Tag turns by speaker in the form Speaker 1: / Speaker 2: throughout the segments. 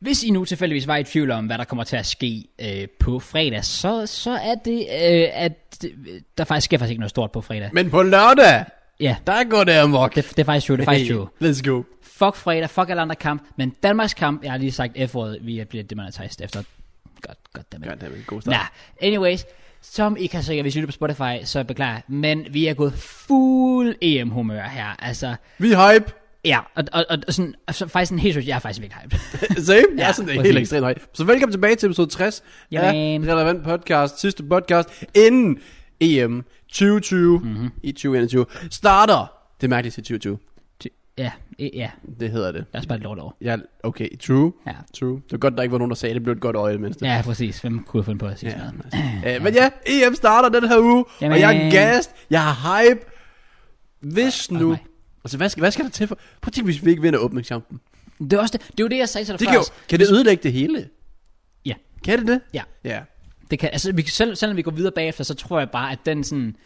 Speaker 1: Hvis I nu tilfældigvis var i tvivl om, hvad der kommer til at ske øh, på fredag, så, så er det, øh, at øh, der faktisk sker faktisk ikke noget stort på fredag.
Speaker 2: Men på lørdag,
Speaker 1: Ja,
Speaker 2: der går det amok.
Speaker 1: det, det er faktisk jo, det er faktisk jo.
Speaker 2: Let's go.
Speaker 1: Fuck fredag, fuck alle andre kamp, men Danmarks kamp, jeg har lige sagt F-ordet, vi bliver demonetized efter. Godt, godt, dammit.
Speaker 2: God damn it, god start.
Speaker 1: Nah, anyways, som I kan sikkert, hvis I lytter på Spotify, så beklager, jeg, men vi er gået fuld EM-humør her, altså,
Speaker 2: Vi er hype.
Speaker 1: ja, og, og, og sådan, altså, faktisk en helt seriøst, jeg er faktisk virkelig hyped.
Speaker 2: Same. Ja, jeg er
Speaker 1: præcis.
Speaker 2: sådan det er helt ekstremt hype. Så velkommen tilbage til episode 60
Speaker 1: Jamen.
Speaker 2: af Relevant Podcast. Sidste podcast inden E EM 2020
Speaker 1: Mhm.
Speaker 2: mm-hmm. i 2021 starter. Det er mærkeligt til 2020.
Speaker 1: ja, e- ja,
Speaker 2: Det hedder det.
Speaker 1: lad os bare et lort over.
Speaker 2: Ja, okay, true.
Speaker 1: Ja.
Speaker 2: True. Det var godt, der ikke var nogen, der sagde, at det blev et godt øje, mens det.
Speaker 1: Ja, præcis. Hvem kunne finde på at sige
Speaker 2: Ja,
Speaker 1: sådan noget?
Speaker 2: Øh, men ja, EM starter den her uge,
Speaker 1: Jamen.
Speaker 2: og jeg er gassed, jeg er hype. Hvis
Speaker 1: og
Speaker 2: nu...
Speaker 1: mig.
Speaker 2: Altså, hvad skal, hvad skal der til for... Prøv at tænke, hvis vi ikke vinder åbningskampen.
Speaker 1: Det er også det, det, er jo det jeg sagde til dig
Speaker 2: Det
Speaker 1: før.
Speaker 2: kan, jo,
Speaker 1: også.
Speaker 2: kan det ødelægge det hele?
Speaker 1: Ja.
Speaker 2: Kan det det?
Speaker 1: Ja.
Speaker 2: Ja.
Speaker 1: Det kan, altså, vi, kan- selv, selvom vi går videre bagefter, så tror jeg bare, at den sådan...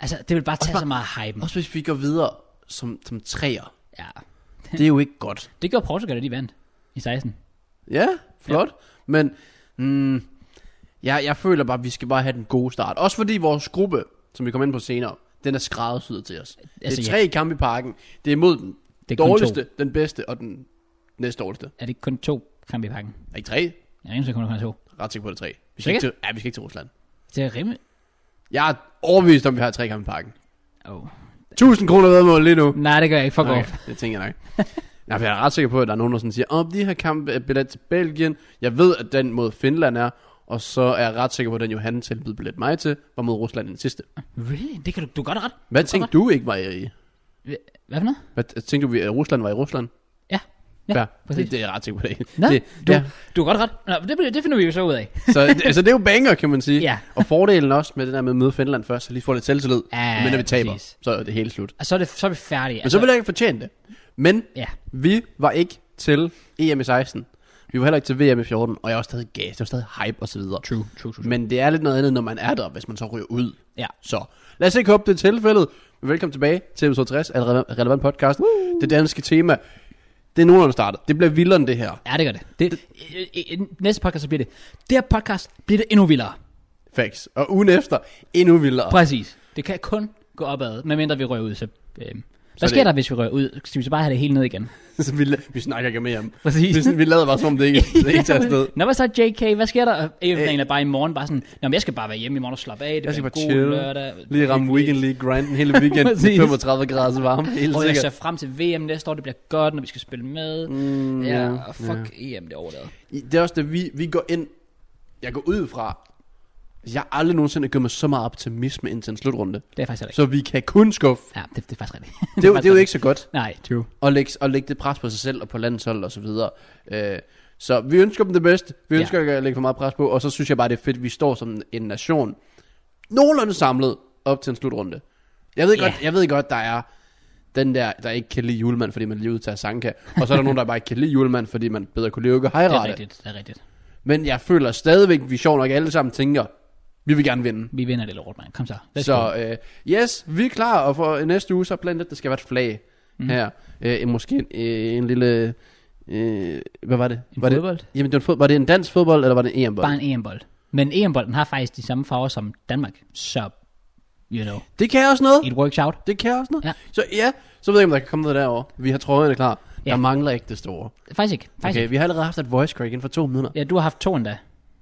Speaker 1: Altså, det vil bare tage
Speaker 2: bare-
Speaker 1: så meget af hypen.
Speaker 2: Også hvis vi går videre som, som træer.
Speaker 1: Ja.
Speaker 2: Det er jo ikke godt.
Speaker 1: Det gjorde Portugal, da de vandt i 16.
Speaker 2: Ja, flot. Men mm, jeg, jeg føler bare, at vi skal bare have den gode start. Også fordi vores gruppe, som vi kommer ind på senere, den er skræddersyet til os. Altså,
Speaker 1: Altså,
Speaker 2: det
Speaker 1: ja.
Speaker 2: er tre kampe i parken. Det er mod den
Speaker 1: Det er kun
Speaker 2: dårligste, den bedste og den næst dårligste.
Speaker 1: Er det ikke kun to kampe i pakken?
Speaker 2: Er ikke tre?
Speaker 1: Jeg er ikke kun kun to.
Speaker 2: Ret sikker på, det er tre. Vi skal,
Speaker 1: Sikker?
Speaker 2: ikke til, ja, vi skal ikke til Rusland.
Speaker 1: Det er rimelig...
Speaker 2: Jeg er overbevist om, at vi har tre kampe i parken.
Speaker 1: Oh.
Speaker 2: 1000 kroner vedmål lige nu.
Speaker 1: Nej, det gør jeg ikke. Fuck okay.
Speaker 2: Okay,
Speaker 1: off.
Speaker 2: det tænker jeg nok. Nej, for jeg er ret sikker på, at der er nogen, der sådan siger, om de her kampe er billet til Belgien. Jeg ved, at den mod Finland er, og så er jeg ret sikker på, at den Johan tilbød billet mig til, var mod Rusland den sidste.
Speaker 1: Really? Det kan du, du er godt ret.
Speaker 2: Hvad tænkte du ikke var i?
Speaker 1: Hvad for noget?
Speaker 2: Hvad tænkte du, at Rusland var i Rusland?
Speaker 1: Ja. Ja,
Speaker 2: Fair.
Speaker 1: præcis.
Speaker 2: det, det, er jeg ret sikker på det.
Speaker 1: Nå,
Speaker 2: det
Speaker 1: du,
Speaker 2: ja.
Speaker 1: du er godt ret. Nå, det, bliver- det finder vi jo så ud af.
Speaker 2: så, det, så det er jo banger, kan man sige.
Speaker 1: Ja.
Speaker 2: Og fordelen også med det der med at møde Finland først, så lige få lidt selvtillid.
Speaker 1: Ja,
Speaker 2: men når vi taber,
Speaker 1: præcis.
Speaker 2: så er det hele slut.
Speaker 1: Og så er, det, så er vi færdige. Altså-
Speaker 2: Men så ville jeg ikke fortjene det. Men
Speaker 1: Ja.
Speaker 2: Vi var ikke til EM i 16. Vi var heller ikke til VM i 14, og jeg var stadig gas, jeg var stadig hype og så videre.
Speaker 1: True, true, true. true.
Speaker 2: Men det er lidt noget andet, når man er der, hvis man så ryger ud.
Speaker 1: Ja.
Speaker 2: Så lad os ikke håbe, det er tilfældet. Men Velkommen tilbage til episode 60 af Rele- Relevant Podcast. Woo! Det danske tema, det er nogen, der starter. Det bliver vildere end det her.
Speaker 1: Ja, det gør det. det, det i, i, næste podcast, så bliver det. Det her podcast bliver det endnu vildere.
Speaker 2: Facts. Og ugen efter, endnu vildere.
Speaker 1: Præcis. Det kan kun gå opad, medmindre vi rører ud. Så, øh, hvad
Speaker 2: det-
Speaker 1: sker der, hvis vi rører ud? Skal vi så bare have det hele ned igen?
Speaker 2: så vi, la- vi snakker ikke mere om. E
Speaker 1: Præcis.
Speaker 2: Vi, sådan- vi lader bare som om det ikke, det ikke tager afsted.
Speaker 1: Nå, hvad så, JK? Hvad sker der? Og Evenplanen er bare i morgen bare sådan, Nå, men jeg skal bare være hjemme i morgen og slappe af. Det
Speaker 2: Jeg skal
Speaker 1: bliver
Speaker 2: bare
Speaker 1: en
Speaker 2: chill.
Speaker 1: god lørdag.
Speaker 2: Lige ramme weekend league, grinden hele weekenden.
Speaker 1: Præcis.
Speaker 2: 35 grader varme. Helt
Speaker 1: Og jeg ser
Speaker 2: sikkert.
Speaker 1: frem til VM næste år. Det bliver godt, når vi skal spille med. Mm, ja, og fuck EM, det er overladet.
Speaker 2: I- Det er også det, vi, vi går ind, jeg går ud fra, jeg har aldrig nogensinde givet mig så meget optimisme ind til en slutrunde.
Speaker 1: Det er faktisk heller ikke.
Speaker 2: Så vi kan kun skuffe.
Speaker 1: Ja, det, det er faktisk rigtigt.
Speaker 2: Det er, jo, det er jo
Speaker 1: faktisk
Speaker 2: ikke så godt
Speaker 1: rigtigt. Nej, true.
Speaker 2: at lægge, at lægge det pres på sig selv og på landsholdet og så videre. Øh, så vi ønsker dem det bedste. Vi
Speaker 1: Ja.
Speaker 2: ønsker ikke at lægge for meget pres på. Og så synes jeg bare, det er fedt, at vi står som en nation. Nogenlunde samlet op til en slutrunde. Jeg ved,
Speaker 1: Ja.
Speaker 2: godt, jeg ved godt, der er den der, der ikke kan lide julemand, fordi man lige udtager Sanka. Og så er der nogen, der bare ikke kan lide julemand, fordi man bedre kunne lide
Speaker 1: Det er
Speaker 2: Hajrate.
Speaker 1: rigtigt, det er rigtigt.
Speaker 2: Men jeg føler stadigvæk, at vi sjovt nok alle sammen tænker, vi vil gerne vinde.
Speaker 1: Vi vinder det lort, mand. Kom så. Let's go.
Speaker 2: Så øh, yes, vi er klar, og for øh, næste uge, så er planen, at der skal være et flag
Speaker 1: Mhm.
Speaker 2: mm. her. Øh, en- måske en, øh, en lille... Øh, hvad var det?
Speaker 1: En
Speaker 2: var
Speaker 1: fodbold?
Speaker 2: Det, jamen, det var, en fod, var det en dansk fodbold, eller var det en EM-bold?
Speaker 1: Bare en EM-bold. Men EM-bolden har faktisk de samme farver som Danmark. Så, you know,
Speaker 2: Det kan også noget.
Speaker 1: it works out.
Speaker 2: Det kan også noget.
Speaker 1: Ja.
Speaker 2: Så ja, så ved jeg, om der kan komme noget derovre. Vi har trøjerne klar.
Speaker 1: Ja.
Speaker 2: Ja. Der mangler ikke det store.
Speaker 1: Faktisk ikke. Faktisk okay.
Speaker 2: Okay, vi har allerede haft et voice crack inden for to minutter.
Speaker 1: ikke. Ja, du har haft to endda.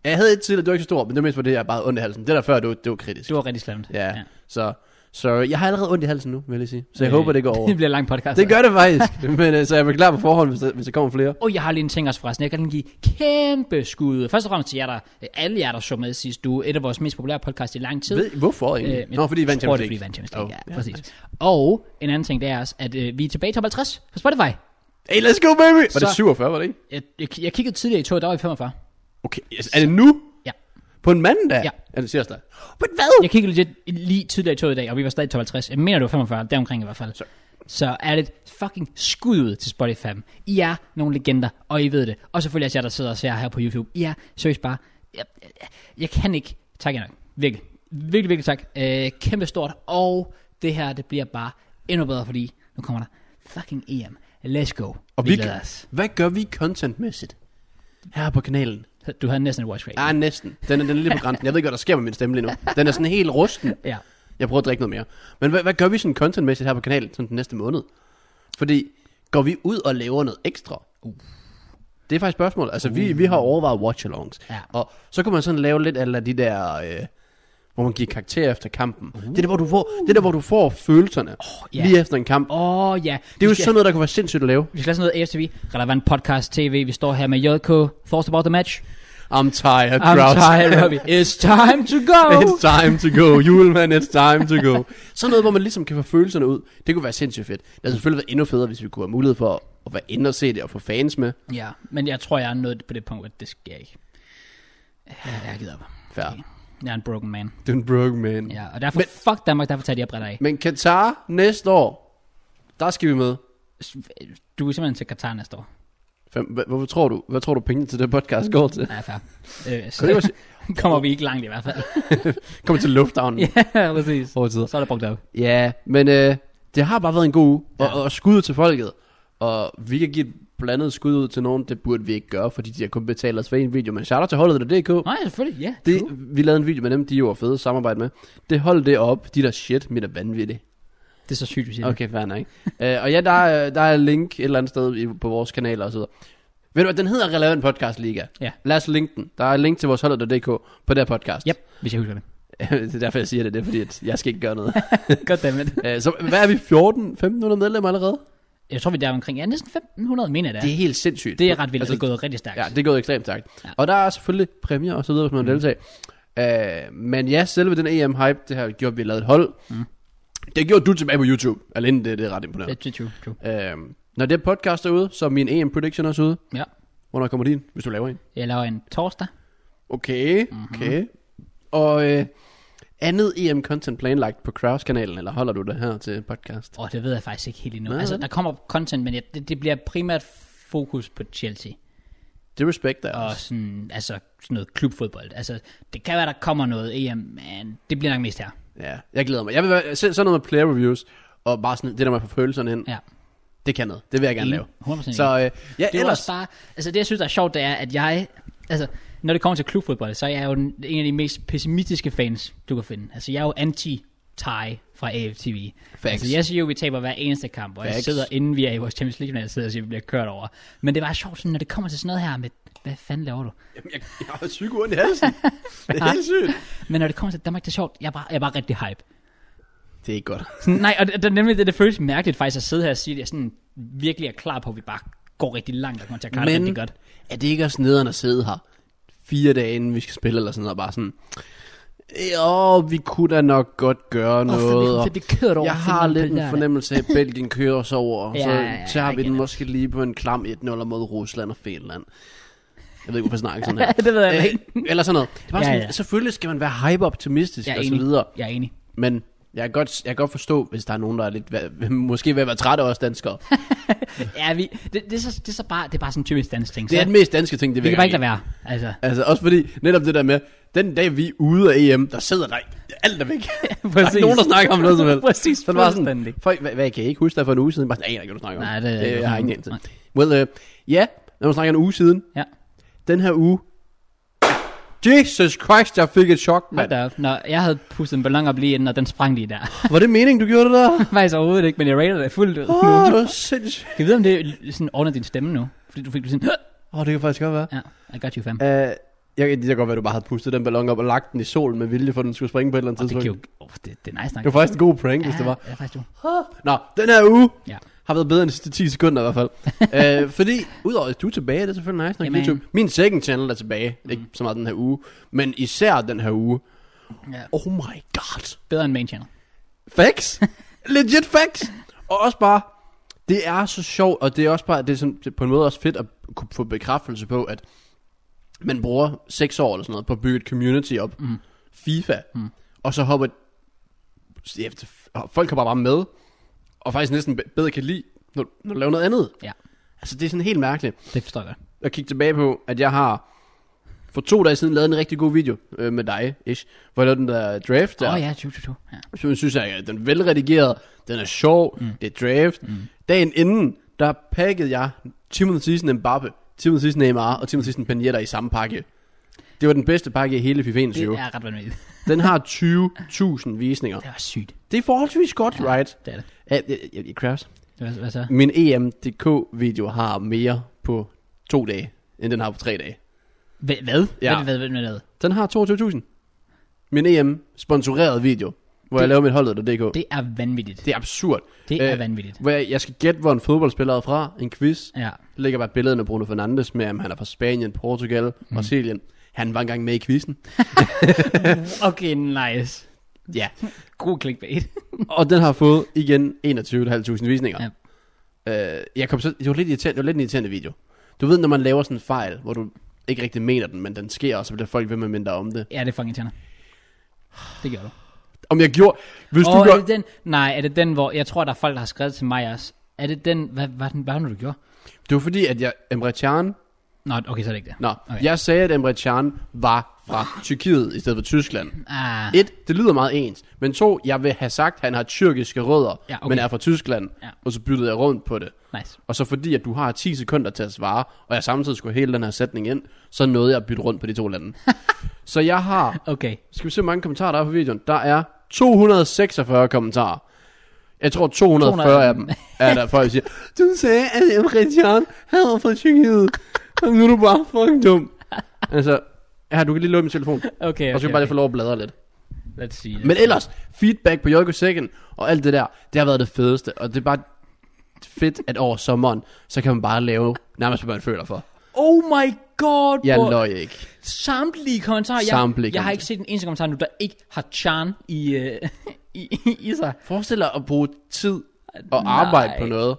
Speaker 2: Jeg havde et tidligere, det var ikke så stort, men det var mest for det, jeg bare havde ondt i halsen. Det der før, det var, det var kritisk.
Speaker 1: Det var rigtig slemt.
Speaker 2: Ja, ja. så, så jeg har allerede ondt i halsen nu, vil jeg sige. Så jeg håber, det går over.
Speaker 1: Øh, det bliver en lang podcast.
Speaker 2: det gør det faktisk, men øh, så jeg er klar på forhånd, hvis der, hvis der kommer flere.
Speaker 1: Og jeg har lige en ting også forresten. Jeg kan lige give kæmpe skud. Først og fremmest til jer, der, øh, alle jer, der så med sidste uge. Et af vores mest populære podcast i lang tid.
Speaker 2: Ved, hvorfor egentlig? Øh, Nå, fordi I vandt Champions
Speaker 1: Fordi
Speaker 2: League.
Speaker 1: I vandt Champions League,
Speaker 2: Oh,
Speaker 1: ja, ja, præcis. Og en anden ting, det er også, at øh, vi er tilbage i top 50 på Spotify.
Speaker 2: Hey, let's go, baby!
Speaker 1: Så-
Speaker 2: Var det 47, var det ikke?
Speaker 1: Jeg, jeg, jeg kiggede tidligere i toget, der var vi 45.
Speaker 2: Okay, yes, er det nu?
Speaker 1: Ja.
Speaker 2: På en mandag?
Speaker 1: Ja.
Speaker 2: Er det tirsdag? Men hvad?
Speaker 1: Jeg kiggede legit lige tidligere i toget i dag, og vi var stadig i top 50. Jeg mener, det var 45, deromkring i hvert fald.
Speaker 2: Så-
Speaker 1: Så, så er det fucking skud ud til Spotify. I er nogle legender, og I ved det. Og selvfølgelig også jer, der sidder og ser her på YouTube. I er seriøst bare... Jeg, jeg, jeg kan ikke Tak jer nok. Virkelig. Virkelig, virkelig tak. Øh, kæmpe stort. Og det her, det bliver bare endnu bedre, fordi nu kommer der fucking EM. E Let's go.
Speaker 2: Og
Speaker 1: Og
Speaker 2: vi,
Speaker 1: vi, glæder os.
Speaker 2: hvad gør vi contentmæssigt? her på kanalen.
Speaker 1: Du havde næsten en watch rating.
Speaker 2: Ah, næsten. Den er, den er lidt på grænsen. Jeg ved ikke, hvad der sker med min stemme lige nu. Den er sådan helt rusten.
Speaker 1: Ja.
Speaker 2: Jeg prøver at drikke noget mere. Men hvad, hvad gør vi sådan contentmæssigt her på kanalen sådan den næste måned? Fordi går vi ud og laver noget ekstra? Uh. Det er faktisk spørgsmålet. Altså, vi,
Speaker 1: Uh.
Speaker 2: vi har overvejet watch-alongs.
Speaker 1: Ja.
Speaker 2: Og så kunne man sådan lave lidt af de der... Øh, hvor man giver karakter efter kampen. Uh. Det, er der, hvor du får, det er der, hvor du får følelserne oh,
Speaker 1: ja.
Speaker 2: lige efter en kamp. Oh.
Speaker 1: Åh, oh, ja.
Speaker 2: Det er jo
Speaker 1: vi skal,
Speaker 2: sådan noget, der kunne være sindssygt at lave.
Speaker 1: Vi skal lave sådan noget AFTV. Relevant podcast TV. Vi står her med JK. Thoughts about the match?
Speaker 2: I'm tired,
Speaker 1: I'm
Speaker 2: Kraus.
Speaker 1: tired, Robbie. It's time to go.
Speaker 2: It's time to go, julemand, it's time to go. Sådan noget, hvor man ligesom kan få følelserne ud. Det kunne være sindssygt fedt. Det havde selvfølgelig været endnu federe, hvis vi kunne have mulighed for at være inde og se det og få fans med.
Speaker 1: Ja, men jeg tror, jeg er nået på det punkt, at det sker jeg ikke. Jeg har givet op.
Speaker 2: Færdig.
Speaker 1: Jeg er en broken man.
Speaker 2: Det er en broke man.
Speaker 1: Ja, og derfor, men, fuck Danmark, derfor tager de her briller af.
Speaker 2: Men Katar næste år, der skal vi med.
Speaker 1: Du er simpelthen til Katar næste år.
Speaker 2: Fem, hvad, hvorfor tror du, hvad tror du pengene til det podcast går til?
Speaker 1: Ja, fair. Øh,
Speaker 2: Kan det være
Speaker 1: så kommer vi ikke langt i hvert fald.
Speaker 2: Kommer til lufthavnen yeah.
Speaker 1: ja, præcis.
Speaker 2: over Mm. tid.
Speaker 1: Så er det brugt op.
Speaker 2: Ja, men øh, det har bare været en god uge. Og,
Speaker 1: Ja.
Speaker 2: og skud ud til folket. Og vi kan give et blandet skud ud til nogen. Det burde vi ikke gøre, fordi de har kun betalt os for en video. Men shout out til holdet der DK.
Speaker 1: Nej, selvfølgelig, ja.
Speaker 2: Det,
Speaker 1: true.
Speaker 2: vi lavede en video med dem, de jo var fede at samarbejde med. Det holdt det op, de der shit, mit er vanvittigt.
Speaker 1: det er så sygt, vi siger okay.
Speaker 2: Okay, fair nok. øh, og ja, der er, der er link et eller andet sted i, på vores kanaler og så videre. Ved du hvad, den hedder Relevant Podcast Liga.
Speaker 1: Ja.
Speaker 2: Lad os linke den. Der er link til vores holdet.dk på det her podcast.
Speaker 1: Yep, hvis jeg husker det.
Speaker 2: det er derfor, jeg siger det, det er fordi, at jeg skal ikke gøre noget.
Speaker 1: Goddammit.
Speaker 2: øh, så hvad er vi, 14, 1500 medlemmer allerede?
Speaker 1: Jeg tror, vi er der omkring, ja, næsten 1500, mener jeg det
Speaker 2: Det
Speaker 1: er.
Speaker 2: er helt sindssygt.
Speaker 1: Det er ret vildt, altså,
Speaker 2: Altså,
Speaker 1: det er gået rigtig stærkt.
Speaker 2: Ja, det er gået ekstremt stærkt.
Speaker 1: Ja.
Speaker 2: Ja. Og der er selvfølgelig præmier og så videre, hvis man mm. deltager. Uh, men ja, selve den EM-hype, det har gjort, at vi har lavet et hold. Mm. Det gjorde du tilbage på YouTube. Alene det, det er ret imponerende.
Speaker 1: Det er true, true.
Speaker 2: Uh, når det podcast er ude, så er min EM-prediction også ude.
Speaker 1: Ja.
Speaker 2: Hvornår kommer din, hvis du laver en?
Speaker 1: Jeg laver en torsdag.
Speaker 2: Okay, mm-hmm. okay. Og øh, andet EM-content planlagt på Kraus-kanalen, eller holder du det her til podcast?
Speaker 1: Og det ved jeg faktisk ikke helt endnu.
Speaker 2: Hvad er
Speaker 1: altså,
Speaker 2: det?
Speaker 1: der kommer content, men jeg, det, det bliver primært fokus på Chelsea.
Speaker 2: Det respekter jeg
Speaker 1: Og
Speaker 2: også.
Speaker 1: sådan, altså, sådan noget klubfodbold. Altså, det kan være, der kommer noget EM, men det bliver nok mest her.
Speaker 2: Ja, jeg glæder mig. Jeg vil være, se- sådan noget med player reviews, og bare sådan det der med at få følelserne ind,
Speaker 1: Ja.
Speaker 2: det kan noget. Det vil jeg gerne
Speaker 1: Enig.
Speaker 2: lave.
Speaker 1: 100%
Speaker 2: Så
Speaker 1: enig.
Speaker 2: øh, ja,
Speaker 1: Det er jo
Speaker 2: ellers...
Speaker 1: også bare, altså det jeg synes der er sjovt, det er, at jeg, altså når det kommer til klubfodbold, så er jeg jo den- en af de mest pessimistiske fans, du kan finde. Altså jeg er jo anti Thai fra AFTV.
Speaker 2: Facts.
Speaker 1: Altså, jeg siger jo, at vi taber hver eneste kamp, og jeg
Speaker 2: Facts.
Speaker 1: sidder, inden vi er i vores Champions League, når jeg sidder og siger, at vi bliver kørt over. Men det var sjovt, sådan, når det kommer til sådan noget her med, hvad fanden laver du?
Speaker 2: Jamen, jeg, jeg har syg ondt i halsen. det er helt sygt.
Speaker 1: Men når det kommer til Danmark, det er sjovt, jeg er bare, jeg er bare rigtig hype.
Speaker 2: Det er ikke godt.
Speaker 1: Sådan, nej, og det, det, er nemlig, det, det føles mærkeligt faktisk at sidde her og sige, at jeg sådan virkelig er klar på, at vi bare går rigtig langt og kommer til at klare det rigtig godt.
Speaker 2: er det ikke også nederen at sidde her fire dage inden vi skal spille, eller sådan noget, og bare sådan... Jo, vi kunne da nok godt gøre
Speaker 1: Åh, for
Speaker 2: noget.
Speaker 1: vi-
Speaker 2: og
Speaker 1: for vi kørt over
Speaker 2: jeg har
Speaker 1: Finland på
Speaker 2: lidt en
Speaker 1: lørdag.
Speaker 2: fornemmelse af, at Belgien kører os over, og
Speaker 1: Ja,
Speaker 2: så
Speaker 1: ja, ja,
Speaker 2: tager
Speaker 1: jeg
Speaker 2: vi den
Speaker 1: kender.
Speaker 2: måske lige på en klam 1-0 mod Rusland og Finland. Jeg ved ikke, hvorfor jeg snakker sådan her.
Speaker 1: Det ved jeg
Speaker 2: Øh,
Speaker 1: ikke.
Speaker 2: Eller sådan noget. Det er bare
Speaker 1: Ja,
Speaker 2: sådan,
Speaker 1: ja.
Speaker 2: Selvfølgelig skal man være hype-optimistisk
Speaker 1: Jeg er
Speaker 2: og så
Speaker 1: enig.
Speaker 2: videre.
Speaker 1: Jeg er enig.
Speaker 2: Men jeg kan, godt, jeg kan godt forstå, hvis der er nogen, der er lidt, væ- måske ved at være trætte af os danskere.
Speaker 1: Ja, vi, det, det, er så, det er så bare, det er bare sådan en typisk dansk ting.
Speaker 2: Det er
Speaker 1: så,
Speaker 2: den mest danske ting, det vil
Speaker 1: vi kan
Speaker 2: jeg
Speaker 1: bare ikke
Speaker 2: gerne
Speaker 1: lade være. Altså,
Speaker 2: give. Altså også fordi, netop det der med, den dag vi er ude af EM, der sidder der alt er væk. der er
Speaker 1: Præcis.
Speaker 2: ikke nogen, der snakker om noget som helst.
Speaker 1: Præcis,
Speaker 2: Så det var sådan,
Speaker 1: fuldstændig.
Speaker 2: folk, hvad, hvad, kan I ikke huske der for en uge siden? Bare sådan, "Ja, jeg kan du snakke om.
Speaker 1: Nej, det er
Speaker 2: det
Speaker 1: ikke
Speaker 2: jeg har
Speaker 1: sådan.
Speaker 2: ingen anelse. Well, øh, ja, når man snakker en uge siden,
Speaker 1: ja.
Speaker 2: den her uge, Jesus Christ, jeg fik et chok,
Speaker 1: Hold
Speaker 2: mand.
Speaker 1: da op. Nå, jeg havde pustet en ballon op lige inden, og den sprang lige der.
Speaker 2: Var det meningen, du gjorde det der?
Speaker 1: Faktisk overhovedet ikke, men jeg rater det fuldt ud.
Speaker 2: Åh, oh, det var sindssygt.
Speaker 1: Kan vi vide, om det er sådan ordner din stemme nu? Fordi du fik du sådan,
Speaker 2: Åh, oh, det kan faktisk godt være.
Speaker 1: ja, I got you fam.
Speaker 2: Uh, jeg, jeg kan godt være, at du bare havde pustet den ballon op og lagt den i solen med vilje, for at den skulle springe på et eller andet
Speaker 1: Og det,
Speaker 2: tidspunkt.
Speaker 1: kan
Speaker 2: Det,
Speaker 1: jo, oh, det, det er nice nok.
Speaker 2: det var faktisk en god prank, ja. hvis
Speaker 1: ja,
Speaker 2: det var.
Speaker 1: Ja, faktisk du.
Speaker 2: Nå, den her uge
Speaker 1: Ja.
Speaker 2: har været bedre end de sidste 10 sekunder i hvert fald. øh, fordi, udover at du er tilbage, det er selvfølgelig nice nok
Speaker 1: Jamen.
Speaker 2: YouTube. Min second channel er tilbage, mm. ikke så meget den her uge, men især den her uge.
Speaker 1: Ja.
Speaker 2: Oh my god.
Speaker 1: Bedre end main channel.
Speaker 2: Facts. Legit facts. Og også bare, det er så sjovt, og det er også bare, det er sådan, det er på en måde også fedt at kunne få bekræftelse på, at man bruger seks år eller sådan noget på at bygge et community op. Mm. FIFA. Mm. Og så hopper, ja, folk kommer bare med, og faktisk næsten be- bedre kan lide, når, du- når du laver noget andet.
Speaker 1: Ja,
Speaker 2: Altså det er sådan helt mærkeligt
Speaker 1: det forstår jeg godt.
Speaker 2: at kigge tilbage på, at jeg har for to dage siden lavet en rigtig god video øh, med dig, ish, hvor jeg lavede den der draft der.
Speaker 1: Åh oh, ja, 2022. Ja.
Speaker 2: Så jeg synes, at den er velredigeret, den er sjov, mm. det er draft. Mm. Dagen inden, der pakkede jeg Timothy Season Mbappe Timothy's Neymar og Timothy's Panetta i samme pakke. Det var den bedste pakke i hele FIFA
Speaker 1: Det
Speaker 2: 21.
Speaker 1: er ret vanvittigt.
Speaker 2: Den har 20.000 visninger.
Speaker 1: Det var sygt.
Speaker 2: Det er forholdsvis godt,
Speaker 1: Ja.
Speaker 2: right?
Speaker 1: Det er det.
Speaker 2: Ja, ja, ja, ja, Kraus.
Speaker 1: Hvad, hvad så?
Speaker 2: Min E EM.dk-video har mere på to dage, end den har på tre dage.
Speaker 1: Hvad? Hvad?
Speaker 2: Ja.
Speaker 1: Hvad, hvad, hvad, hvad, hvad?
Speaker 2: Den har 22.000. Min EM-sponsorerede video, hvor det, jeg
Speaker 1: Det-
Speaker 2: laver mit holdet.dk. Det,
Speaker 1: Det er vanvittigt.
Speaker 2: det er absurd.
Speaker 1: Det er
Speaker 2: Øh,
Speaker 1: vanvittigt.
Speaker 2: Hvor jeg, jeg skal gætte, hvor en fodboldspiller er fra. En quiz.
Speaker 1: Ja.
Speaker 2: ligger bare billederne af Bruno Fernandes med, om han er fra Spanien, Portugal, mm. Brasilien. Han var engang med i quizzen.
Speaker 1: Okay, nice.
Speaker 2: Ja.
Speaker 1: God clickbait.
Speaker 2: Og den har fået igen 21.500 visninger.
Speaker 1: Ja.
Speaker 2: Ja. Øh, jeg kom så, det, var lidt irriterende, det var lidt en irriterende video. Du ved, når man laver sådan en fejl, hvor du ikke rigtig mener den, men den sker, og så bliver folk ved med at minde dig om det.
Speaker 1: Ja, det er fucking tænder. Det gjorde du.
Speaker 2: Om jeg gjorde... Hvis
Speaker 1: Åh,
Speaker 2: du
Speaker 1: er
Speaker 2: gør,
Speaker 1: det den? Nej, er det den, hvor... Jeg tror, der er folk, der har skrevet til mig også. Er det den... Hvad, hvad, hvad, hvad var det, du gjorde?
Speaker 2: det var fordi, at jeg... Emre Can...
Speaker 1: Nå, okay, så er det ikke det.
Speaker 2: Nå,
Speaker 1: Okay.
Speaker 2: okay. jeg sagde, at Emre Can var fra Tyrkiet i stedet for Tyskland.
Speaker 1: Ah,
Speaker 2: Et, det lyder meget ens. Men to, jeg vil have sagt, at han har tyrkiske rødder,
Speaker 1: Ja,
Speaker 2: ja,
Speaker 1: okay.
Speaker 2: okay. men er fra Tyskland.
Speaker 1: Ja.
Speaker 2: Ja. Og så byttede jeg rundt på det.
Speaker 1: nice.
Speaker 2: Og så fordi, at du har 10 sekunder til at svare, og jeg samtidig skulle have hele den her sætning ind, så nåede jeg at bytte rundt på de to lande. så jeg har,
Speaker 1: Okay.
Speaker 2: skal vi se hvor mange kommentarer der er på videoen? Der er 246 kommentarer. Jeg tror 240
Speaker 1: 200.
Speaker 2: af dem er der folk, der siger, du sagde, at Emre Can havde fra Tyrkiet, og nu er du bare fucking dum. altså, her, du kan lige lukke min telefon, okay,
Speaker 1: Okay, okay.
Speaker 2: og så kan vi bare lige få lov at bladre lidt.
Speaker 1: Let's see.
Speaker 2: Men ellers, feedback på Jørgen Second og alt det der, det har været det fedeste. Og det er bare fedt, at over sommeren, så kan man bare lave nærmest, hvad man føler for.
Speaker 1: Oh my god,
Speaker 2: Jeg
Speaker 1: bro.
Speaker 2: løj ikke.
Speaker 1: Samtlige kommentarer. Jeg,
Speaker 2: Samtlige
Speaker 1: jeg har
Speaker 2: kommentarer.
Speaker 1: ikke set en eneste kommentar nu, der ikke har Chan i, øh, i, i, i sig.
Speaker 2: Forestil dig at bruge tid og arbejde
Speaker 1: Nej.
Speaker 2: på noget.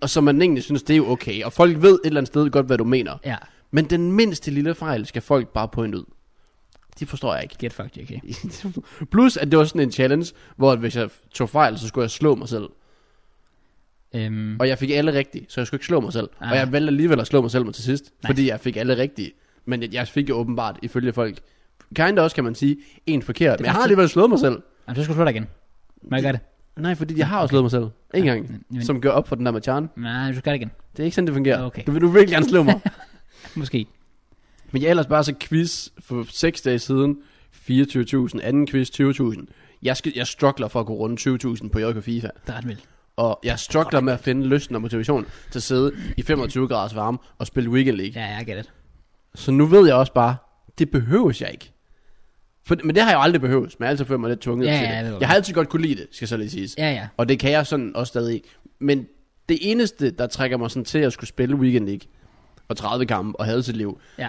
Speaker 2: og så man egentlig synes, det er jo okay. Og folk ved et eller andet sted godt, hvad du mener.
Speaker 1: Ja.
Speaker 2: Men den mindste lille fejl skal folk bare pointe ud. Det forstår jeg ikke.
Speaker 1: Get fucked, JK.
Speaker 2: Plus, at det var sådan en challenge, hvor at hvis jeg tog fejl, så skulle jeg slå mig selv.
Speaker 1: Øhm,
Speaker 2: Og jeg fik alle rigtige, så jeg skulle ikke slå mig selv.
Speaker 1: Ah.
Speaker 2: Ah. Og jeg valgte alligevel at slå mig selv til sidst, nice. fordi jeg fik alle rigtige. Men jeg- jeg fik jo åbenbart, ifølge folk, kinda også kan man sige, en forkert. Men jeg har
Speaker 1: faktisk-
Speaker 2: alligevel slået mig selv.
Speaker 1: jamen, så skal du slå dig igen. Må jeg gøre det?
Speaker 2: Nej, fordi jeg har også slået mig selv. En gang.
Speaker 1: men-
Speaker 2: Som gør op for den der med Chan.
Speaker 1: Nej, du skal gøre det igen.
Speaker 2: Det er ikke sådan, det fungerer.
Speaker 1: Okay.
Speaker 2: Du vil du vil virkelig gerne slå mig.
Speaker 1: Måske.
Speaker 2: Men jeg er ellers bare så quiz for 6 dage siden. 24.000. Anden quiz 20.000. Jeg, skal, jeg struggler for at kunne runde 20.000 på Jørgen FIFA.
Speaker 1: Det er ret vildt.
Speaker 2: Og jeg struggler med at finde lysten og motivationen til at sidde i 25 graders varme og spille Weekend League.
Speaker 1: Ja, jeg get it.
Speaker 2: Så nu ved jeg også bare, det behøves jeg ikke. For, men det har jeg jo aldrig behøvet, men jeg har altid følt mig lidt tvunget
Speaker 1: Ja,
Speaker 2: til
Speaker 1: ja, jeg ved
Speaker 2: det.
Speaker 1: godt.
Speaker 2: Jeg har altid godt kunne lide det, skal så lige siges. Ja.
Speaker 1: Ja, ja.
Speaker 2: Og det kan jeg sådan også stadig. Men det eneste, der trækker mig sådan til at skulle spille Weekend League, og 30 kampe og havde sit liv,
Speaker 1: Ja.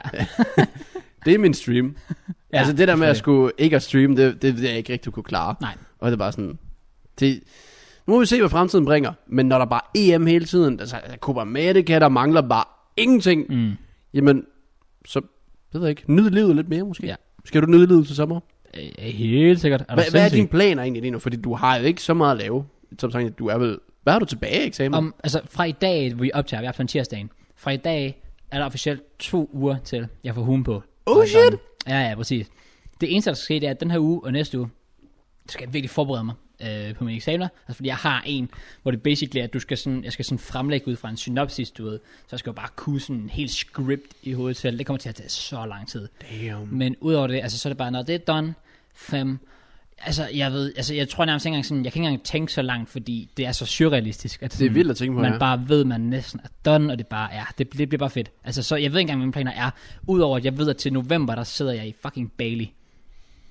Speaker 2: det er min stream.
Speaker 1: ja
Speaker 2: ja, altså det der med at
Speaker 1: selvfølgelig.
Speaker 2: skulle ikke at streame, det, det, det jeg ikke rigtig kunne klare.
Speaker 1: Nej.
Speaker 2: Og det er bare sådan, det, nu må vi se, hvad fremtiden bringer. Men når der bare er EM hele tiden, altså Copa America, der mangler bare ingenting.
Speaker 1: Mm.
Speaker 2: Jamen, så ved jeg ikke. Nyd livet lidt mere måske.
Speaker 1: Ja.
Speaker 2: Skal du nyde livet til sommer?
Speaker 1: Øh, helt sikkert. Er du
Speaker 2: Hva, hvad er
Speaker 1: sindssyg?
Speaker 2: dine planer egentlig lige nu? Fordi du har jo ikke så meget at lave. Som sagt, du er vel... Hvad har du tilbage i eksamen?
Speaker 1: Om, altså fra i dag, hvor vi optager, vi optager om tirsdagen. Fra i dag er der officielt to uger til, jeg får hun på.
Speaker 2: Oh, shit!
Speaker 1: Ja, ja, præcis. Det eneste, der skal ske, det er, at den her uge og næste uge, så skal jeg virkelig forberede mig øh, på mine eksamener. Altså fordi jeg har en, hvor det basically er, at du skal sådan, jeg skal sådan fremlægge ud fra en synopsis, du ved. Så jeg skal jo bare kunne sådan en helt script i hovedet selv. Det kommer til at tage så lang tid.
Speaker 2: Damn.
Speaker 1: Men udover det, altså så er det bare, når det er done, fem, altså jeg ved, altså jeg tror nærmest ikke engang sådan, jeg kan ikke engang tænke så langt, fordi det er så surrealistisk. At
Speaker 2: Det er
Speaker 1: sådan,
Speaker 2: vildt at tænke på,
Speaker 1: man
Speaker 2: ja.
Speaker 1: bare ved, man næsten er done, og det bare er, det, det bliver bare fedt. Altså så, jeg ved ikke engang, hvad mine planer er, udover at jeg ved, at til november, der sidder jeg i fucking Bali.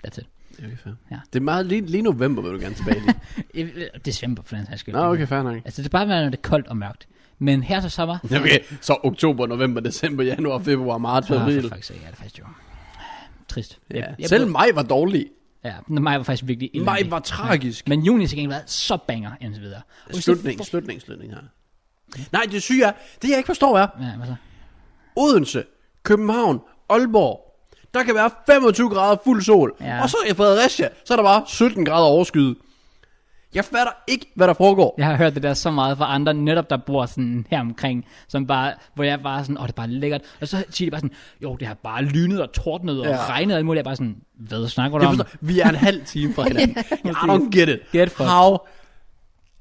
Speaker 1: That's it.
Speaker 2: Okay, fair.
Speaker 1: Ja.
Speaker 2: Det er meget lige, lige november, vil du gerne tilbage lige.
Speaker 1: Øh, December for den sags skyld.
Speaker 2: Nå, okay, fair nok.
Speaker 1: Altså det er bare, når det er koldt og mørkt. Men her så sommer.
Speaker 2: Okay, så oktober, november, december, januar, februar, marts,
Speaker 1: Ah, for
Speaker 2: april.
Speaker 1: fuck's sake, ja, det er faktisk jo. Trist.
Speaker 2: Ja. Selv maj var dårlig.
Speaker 1: Ja, men maj var faktisk virkelig
Speaker 2: Maj
Speaker 1: elendig.
Speaker 2: var tragisk.
Speaker 1: Men juni til gengæld været så banger, indtil videre. Og hvis det
Speaker 2: Øh, Slutning, slutning, slutning her. Nej, det syge er, det jeg ikke forstår er,
Speaker 1: Ja, hvad så?
Speaker 2: Odense, København, Aalborg. Der kan være 25 grader fuld sol.
Speaker 1: Ja.
Speaker 2: Ja. Og så i Fredericia, så er der bare 17 grader overskyet. Jeg fatter ikke, hvad der foregår. Ja.
Speaker 1: Jeg har hørt det der så meget fra andre, netop der bor sådan her omkring, som bare, hvor jeg bare sådan, åh, det er bare lækkert. Og så siger de bare sådan, jo, det har bare lynet og tordnet og
Speaker 2: Ja.
Speaker 1: regnet og alt muligt. Jeg er bare sådan, hvad snakker du
Speaker 2: Jeg
Speaker 1: om?
Speaker 2: forstår, vi er en halv time fra hinanden. I don't get it.
Speaker 1: Get fucked.
Speaker 2: How?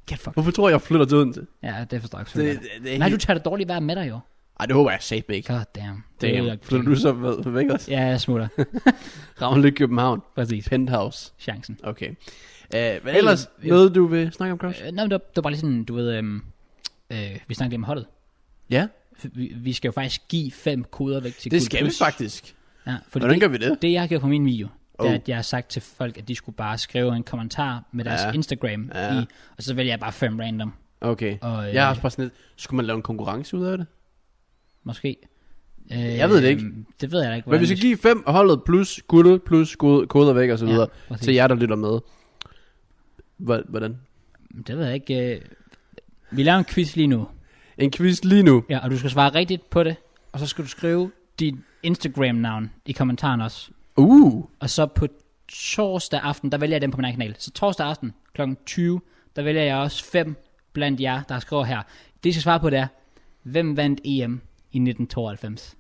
Speaker 1: Get fuck.
Speaker 2: Hvorfor tror jeg, jeg flytter til Odense?
Speaker 1: Ja, det forstår jeg ikke.
Speaker 2: Det,
Speaker 1: Det,
Speaker 2: det, det er
Speaker 1: Nej, du
Speaker 2: helt...
Speaker 1: tager det dårligt vejr med dig jo.
Speaker 2: Ej, det håber jeg satme ikke.
Speaker 1: God damn. Det er
Speaker 2: Damn,
Speaker 1: ikke
Speaker 2: flytter du så med, væk også?
Speaker 1: Ja, jeg smutter.
Speaker 2: Ravnlø København,
Speaker 1: Præcis.
Speaker 2: penthouse.
Speaker 1: Chancen.
Speaker 2: Okay. Uh, men ellers, noget du vil snakke om, Cross?
Speaker 1: Øh, nej, men det var, det var bare lige sådan, du ved, øhm, øh, vi snakkede lige om holdet.
Speaker 2: Ja,
Speaker 1: Vi, vi skal jo faktisk give fem koder væk til
Speaker 2: det
Speaker 1: Guld
Speaker 2: skal vi
Speaker 1: Plus.
Speaker 2: faktisk.
Speaker 1: Ja, fordi
Speaker 2: Hvordan
Speaker 1: det,
Speaker 2: gør vi det?
Speaker 1: det, jeg har gjort på min video, det
Speaker 2: Oh.
Speaker 1: er, at jeg har sagt til folk, at de skulle bare skrive en kommentar med deres
Speaker 2: Ja.
Speaker 1: ja. Instagram
Speaker 2: Ja.
Speaker 1: ja. i, og så vælger jeg bare fem random,
Speaker 2: Okay.
Speaker 1: Og, øh,
Speaker 2: Jeg har også bare sådan lidt, skulle man lave en konkurrence ud af det?
Speaker 1: måske. Øh, jeg
Speaker 2: ved det ikke.
Speaker 1: Det ved jeg ikke.
Speaker 2: Men vi skal give fem holdet plus guldet plus gode- koder væk og så videre
Speaker 1: Ja,
Speaker 2: til
Speaker 1: til
Speaker 2: jer, der lytter med. Hvor- Hvordan?
Speaker 1: Det ved jeg ikke. Øh, vi laver en quiz lige nu,
Speaker 2: En quiz lige nu.
Speaker 1: ja, og du skal svare rigtigt på det, og så skal du skrive dit Instagram-navn i kommentaren også.
Speaker 2: Uh,
Speaker 1: Og så på torsdag aften, der vælger jeg dem på min egen kanal. Så torsdag aften kl. 20, der vælger jeg også fem blandt jer, der skriver her. Det, I skal svare på, det er, hvem vandt EM i 1992?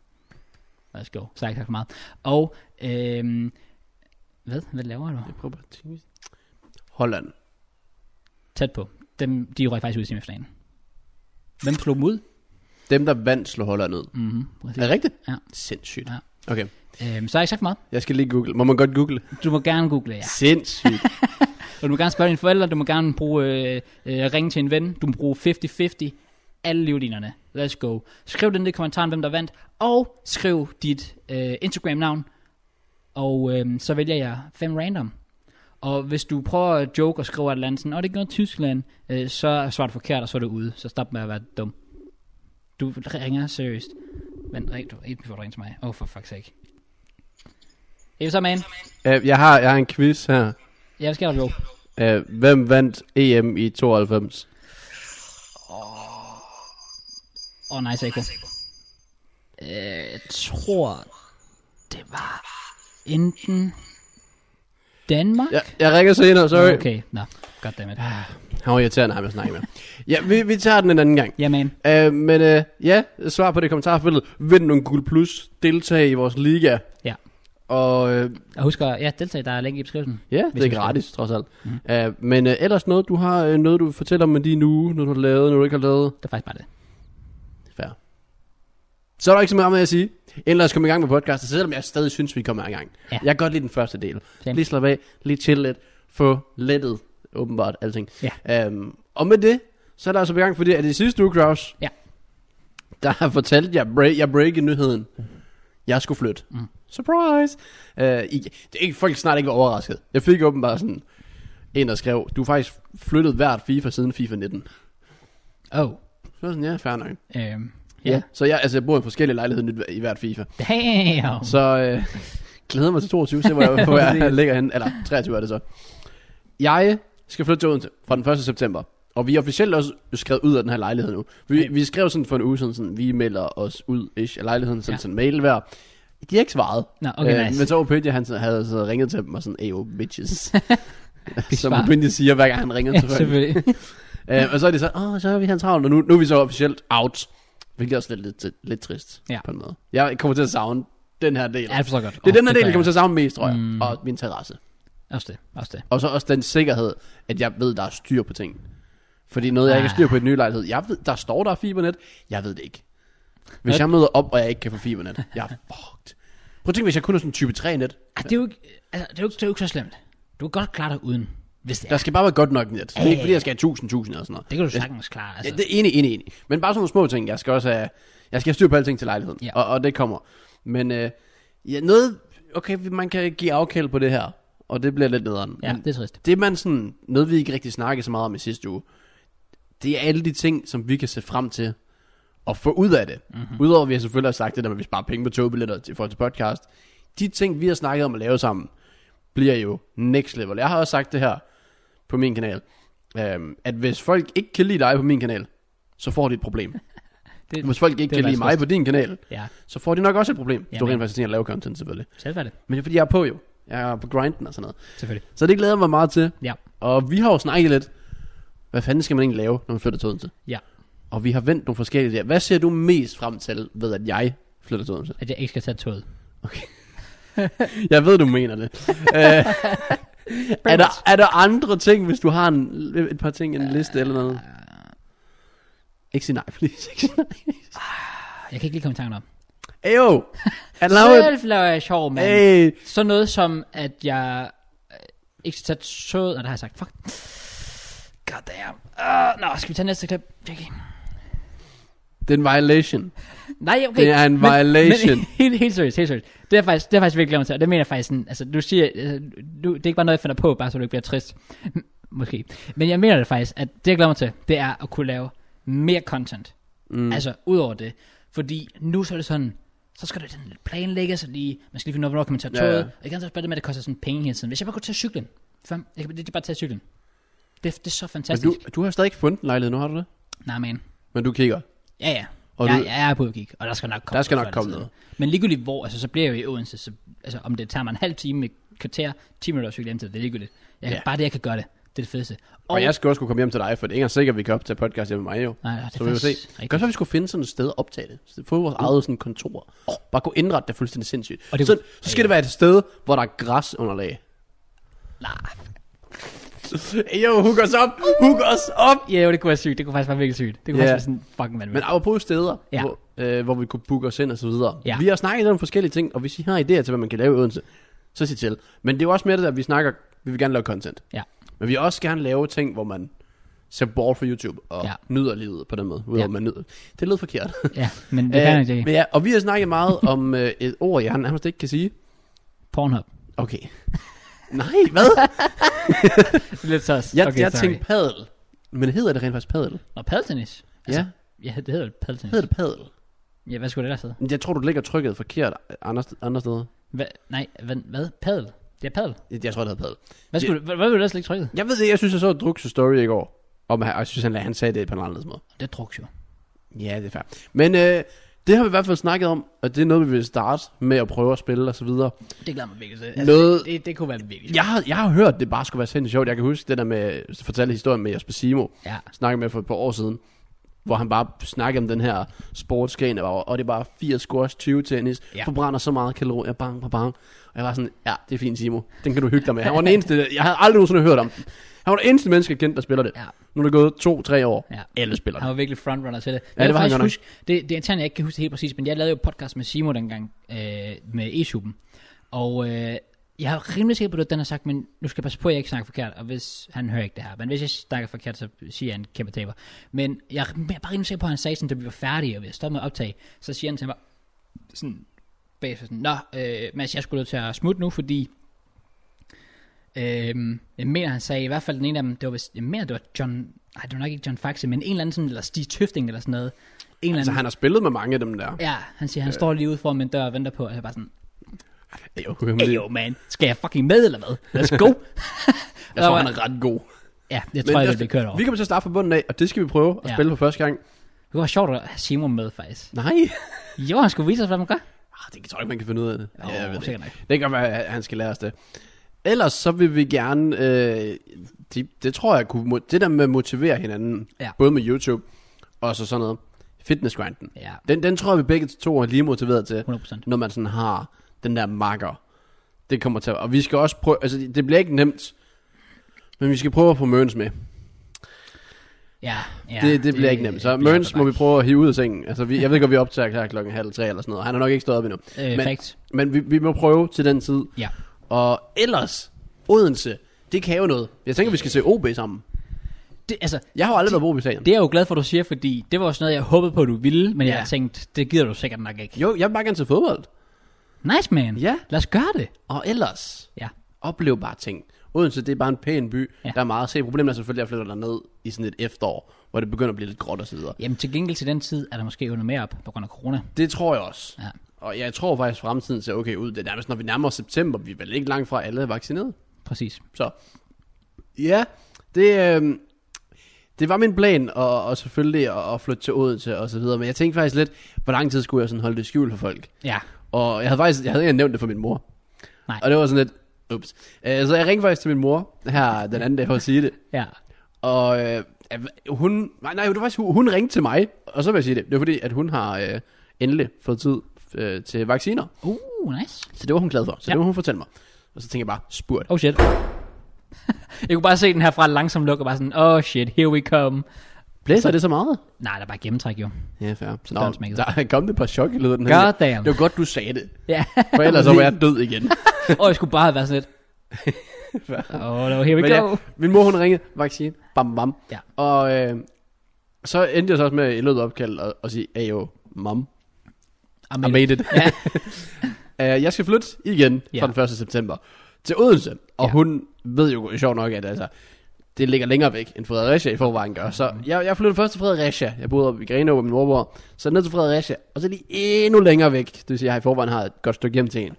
Speaker 1: Let's go. Så har jeg ikke sagt for meget. Og, øhm, hvad? Hvad laver du?
Speaker 2: jeg prøver bare at tænke. Holland.
Speaker 1: Tæt på. Dem, de røg faktisk ud i semifinalen. Hvem slog dem ud?
Speaker 2: Dem, der vandt, slog Holland ud.
Speaker 1: Mm-hmm.
Speaker 2: Er det rigtigt?
Speaker 1: Ja.
Speaker 2: Sindssygt.
Speaker 1: Ja.
Speaker 2: Okay,
Speaker 1: Øhm, så har jeg ikke sagt for meget.
Speaker 2: jeg skal lige google. Må man godt google?
Speaker 1: Du må gerne google jer.
Speaker 2: Sindssygt.
Speaker 1: Og du må gerne spørge dine forældre, du må gerne bruge, øh, øh, ringe til en ven, du må bruge 50-50, alle livlinerne. Let's go. Skriv den ned i kommentaren, hvem der vandt, og skriv dit øh, Instagram-navn, og øh, så vælger jeg fem random. Og hvis du prøver at joke og skrive et eller andet sådan, åh, det gør Tyskland, øh, så svarer du forkert, og så er du ude. Så stop med at være dum. Du ringer seriøst. Vent, ring, du, ikke får du ringer til mig. Åh, oh, for fuck's sake. Er du så, man?
Speaker 2: Øh, jeg, har, jeg har en quiz her.
Speaker 1: Ja, hvad sker der, Joe?
Speaker 2: Øh, hvem vandt EM i 92?
Speaker 1: Åh oh, nej, Seiko. Øh, jeg tror, det var enten Danmark?
Speaker 2: Jeg, jeg ringer senere, sorry. Okay.
Speaker 1: Okay, nå, goddammit.
Speaker 2: Han var irriterende, ham jeg snakker med. Ja, vi, vi tager den en anden gang.
Speaker 1: Ja, man.
Speaker 2: Øh, men øh, ja, svar på det i kommentarfeltet. Vind nogle Google Plus. Deltag i vores liga.
Speaker 1: Ja.
Speaker 2: Og øh,
Speaker 1: Og husk at ja, deltage, der er link i beskrivelsen.
Speaker 2: ja,
Speaker 1: Hvis
Speaker 2: det er
Speaker 1: man
Speaker 2: gratis, trods alt. Mm. Øh, men øh, ellers noget, du har øh, noget, du vil fortælle om din uge, noget du har lavet, noget du ikke har lavet.
Speaker 1: Det er faktisk bare det.
Speaker 2: Fair. Så er der ikke så meget med at sige. Inden lad os komme i gang med podcasten, selvom jeg stadig synes, vi kommer i gang.
Speaker 1: Ja.
Speaker 2: Jeg kan godt lide den første del.
Speaker 1: Same.
Speaker 2: Lige slappe af, lige chill lidt, få lettet, åbenbart, alting.
Speaker 1: Ja.
Speaker 2: Øhm, og med det, så er der altså i gang, fordi at i sidste uge, Kraus,
Speaker 1: Ja.
Speaker 2: der har fortalt jeg, break, jeg break i nyheden. Jeg skulle flytte. Mm. Surprise! Øh, I, det er ikke, folk snart ikke var overrasket. Jeg fik åbenbart sådan en, der skrev, du har faktisk flyttet hvert FIFA siden FIFA 19.
Speaker 1: Oh,
Speaker 2: Så var jeg sådan, ja, fair nok.
Speaker 1: øhm,
Speaker 2: Ja.
Speaker 1: ja.
Speaker 2: Så jeg, altså, jeg bor i forskellige lejligheder nyt, i hvert FIFA.
Speaker 1: Damn.
Speaker 2: Så øh, glæder mig til 22, se hvor jeg, hvor jeg ligger henne. Eller 23 er det så. Jeg skal flytte til Odense fra den 1. september. Og vi er officielt også skrevet ud af den her lejlighed nu. Vi, vi skrev sådan for en uge siden, sådan, vi melder os ud ish, af lejligheden, sådan, ja.
Speaker 1: Ja.
Speaker 2: sådan en mail hver. De har ikke svaret. Øh,
Speaker 1: Nå, okay, nice.
Speaker 2: Men så Opinja, han sådan- havde så ringet til dem og sådan, ayo, bitches. Som
Speaker 1: svar.
Speaker 2: Opinja siger, hver gang han ringer
Speaker 1: Ja,
Speaker 2: til folk.
Speaker 1: selvfølgelig.
Speaker 2: Øh, og så er det så, åh, så er vi hans travlt, og nu, nu er vi så officielt out. Hvilket er også lidt, lidt, lidt trist,
Speaker 1: Ja.
Speaker 2: på en måde. Jeg kommer til at savne den her del.
Speaker 1: Ja, det forstår jeg godt.
Speaker 2: Det er
Speaker 1: Åh,
Speaker 2: oh, den her del,
Speaker 1: gør
Speaker 2: jeg kommer til at savne mest, tror jeg. Mm.
Speaker 1: Mm.
Speaker 2: Og min terrasse.
Speaker 1: Også det, også det.
Speaker 2: Og så også den sikkerhed, at jeg ved, der er styr på ting. Fordi noget, jeg ikke har styr på i den nye lejlighed. Jeg ved, der står, der er fibernet. Jeg ved det ikke. Hvis
Speaker 1: Hvad?
Speaker 2: jeg møder op, og jeg ikke kan få fibernet. Jeg er fucked. Prøv at tænke, hvis jeg kun har sådan en type 3-net.
Speaker 1: Ej, det er jo ikke, altså, det er jo ikke, det er jo ikke så slemt. Du kan godt klare dig uden, hvis det
Speaker 2: Der
Speaker 1: er.
Speaker 2: skal bare være godt nok net. Det er
Speaker 1: Ja,
Speaker 2: ikke,
Speaker 1: ja,
Speaker 2: fordi jeg skal have 1000, 1000 eller sådan noget.
Speaker 1: Det kan du sagtens klare,
Speaker 2: Ja,
Speaker 1: altså.
Speaker 2: det er enig, enig, enig. Men bare sådan nogle små ting. Jeg skal også have, jeg skal have styr på alting til lejligheden.
Speaker 1: Ja.
Speaker 2: Og, og det kommer. Men øh, ja, noget... Okay, man kan give afkald på det her. Og det bliver lidt nederen.
Speaker 1: Ja,
Speaker 2: Men
Speaker 1: det er trist.
Speaker 2: det man sådan... Noget vi ikke rigtig snakkede så meget om i sidste uge. Det er alle de ting, som vi kan se frem til. Og få ud af det.
Speaker 1: Mhm.
Speaker 2: Mm-hmm. Udover at vi selvfølgelig har sagt det der med, at vi sparer penge på togbilletter til, for til podcast. De ting, vi har snakket om at lave sammen, bliver jo next level. Jeg har også sagt det her på min kanal. Øhm, at hvis folk ikke kan lide dig på min kanal, så får de et problem.
Speaker 1: Det-
Speaker 2: hvis folk ikke
Speaker 1: det er
Speaker 2: kan lide
Speaker 1: faktisk
Speaker 2: mig på din kanal,
Speaker 1: Ja,
Speaker 2: så får de nok også et problem. Hvis du
Speaker 1: Jamen.
Speaker 2: rent faktisk tænker at lave content selvfølgelig.
Speaker 1: selvfølgelig.
Speaker 2: Men det er fordi, jeg er på jo. Jeg er på grinden og sådan noget.
Speaker 1: Selvfølgelig.
Speaker 2: Så det glæder jeg mig meget til.
Speaker 1: Ja,
Speaker 2: Og vi har jo snakket lidt. Hvad fanden skal man egentlig lave, når man flytter til Odense?
Speaker 1: ja.
Speaker 2: Og vi har vendt nogle forskellige idéer. Hvad ser du mest frem til ved, at jeg flytter til Odense?
Speaker 1: At jeg ikke skal tage toget.
Speaker 2: Jeg ved, du mener det. Øh, er, der, er der andre ting, hvis du har en, et
Speaker 1: Øh.
Speaker 2: par ting, en liste eller noget? Ikke sig nej, please. Ikke sig nej.
Speaker 1: Jeg kan ikke lige komme i tanken om.
Speaker 2: Ayo! Allow it!
Speaker 1: Selv laver jeg sjov, mand.
Speaker 2: Hey!
Speaker 1: Sådan noget som, at jeg øh, ikke skal tage sød... Nej, det har jeg sagt. Fuck. God damn. Uh, nå, skal vi tage næste klip? Okay.
Speaker 2: Det er en violation.
Speaker 1: Nej, okay.
Speaker 2: Det er en violation.
Speaker 1: Men, helt, helt seriøst, helt seriøst. Det er jeg faktisk, det er jeg faktisk virkelig glemt til, og det mener jeg faktisk sådan, altså du siger, altså, du, det er ikke bare noget, jeg finder på, bare så du ikke bliver trist. M- Måske. Men jeg mener det faktisk, at det jeg glemmer til, det er at kunne lave mere content. Mm. Altså, ud over det. Fordi nu så er det sådan, så skal det sådan lidt planlægges, og lige, man skal lige finde ud af, hvornår kan man tage
Speaker 2: Ja,
Speaker 1: toget.
Speaker 2: ja.
Speaker 1: Ja, Og jeg kan også bare det med, at det koster sådan penge hele tiden. Hvis jeg bare kunne tage cyklen, fam, jeg kan det er bare tage cyklen. Det, det er så
Speaker 2: Men
Speaker 1: fantastisk.
Speaker 2: du, du har stadig ikke fundet en lejlighed, nu har du det?
Speaker 1: Nej, man.
Speaker 2: Men du kigger.
Speaker 1: Ja, ja.
Speaker 2: Og
Speaker 1: Og jeg,
Speaker 2: du-
Speaker 1: du, jeg er på udkig, og der skal nok komme
Speaker 2: Der skal nok
Speaker 1: før eller
Speaker 2: komme
Speaker 1: siden.
Speaker 2: noget.
Speaker 1: Men ligegyldigt hvor, altså så bliver jeg jo i Odense, så, altså om det tager mig en halv time, et kvarter, 10 minutter at cykle hjem til, det er ligegyldigt. Jeg kan,
Speaker 2: Ja.
Speaker 1: Bare det, jeg kan gøre det, det er det fedeste.
Speaker 2: Og jeg skal også kunne komme hjem til dig, for det er ikke engang sikkert, at vi kan optage podcast hjemme med mig jo.
Speaker 1: nej, nej, det
Speaker 2: Så
Speaker 1: er
Speaker 2: vi vil se.
Speaker 1: faktisk
Speaker 2: Det kan
Speaker 1: rigtigt.
Speaker 2: også være, vi skulle finde sådan et sted at optage det. Så få vores eget sådan kontor. Bare kunne indrette det fuldstændig sindssygt.
Speaker 1: Mm. Og det-
Speaker 2: så, så skal
Speaker 1: ja.
Speaker 2: det være et sted, hvor der er græs underlag. Nej. Yo, hook os op! Hook os op!
Speaker 1: Ja, jo, det kunne være sygt, det kunne faktisk være virkelig sygt. Det kunne
Speaker 2: Ja.
Speaker 1: yeah. faktisk være sådan fucking
Speaker 2: Men
Speaker 1: vanvittigt.
Speaker 2: apropos steder, ja.
Speaker 1: Ja.
Speaker 2: hvor, øh, hvor vi kunne booke os ind og så videre. Ja.
Speaker 1: Ja.
Speaker 2: Vi har snakket lidt om forskellige ting, og hvis I har idéer til, hvad man kan lave i Odense, så sig til. Men det er jo også mere det der, at vi snakker, vi vil gerne lave content.
Speaker 1: Ja.
Speaker 2: Men vi vil også gerne lave ting, hvor man ser bort fra YouTube og ja.
Speaker 1: Ja.
Speaker 2: nyder livet på den måde. Udover
Speaker 1: Ja.
Speaker 2: man nyder. Det lød forkert.
Speaker 1: Ja, men det kan jeg
Speaker 2: Øh,
Speaker 1: ikke.
Speaker 2: men ja, og vi har snakket meget om øh, et ord, jeg nærmest ikke kan sige.
Speaker 1: Pornhub.
Speaker 2: Okay. Nej, hvad?
Speaker 1: Lidt sus.
Speaker 2: Jeg,
Speaker 1: okay,
Speaker 2: okay, jeg
Speaker 1: sorry.
Speaker 2: tænkte padel. Men hedder det rent faktisk padel?
Speaker 1: Nå, paddeltennis.
Speaker 2: Altså, ja,
Speaker 1: Ja, det hedder jo paddeltennis.
Speaker 2: hedder det padel?
Speaker 1: Ja, hvad skulle det der sidde?
Speaker 2: Jeg tror, du ligger trykket forkert øh, andre, andre steder.
Speaker 1: Hva? Nej, hvad? hvad? Paddel? Det er paddel.
Speaker 2: Jeg tror, det hedder padel.
Speaker 1: Hvad, skulle, hvad, hvad ville du ellers lægge trykket?
Speaker 2: Jeg ved det, jeg synes, jeg så Drux's story i går. Om, han- og jeg synes, han, han sagde det på en anderledes måde.
Speaker 1: Det er druk, jo.
Speaker 2: Ja, det er fair. Men øh, det har vi i hvert fald snakket om, og det er noget, vi vil starte med at prøve at spille og så videre.
Speaker 1: Det glæder mig virkelig til. Altså,
Speaker 2: Noget-
Speaker 1: det, det, kunne være virkelig sjovt.
Speaker 2: Jeg har, jeg har hørt, at det bare skulle være sindssygt sjovt. Jeg kan huske det der med, at fortælle historien med Jesper Simo,
Speaker 1: Ja.
Speaker 2: snakkede med for et par år siden, hvor han bare snakkede om den her sportsgren, og og det er bare 80 squash, 20 tennis, ja.
Speaker 1: Ja.
Speaker 2: forbrænder så meget kalorier, bang, bang, bang. Og jeg var sådan, ja, det er fint, Simo. Den kan du hygge dig med. Han var den eneste, jeg havde aldrig nogensinde hørt om. den. Han var den eneste menneske, jeg kendte, der spiller det.
Speaker 1: Ja.
Speaker 2: Nu er det gået to-tre år.
Speaker 1: Ja.
Speaker 2: Alle spiller
Speaker 1: Han
Speaker 2: det.
Speaker 1: var virkelig frontrunner til det. Men
Speaker 2: det
Speaker 1: jeg kan
Speaker 2: var han
Speaker 1: faktisk
Speaker 2: godt nok.
Speaker 1: huske, det, det er internt, jeg ikke kan huske det helt præcis, men jeg lavede jo podcast med Simo dengang, øh, med E-Suben. Og øh, jeg er rimelig sikker på, at den har sagt, men nu skal jeg passe på, at jeg ikke snakker forkert, og hvis han hører ikke det her, men hvis jeg snakker forkert, så siger jeg en kæmpe taber. Men jeg er rim- jeg er bare rimelig sikker på, at han sagde sådan, da vi var færdige, og vi havde stoppet med at optage, så siger han til mig, sådan, bagefter sådan, Nå, øh, Mads, jeg skulle nødt til at smutte nu, fordi Øhm, jeg mener, han sagde i hvert fald den ene af dem, det var vist, jeg mener, det var John, nej, det var nok ikke John Faxe, men en eller anden sådan, eller Stig Tøfting eller sådan noget. En
Speaker 2: Altså,
Speaker 1: eller
Speaker 2: han
Speaker 1: anden,
Speaker 2: har spillet med mange af dem der.
Speaker 1: ja, han siger, han står lige ude foran min dør og venter på, og jeg er bare sådan,
Speaker 2: Jo, men det-
Speaker 1: hey yo, man, skal jeg fucking med eller hvad? Let's go.
Speaker 2: jeg tror, han er ret god.
Speaker 1: Ja, det tror jeg,
Speaker 2: der-
Speaker 1: det bliver kørt over.
Speaker 2: Vi
Speaker 1: Det
Speaker 2: kommer til at starte fra bunden af, og det skal vi prøve at
Speaker 1: Ja.
Speaker 2: spille for første gang.
Speaker 1: kunne være sjovt at have Simon med, faktisk.
Speaker 2: Nej.
Speaker 1: Jo, han skulle vise os, hvad man gør.
Speaker 2: Arh, Ah, det tror jeg ikke, man kan finde ud af det.
Speaker 1: Jo,
Speaker 2: jeg ved det.
Speaker 1: sikkert
Speaker 2: ikke.
Speaker 1: nok.
Speaker 2: Det kan godt være, at han skal lære os det. Ellers så vil vi gerne, øh, det, det tror jeg kunne, mo- det der med at motivere hinanden,
Speaker 1: Ja.
Speaker 2: både med YouTube og så sådan noget, fitnessgrinden.
Speaker 1: Ja,
Speaker 2: Den, den tror jeg, vi begge to er lige motiveret til,
Speaker 1: 100%.
Speaker 2: når man sådan har den der makker. Det kommer til at, og vi skal også prøve, altså det bliver ikke nemt, men vi skal prøve at få Møns med.
Speaker 1: Ja, ja, altså
Speaker 2: det, det bliver ikke nemt. Så
Speaker 1: bliver
Speaker 2: Mørens
Speaker 1: op ad
Speaker 2: må vi
Speaker 1: bakke.
Speaker 2: prøve at hive ud af sengen. Altså, vi, jeg ved ikke, om vi optager her klokken halv tre eller sådan noget. Han er nok ikke stået op endnu.
Speaker 1: Øh,
Speaker 2: men
Speaker 1: facts.
Speaker 2: men vi, vi må prøve til den tid.
Speaker 1: Ja.
Speaker 2: Og ellers, Odense, det kan jo noget. Jeg tænker, vi skal se OB sammen.
Speaker 1: Det, altså,
Speaker 2: Jeg har jo aldrig været på OB-stadion.
Speaker 1: det er jeg jo glad for, du siger, fordi det var også noget, jeg håbede på, du ville, men
Speaker 2: Ja.
Speaker 1: jeg har tænkt, det gider du sikkert nok ikke.
Speaker 2: Jo, jeg vil bare gerne se fodbold.
Speaker 1: Nice, man.
Speaker 2: Ja.
Speaker 1: Lad os gøre det.
Speaker 2: Og ellers,
Speaker 1: Ja.
Speaker 2: oplev bare ting. Odense, det er bare en pæn by.
Speaker 1: Ja.
Speaker 2: Der er meget at se. Problemet er selvfølgelig, at jeg flytter derned i sådan et efterår, hvor det begynder at blive lidt gråt og så videre.
Speaker 1: Jamen til gengæld til den tid er der måske under mere op på grund af corona.
Speaker 2: Det tror jeg også.
Speaker 1: Ja.
Speaker 2: Og jeg tror faktisk, at fremtiden ser okay ud. Det er nærmest, når vi nærmer os september, vi er vel ikke langt fra alle er vaccineret.
Speaker 1: Præcis.
Speaker 2: Så ja, det, øh, det var min plan, og, og selvfølgelig at, at flytte til Odense og så videre. Men jeg tænkte faktisk lidt, hvor lang tid skulle jeg sådan holde det skjult for folk?
Speaker 1: Ja.
Speaker 2: Og jeg havde faktisk jeg havde ikke engang nævnt det for min mor.
Speaker 1: Nej.
Speaker 2: Og det var sådan lidt, ups. Øh, så jeg ringte faktisk til min mor her den anden dag for at sige det.
Speaker 1: Ja.
Speaker 2: Og øh, hun, nej, nej, det var faktisk, hun, hun ringte til mig, og så vil jeg sige det. Det var fordi, at hun har øh, endelig fået tid øh, til vacciner.
Speaker 1: Uh, nice.
Speaker 2: Så det var hun glad for. Så ja.
Speaker 1: Ja.
Speaker 2: det må hun fortælle mig. Og så tænkte jeg bare, spurgt.
Speaker 1: Oh shit. jeg kunne bare se den her fra langsomt lukke og bare sådan, oh shit, here we come.
Speaker 2: Blæser det så meget?
Speaker 1: Nej, der er bare gennemtræk jo.
Speaker 2: Ja, fair. Så
Speaker 1: der er den smækket.
Speaker 2: der kom det par chok i lyder den her.
Speaker 1: God damn.
Speaker 2: Det var godt, du sagde det.
Speaker 1: Ja.
Speaker 2: For ellers så var jeg død igen.
Speaker 1: Og jeg skulle bare have været sådan lidt. Oh, no, here we
Speaker 2: Men
Speaker 1: go.
Speaker 2: ja, min mor hun ringede, vaccine, bam bam.
Speaker 1: Ja.
Speaker 2: Og øh, så endte jeg så også med i løbet af opkald og, og sige, ayo, mom, I
Speaker 1: Amen.
Speaker 2: made it.
Speaker 1: Ja.
Speaker 2: uh, jeg skal flytte igen
Speaker 1: Ja.
Speaker 2: fra den 1. september til Odense. Og
Speaker 1: Ja.
Speaker 2: hun ved jo sjovt nok, at altså, det ligger længere væk, end Fredericia i forvejen gør. Så
Speaker 1: Mhm.
Speaker 2: jeg, jeg flyttede først til Fredericia. Jeg boede oppe i Grenaa med min morbror. Så ned til Fredericia, og så lige endnu længere væk. Det vil sige, at jeg i forvejen har et godt stykke hjem til hende.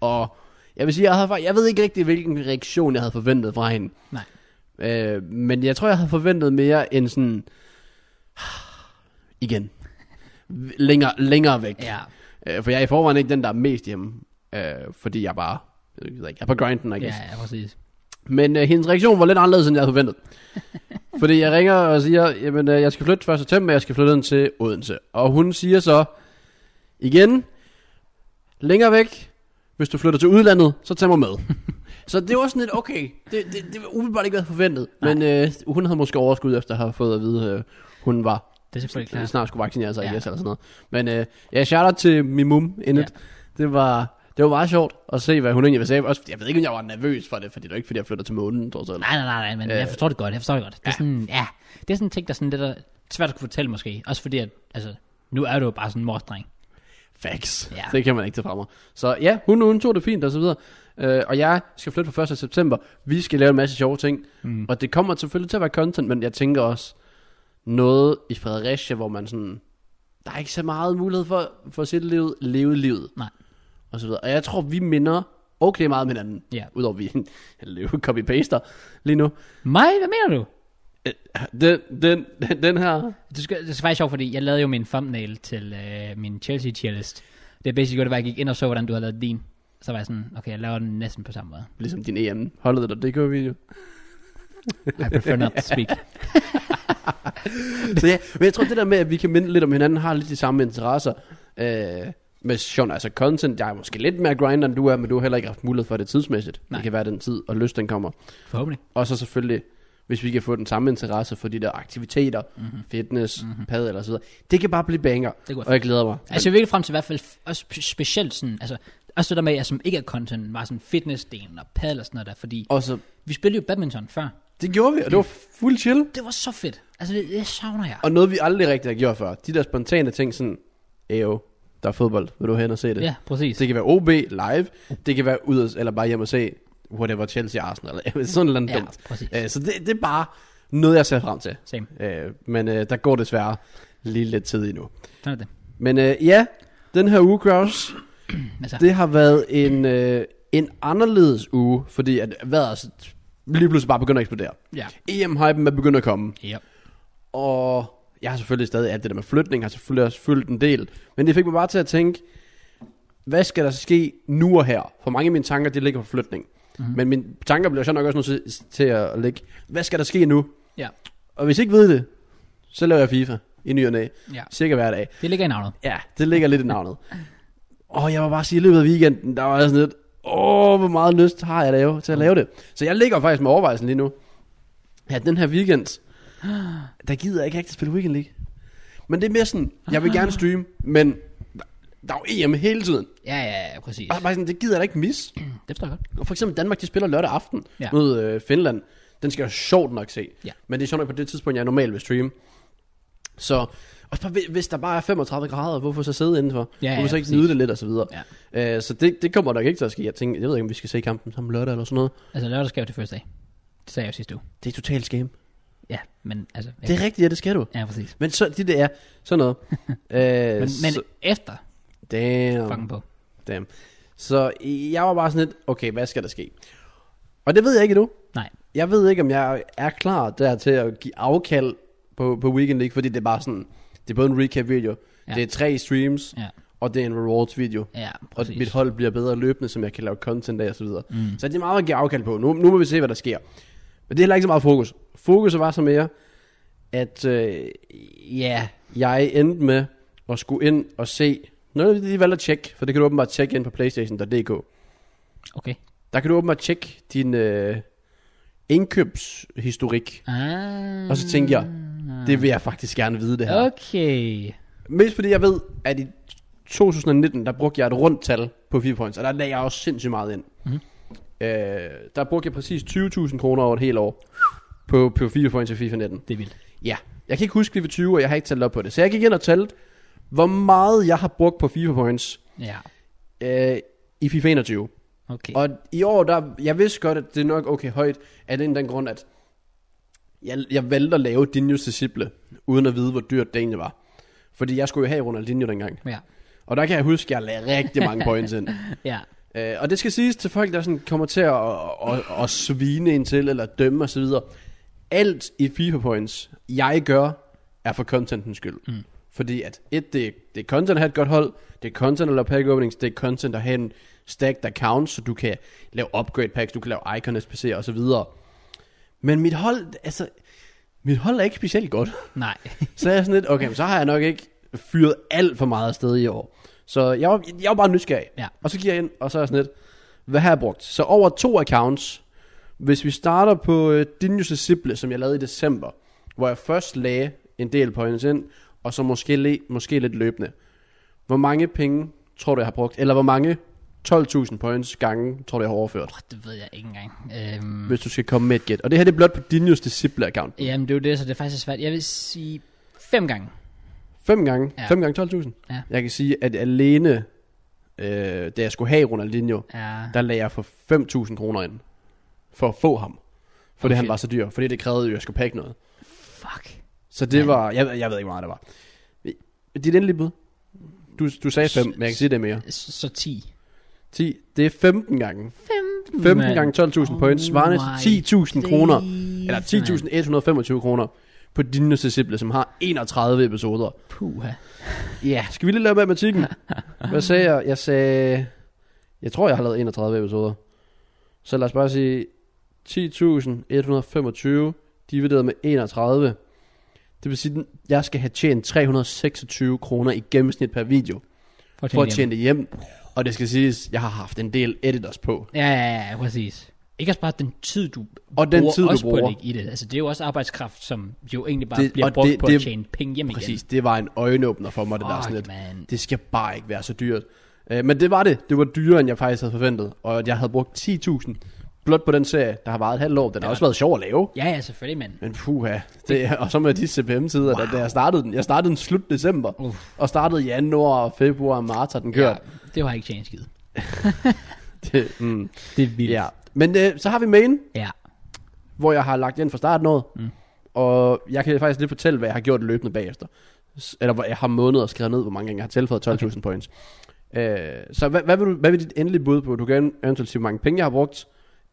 Speaker 2: Og jeg vil sige, jeg, havde, fakt- jeg ved ikke rigtig, hvilken reaktion jeg havde forventet fra hende.
Speaker 1: Nej.
Speaker 2: Øh, men jeg tror, jeg havde forventet mere end sådan... Igen. Længere, længere væk.
Speaker 1: Ja.
Speaker 2: Øh, for jeg er i forvejen ikke den, der er mest hjemme. Øh, fordi jeg bare, jeg ved ikke, jeg er på grinden, I guess.
Speaker 1: Ja, ja, præcis.
Speaker 2: Men øh, hendes reaktion var lidt anderledes, end jeg havde forventet. fordi jeg ringer og siger, jamen øh, jeg skal flytte 1. september, jeg skal flytte den til Odense. Og hun siger så, igen, længere væk, hvis du flytter til udlandet, så tag mig med. så det var sådan lidt, okay, det, det, det var umiddelbart ikke, hvad jeg havde forventet.
Speaker 1: Nej.
Speaker 2: Men øh, hun havde måske overskud efter at have fået at vide, øh, hun var
Speaker 1: Det er selvfølgelig
Speaker 2: ja.
Speaker 1: klart.
Speaker 2: snart skulle vaccinere sig,
Speaker 1: Ja.
Speaker 2: ja. yes, eller sådan noget. Men øh, ja, shout out til min mum indet. Ja. Det var... Det var meget sjovt at se, hvad hun egentlig ville sige. Også, jeg ved ikke, om jeg var nervøs for det, fordi det var ikke, fordi jeg flytter til månen, tror jeg.
Speaker 1: Nej, nej, nej, nej, men øh,
Speaker 2: Øh.
Speaker 1: jeg forstår det godt, jeg forstår det godt. Det er sådan, ja, det er sådan en ting, der er sådan lidt er svært at kunne fortælle måske. Også fordi, at, altså, nu er du jo bare sådan en morsdreng.
Speaker 2: Facts.
Speaker 1: Ja.
Speaker 2: Ja. Det kan man ikke tage fra mig. Så ja, hun, hun tog det fint, og så videre. Øh, og jeg skal flytte på 1. september. Vi skal lave en masse sjove ting.
Speaker 1: Mm.
Speaker 2: Mm. Og det kommer selvfølgelig til at være content, men jeg tænker også noget i Fredericia, hvor man sådan... Der er ikke så meget mulighed for, for at se livet, leve livet.
Speaker 1: Nej.
Speaker 2: Og så videre. Og jeg tror, vi minder okay meget om hinanden.
Speaker 1: Ja.
Speaker 2: Udover vi lever copy-paster lige nu.
Speaker 1: Mig? Hvad mener du?
Speaker 2: Øh, Den, den, den, den her...
Speaker 1: Det skal- det er faktisk sjovt, fordi jeg lavede jo min thumbnail til øh, min Chelsea cheerlist. Det er basically godt, at jeg gik ind og så, hvordan du havde lavet din. Så var jeg sådan, okay, jeg laver den næsten på samme måde.
Speaker 2: Ligesom din EM. Holdet dig, det gør video.
Speaker 1: I prefer not to speak.
Speaker 2: Så ja, men jeg tror det der med, at vi kan minde lidt om hinanden, har lidt de samme interesser. Øh, med sjovt, altså content, jeg er måske lidt mere grinder, end du er, men du har heller ikke haft mulighed for det tidsmæssigt.
Speaker 1: Nej.
Speaker 2: Det kan være den tid, og lyst den kommer.
Speaker 1: Forhåbentlig.
Speaker 2: Og så selvfølgelig, hvis vi kan få den samme interesse for de der aktiviteter, mm-hmm. fitness, mm-hmm. pad eller så videre. Det kan bare blive banger,
Speaker 1: Det kunne
Speaker 2: og jeg glæder mig.
Speaker 1: Altså jeg er virkelig frem til i hvert fald f- også spe- specielt sådan, altså også det der med, at jeg som ikke er content, var sådan fitnessdelen og paddle og sådan noget der, fordi
Speaker 2: Og så,
Speaker 1: vi spillede jo badminton før.
Speaker 2: det gjorde vi, og det var fuld chill.
Speaker 1: Det var så fedt. Altså det, det savner jeg.
Speaker 2: Og noget, vi aldrig rigtig har gjort før. De der spontane ting, sådan, Ejo, der er fodbold, vil du hen og se det?
Speaker 1: Ja, præcis.
Speaker 2: Det kan være OB live, det kan være ud eller bare hjem og se whatever Chelsea Arsenal eller sådan noget
Speaker 1: Ja,
Speaker 2: ja. dumt.
Speaker 1: præcis.
Speaker 2: Øh, Så det, det er bare noget, jeg ser frem til.
Speaker 1: Same.
Speaker 2: Øh, Men øh, der går desværre lige lidt tid endnu.
Speaker 1: Sådan er det.
Speaker 2: Men øh, ja, den her uge, Kraus,
Speaker 1: Altså, det,
Speaker 2: det har været en, øh, en anderledes uge, fordi at vejret så lige pludselig bare begynder at eksplodere.
Speaker 1: ja.
Speaker 2: EM-hypen er begyndt at komme.
Speaker 1: Ja.
Speaker 2: Og jeg har selvfølgelig stadig alt det der med flytning, har selvfølgelig også fyldt en del. Men det fik mig bare til at tænke, hvad skal der ske nu og her? For mange af mine tanker, de ligger på flytning. Mm-hmm. Men mine tanker bliver så nok også nødt til- til at ligge, hvad skal der ske nu?
Speaker 1: ja.
Speaker 2: Og hvis I ikke ved det, så laver jeg FIFA i ny og næ,
Speaker 1: Ja.
Speaker 2: cirka hver dag.
Speaker 1: Det ligger i navnet.
Speaker 2: Ja, det ligger lidt i navnet. Og jeg må bare sige, at i løbet af weekenden, der var jeg sådan lidt, åh, hvor meget lyst har jeg lave, til at lave det. Så jeg ligger faktisk med overvejelsen lige nu. Ja, den her weekend, der gider jeg ikke rigtig spille Weekend League. Men det er mere sådan, jeg vil gerne streame, men der er jo EM hele tiden.
Speaker 1: Ja, ja, ja, præcis.
Speaker 2: Og så bare sådan, det gider jeg da ikke misse.
Speaker 1: Det forstår jeg godt.
Speaker 2: Og for eksempel Danmark, de spiller lørdag aften
Speaker 1: Ja.
Speaker 2: ja. mod øh, Finland. Den skal jeg sjovt nok se.
Speaker 1: Ja.
Speaker 2: Men det er sjovt nok på det tidspunkt, jeg normalt vil streame. Så og bare, hvis der bare er 35 grader, hvorfor så sidde indenfor?
Speaker 1: Ja, ja,
Speaker 2: hvorfor så ikke
Speaker 1: præcis.
Speaker 2: nyde det lidt og så videre? Ja. Øh, så det, det kommer nok ikke til at ske. Jeg tænker, jeg ved ikke, om vi skal se kampen sammen lørdag eller sådan noget.
Speaker 1: Altså lørdag skal jo til første dag. Det sagde jeg jo sidste uge.
Speaker 2: Det er totalt skam.
Speaker 1: Ja, men altså... Jeg,
Speaker 2: Det er rigtigt, ja, det skal du.
Speaker 1: Ja, præcis.
Speaker 2: Men så, det, det er sådan noget. øh,
Speaker 1: Men, men
Speaker 2: så,
Speaker 1: efter
Speaker 2: damn.
Speaker 1: fucking på.
Speaker 2: Damn. Så jeg var bare sådan lidt, okay, hvad skal der ske? Og det ved jeg ikke endnu.
Speaker 1: Nej.
Speaker 2: Jeg ved ikke, om jeg er klar der til at give afkald på, på Weekend League, fordi det er bare sådan, det er både en recap-video,
Speaker 1: Ja.
Speaker 2: ja. det er tre streams,
Speaker 1: Ja,
Speaker 2: og det er en rewards-video.
Speaker 1: ja,
Speaker 2: Og
Speaker 1: præcis.
Speaker 2: mit hold bliver bedre løbende, som jeg kan lave content af osv. Så, videre.
Speaker 1: Mm.
Speaker 2: så det er meget at give afkald på. Nu, nu må vi se, hvad der sker. Men det er heller ikke så meget fokus. Fokus var så mere, at øh, ja, jeg endte med at skulle ind og se... Noget af det, de valgte at tjekke, for det kan du åbenbart tjekke ind på playstation.dk.
Speaker 1: Okay.
Speaker 2: Der kan du åbenbart tjekke din øh, indkøbshistorik.
Speaker 1: Ah,
Speaker 2: Og så tænkte jeg, Det vil jeg faktisk gerne vide det her. Okay.
Speaker 1: Okay.
Speaker 2: Mest fordi jeg ved, at i 2019, der brugte jeg et rundt tal på 4 points, og der lagde jeg også sindssygt meget ind.
Speaker 1: Mhm.
Speaker 2: Øh, der brugte jeg præcis 20.000 kroner over et helt år på, på 4 points i FIFA 19.
Speaker 1: Det er vildt.
Speaker 2: Ja, jeg kan ikke huske FIFA 20, og jeg har ikke talt op på det. Så jeg gik ind og talte, hvor meget jeg har brugt på FIFA points
Speaker 1: Ja.
Speaker 2: øh, i FIFA 21.
Speaker 1: Okay.
Speaker 2: Og i år, der, jeg vidste godt, at det er nok okay højt, af den, den grund, at jeg, jeg valgte at lave Dinhos Disciple, uden at vide, hvor dyrt det egentlig var. Fordi jeg skulle jo have Ronaldinho dengang.
Speaker 1: Ja.
Speaker 2: Og der kan jeg huske, at jeg lagde rigtig mange points ind.
Speaker 1: Ja.
Speaker 2: Øh, og det skal siges til folk, der sådan kommer til at, at, at, at svine ind til, eller dømme osv. Alt i FIFA Points, jeg gør, er for contentens skyld. Mm. Fordi at et, det, er- det er content at have et godt hold, det er content at lave pack openings, det er content at have en stack, der counts, så du kan lave upgrade packs, du kan lave icon SPC og så videre. Men mit hold, altså, mit hold er ikke specielt godt.
Speaker 1: Nej.
Speaker 2: Så er jeg sådan lidt, okay, men så har jeg nok ikke fyret alt for meget afsted i år. Så jeg var, jeg var bare nysgerrig.
Speaker 1: Ja.
Speaker 2: Og så giver jeg ind, og så er jeg sådan lidt, hvad har jeg brugt? Så over to accounts, hvis vi starter på øh, Dinus Disciple, som jeg lavede i december, hvor jeg først lagde en del points ind, og så måske, le, måske lidt løbende. Hvor mange penge tror du, jeg har brugt? Eller hvor mange 12.000 points gange tror du, jeg har overført?
Speaker 1: Det ved jeg ikke engang. Øhm,
Speaker 2: Hvis du skal komme med et gæt. Og det her det er blot på Dinus Disciple-account.
Speaker 1: jamen, det er jo det, så det er faktisk svært. Jeg vil sige fem gange.
Speaker 2: 5 gange,
Speaker 1: Ja.
Speaker 2: ja. 5 gange 12.000.
Speaker 1: Ja.
Speaker 2: Jeg kan sige, at alene, øh, da jeg skulle have Ronaldinho,
Speaker 1: Ja.
Speaker 2: der lagde jeg for 5.000 kroner ind. For at få ham. Fordi
Speaker 1: Okay.
Speaker 2: okay. han var så dyr. Fordi det krævede jo, at jeg skulle pakke noget.
Speaker 1: Fuck.
Speaker 2: Så det
Speaker 1: Ja.
Speaker 2: ja. var, jeg, jeg ved ikke, hvor meget det var. Dit endelige bud? Du, du sagde 5, men jeg kan sige det er mere.
Speaker 1: Så, så 10.
Speaker 2: 10, det er 15 gange.
Speaker 1: 15,
Speaker 2: 15 gange 12.000
Speaker 1: Oh
Speaker 2: points, svarende
Speaker 1: my
Speaker 2: til 10.000 kroner. Eller
Speaker 1: 10.000.
Speaker 2: 10.125 kroner på Dino Disciple, som har 31 episoder.
Speaker 1: Puha.
Speaker 2: Ja, skal vi lige lave matematikken? Hvad sagde jeg? Jeg sagde... Jeg tror, jeg har lavet 31 episoder. Så lad os bare sige 10.125 divideret med 31. Det vil sige, at jeg skal have tjent 326 kroner i gennemsnit per video, for at tjene det hjem. Og det skal siges, at jeg har haft en del editors på.
Speaker 1: Ja, ja, ja, ja, præcis. Ikke også bare den tid, du
Speaker 2: Og den
Speaker 1: bruger
Speaker 2: tid, du
Speaker 1: også på
Speaker 2: bruger.
Speaker 1: at ligge i det. Altså, det er jo også arbejdskraft, som jo egentlig bare det,
Speaker 2: Det-
Speaker 1: bliver
Speaker 2: og
Speaker 1: brugt det,
Speaker 2: det-
Speaker 1: på
Speaker 2: det-
Speaker 1: at tjene penge hjem
Speaker 2: Præcis,
Speaker 1: igen.
Speaker 2: det var en øjenåbner for mig, det der
Speaker 1: Fuck,
Speaker 2: sådan lidt.
Speaker 1: man.
Speaker 2: Det skal bare ikke være så dyrt. Øh, men det var det. Det var dyrere, end jeg faktisk havde forventet. Og at jeg havde brugt 10.000 blot på den serie, der har varet et halvt år. Den har
Speaker 1: Ja.
Speaker 2: også været sjov at lave.
Speaker 1: Ja, ja, selvfølgelig, mand.
Speaker 2: Men puha, det, og så med de CPM-tider, wow. da, da jeg startede den. Jeg startede den slut december,
Speaker 1: Uff.
Speaker 2: og startede i januar, februar og marts har den
Speaker 1: Ja,
Speaker 2: kørt.
Speaker 1: det har jeg ikke tjent skid.
Speaker 2: Ja. Det, mm,
Speaker 1: Det er vildt.
Speaker 2: ja. Men øh, så har vi main,
Speaker 1: ja.
Speaker 2: hvor jeg har lagt ind fra starten noget. Mm. Og jeg kan faktisk lige fortælle, hvad jeg har gjort løbende bagefter. S- Eller hvor jeg har måneder skrevet ned, hvor mange gange jeg har tilføjet 12.000 okay. points. Øh, så hvad, hvad, vil du, hvad vil dit endelige bud på? Du kan eventuelt sige, hvor mange penge jeg har brugt,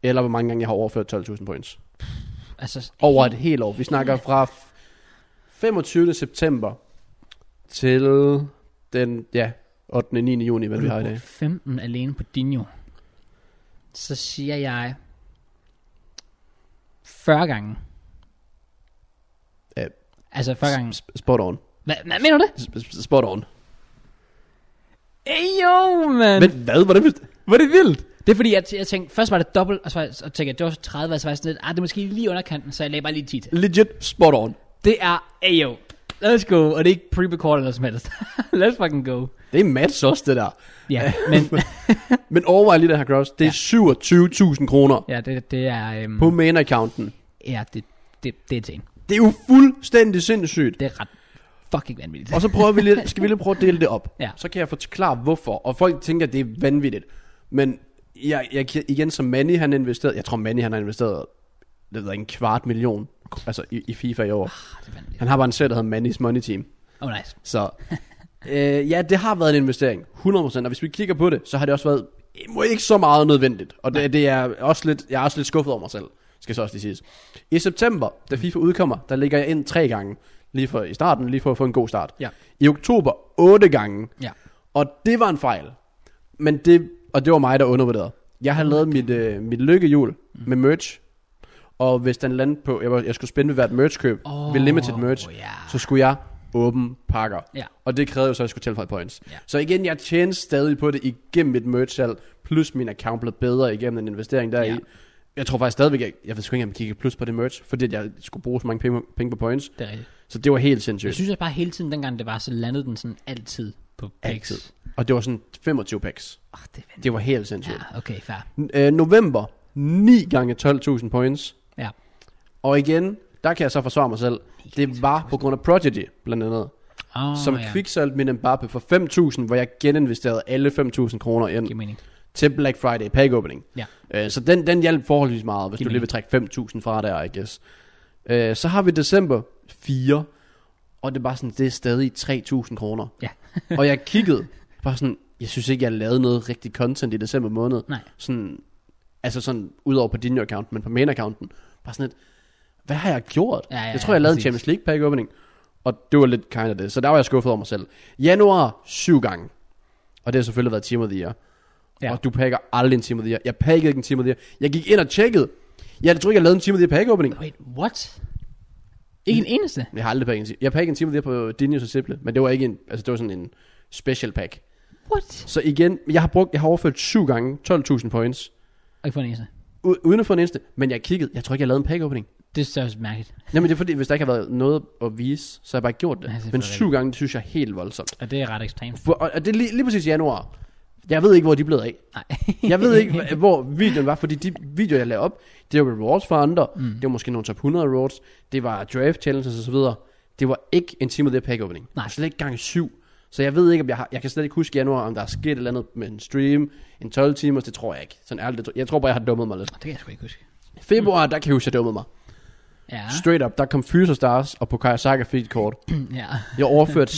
Speaker 2: eller hvor mange gange jeg har overført 12.000 points.
Speaker 1: Altså,
Speaker 2: Over et helt år. Vi snakker fra f- 25. september til den, ja, 8. 9. juni, hvad vi har i dag.
Speaker 1: 15 alene på Dino. Så siger jeg 40 gange.
Speaker 2: Øh,
Speaker 1: Altså 40 gange.
Speaker 2: S- Spot on.
Speaker 1: Hvad, hvad mener du det?
Speaker 2: S- s- Spot on.
Speaker 1: Ej, jo, man.
Speaker 2: Men hvad? Hvordan, var det vildt?
Speaker 1: Det er fordi, jeg, jeg tænkte, først var det dobbelt, og så, var jeg- så tænkte jeg, det var så 30, og så var jeg sådan lidt, ah, det er måske lige underkanten, så jeg lagde bare lige 10 til.
Speaker 2: Legit spot on.
Speaker 1: Det er, ej jo, let's go, og det er ikke pre-recorded eller som helst. let's fucking go.
Speaker 2: Det er Mads også, det der.
Speaker 1: Ja, men
Speaker 2: Men overvej lige den her cross. Det er 27.000 kroner
Speaker 1: ja, det, det er, øhm,
Speaker 2: på main-accounten.
Speaker 1: ja, det, det, det er ting.
Speaker 2: Det er jo fuldstændig sindssygt.
Speaker 1: Det er ret fucking vanvittigt.
Speaker 2: Og så prøver vi lidt, skal vi lige prøve at dele det op.
Speaker 1: Ja.
Speaker 2: Så kan jeg forklare hvorfor. Og folk tænker, at det er vanvittigt. Men jeg, jeg, kan- igen, som Manny han investerede, jeg tror Manny han har investeret, det ved jeg, en kvart million, altså i, i FIFA i år.
Speaker 1: Ah, det er vanvittigt.
Speaker 2: Han har bare en serie, der hedder Manny's Money Team.
Speaker 1: Oh, nice.
Speaker 2: Så øh, ja, det har været en investering, 100%. Og hvis vi kigger på det, så har det også været eh, må ikke så meget nødvendigt. Og det, det er også lidt, jeg er også lidt skuffet over mig selv, skal så også lige siges. I september, da FIFA
Speaker 1: Mm.
Speaker 2: udkommer, der ligger jeg ind tre gange. Lige for i starten, lige for at få en god start.
Speaker 1: Ja.
Speaker 2: I oktober, otte gange.
Speaker 1: Ja.
Speaker 2: Og det var en fejl. Men det, og det var mig, der undervurderede. Jeg havde lavet mit, øh, mit lykkehjul mm. med merch. Og hvis den landede på, jeg, var, jeg skulle spænde ved hvert merchkøb, oh, ved limited merch,
Speaker 1: ja.
Speaker 2: så skulle jeg åbne pakker.
Speaker 1: Ja.
Speaker 2: Og det krævede jo så, at jeg skulle tilføje points.
Speaker 1: Ja.
Speaker 2: Så igen, jeg tjente stadig på det igennem mit merch-salg, plus min account blev bedre igennem den investering deri.
Speaker 1: Ja.
Speaker 2: Ja. Jeg tror faktisk stadigvæk, jeg, jeg ved sgu ikke, om jeg kiggede plus på det merch, fordi at jeg skulle bruge så mange penge, penge på points.
Speaker 1: Det er rigtigt.
Speaker 2: Så det var helt
Speaker 1: Jeg
Speaker 2: sindssygt.
Speaker 1: synes også bare hele tiden, dengang det var, så landede den sådan altid på packs.
Speaker 2: Altid. Og det var sådan 25 packs.
Speaker 1: Oh, det er vanvittigt.
Speaker 2: Det var helt sindssygt.
Speaker 1: Ja, okay, fair.
Speaker 2: Ja. Øh, november, 9 gange 12.000 points.
Speaker 1: Ja.
Speaker 2: Og igen, der kan jeg så forsvare mig selv. Det var på grund af Prodigy, blandt andet.
Speaker 1: Oh,
Speaker 2: som
Speaker 1: ja.
Speaker 2: kviksolgte min Mbappe for 5.000, hvor jeg geninvesterede alle 5.000 kroner ind
Speaker 1: Giver mening.
Speaker 2: til Black Friday pack opening.
Speaker 1: Ja.
Speaker 2: Øh, så den, den hjalp forholdsvis meget, hvis
Speaker 1: Giver
Speaker 2: du lige vil
Speaker 1: mening.
Speaker 2: trække 5.000 fra der, I guess. Øh, så har vi december 4, og det er bare sådan, det er stadig 3.000 kroner.
Speaker 1: Ja.
Speaker 2: og jeg kiggede, bare sådan, jeg synes ikke, jeg lavede noget rigtig content i december måned.
Speaker 1: Nej.
Speaker 2: Sådan, altså sådan, udover på din account, men på main accounten. Bare sådan lidt, hvad har jeg gjort?
Speaker 1: Ja, ja,
Speaker 2: jeg tror, jeg lavede en
Speaker 1: præcis.
Speaker 2: Champions League pack opening, og det var lidt kind of det. Så der var jeg skuffet over mig selv. Januar, syv gange. Og det har selvfølgelig været Team of the Year.
Speaker 1: Ja.
Speaker 2: Ja. Og du pakker aldrig en Team of the Year. Jeg pakkede ikke en Team of the Year. Jeg gik ind og tjekkede. Jeg tror ikke, jeg lavede en Team of the Year pack opening.
Speaker 1: Wait, what? Ikke en eneste?
Speaker 2: Jeg har aldrig pakket en Team. Jeg pakkede en Team of the Year på Dinius og Simple, men det var ikke en, altså det var sådan en special pack.
Speaker 1: What?
Speaker 2: Så igen, jeg har brugt, jeg har overført syv gange 12.000 points.
Speaker 1: Og ikke for en eneste.
Speaker 2: U- uden at få en eneste, men jeg kiggede. Jeg tror ikke, jeg lavede en pack opening.
Speaker 1: Det er så mærkeligt.
Speaker 2: Jamen det er fordi, hvis der ikke har været noget at vise, så har jeg bare ikke gjort det.
Speaker 1: Ja, selvfølgelig.
Speaker 2: men syv gange, det synes jeg er helt voldsomt.
Speaker 1: Og det er ret ekstremt.
Speaker 2: For, og, og det er lige, lige præcis i januar. Jeg ved ikke, hvor de blev af.
Speaker 1: Nej.
Speaker 2: Jeg ved ikke, hva- hvor videoen var, fordi de videoer, jeg lavede op, det var rewards for andre. Mm. Det var måske nogle top 100 rewards. Det var draft challenges osv. Det var ikke en time of the pack opening.
Speaker 1: Nej.
Speaker 2: Og Slet ikke gang syv. Så jeg ved ikke, om jeg har, jeg kan slet ikke huske i januar, om der er sket et eller andet med en stream, en 12 timers, det tror jeg ikke. Sådan ærligt, det tror- jeg tror bare, jeg har dummet mig lidt.
Speaker 1: Det kan jeg sgu ikke huske.
Speaker 2: Februar, der kan jeg huske, jeg dummede mig.
Speaker 1: Mm. Ja.
Speaker 2: Straight up, der kom Fuser Stars, og på Kajasaka fik et kort.
Speaker 1: ja.
Speaker 2: Jeg overførte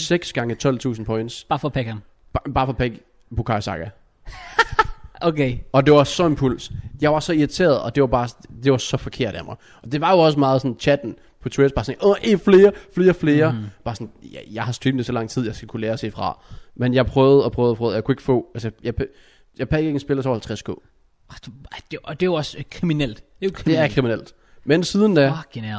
Speaker 2: 6 gange 12.000 points,
Speaker 1: Bare for at pakke ham.
Speaker 2: ba- bare for pæk på Kajasaka.
Speaker 1: Okay.
Speaker 2: Og det var så en puls. Jeg var så irriteret, og det var bare det var så forkert af mig. Og det var jo også meget sådan chatten på Twitter, bare sådan, åh, en flere, flere, flere. Mm. Bare sådan, jeg, jeg har streamet det så lang tid, jeg skal kunne lære at se fra. Men jeg prøvede og prøvede og prøvede, jeg kunne ikke få, altså, jeg, jeg, jeg pakkede ikke en spiller til over 50k.
Speaker 1: Og du- ej, det- Og det er jo også øh, kriminelt. Det er jo
Speaker 2: Det er
Speaker 1: kriminelt.
Speaker 2: kriminelt. Men siden da,
Speaker 1: Fucking hell.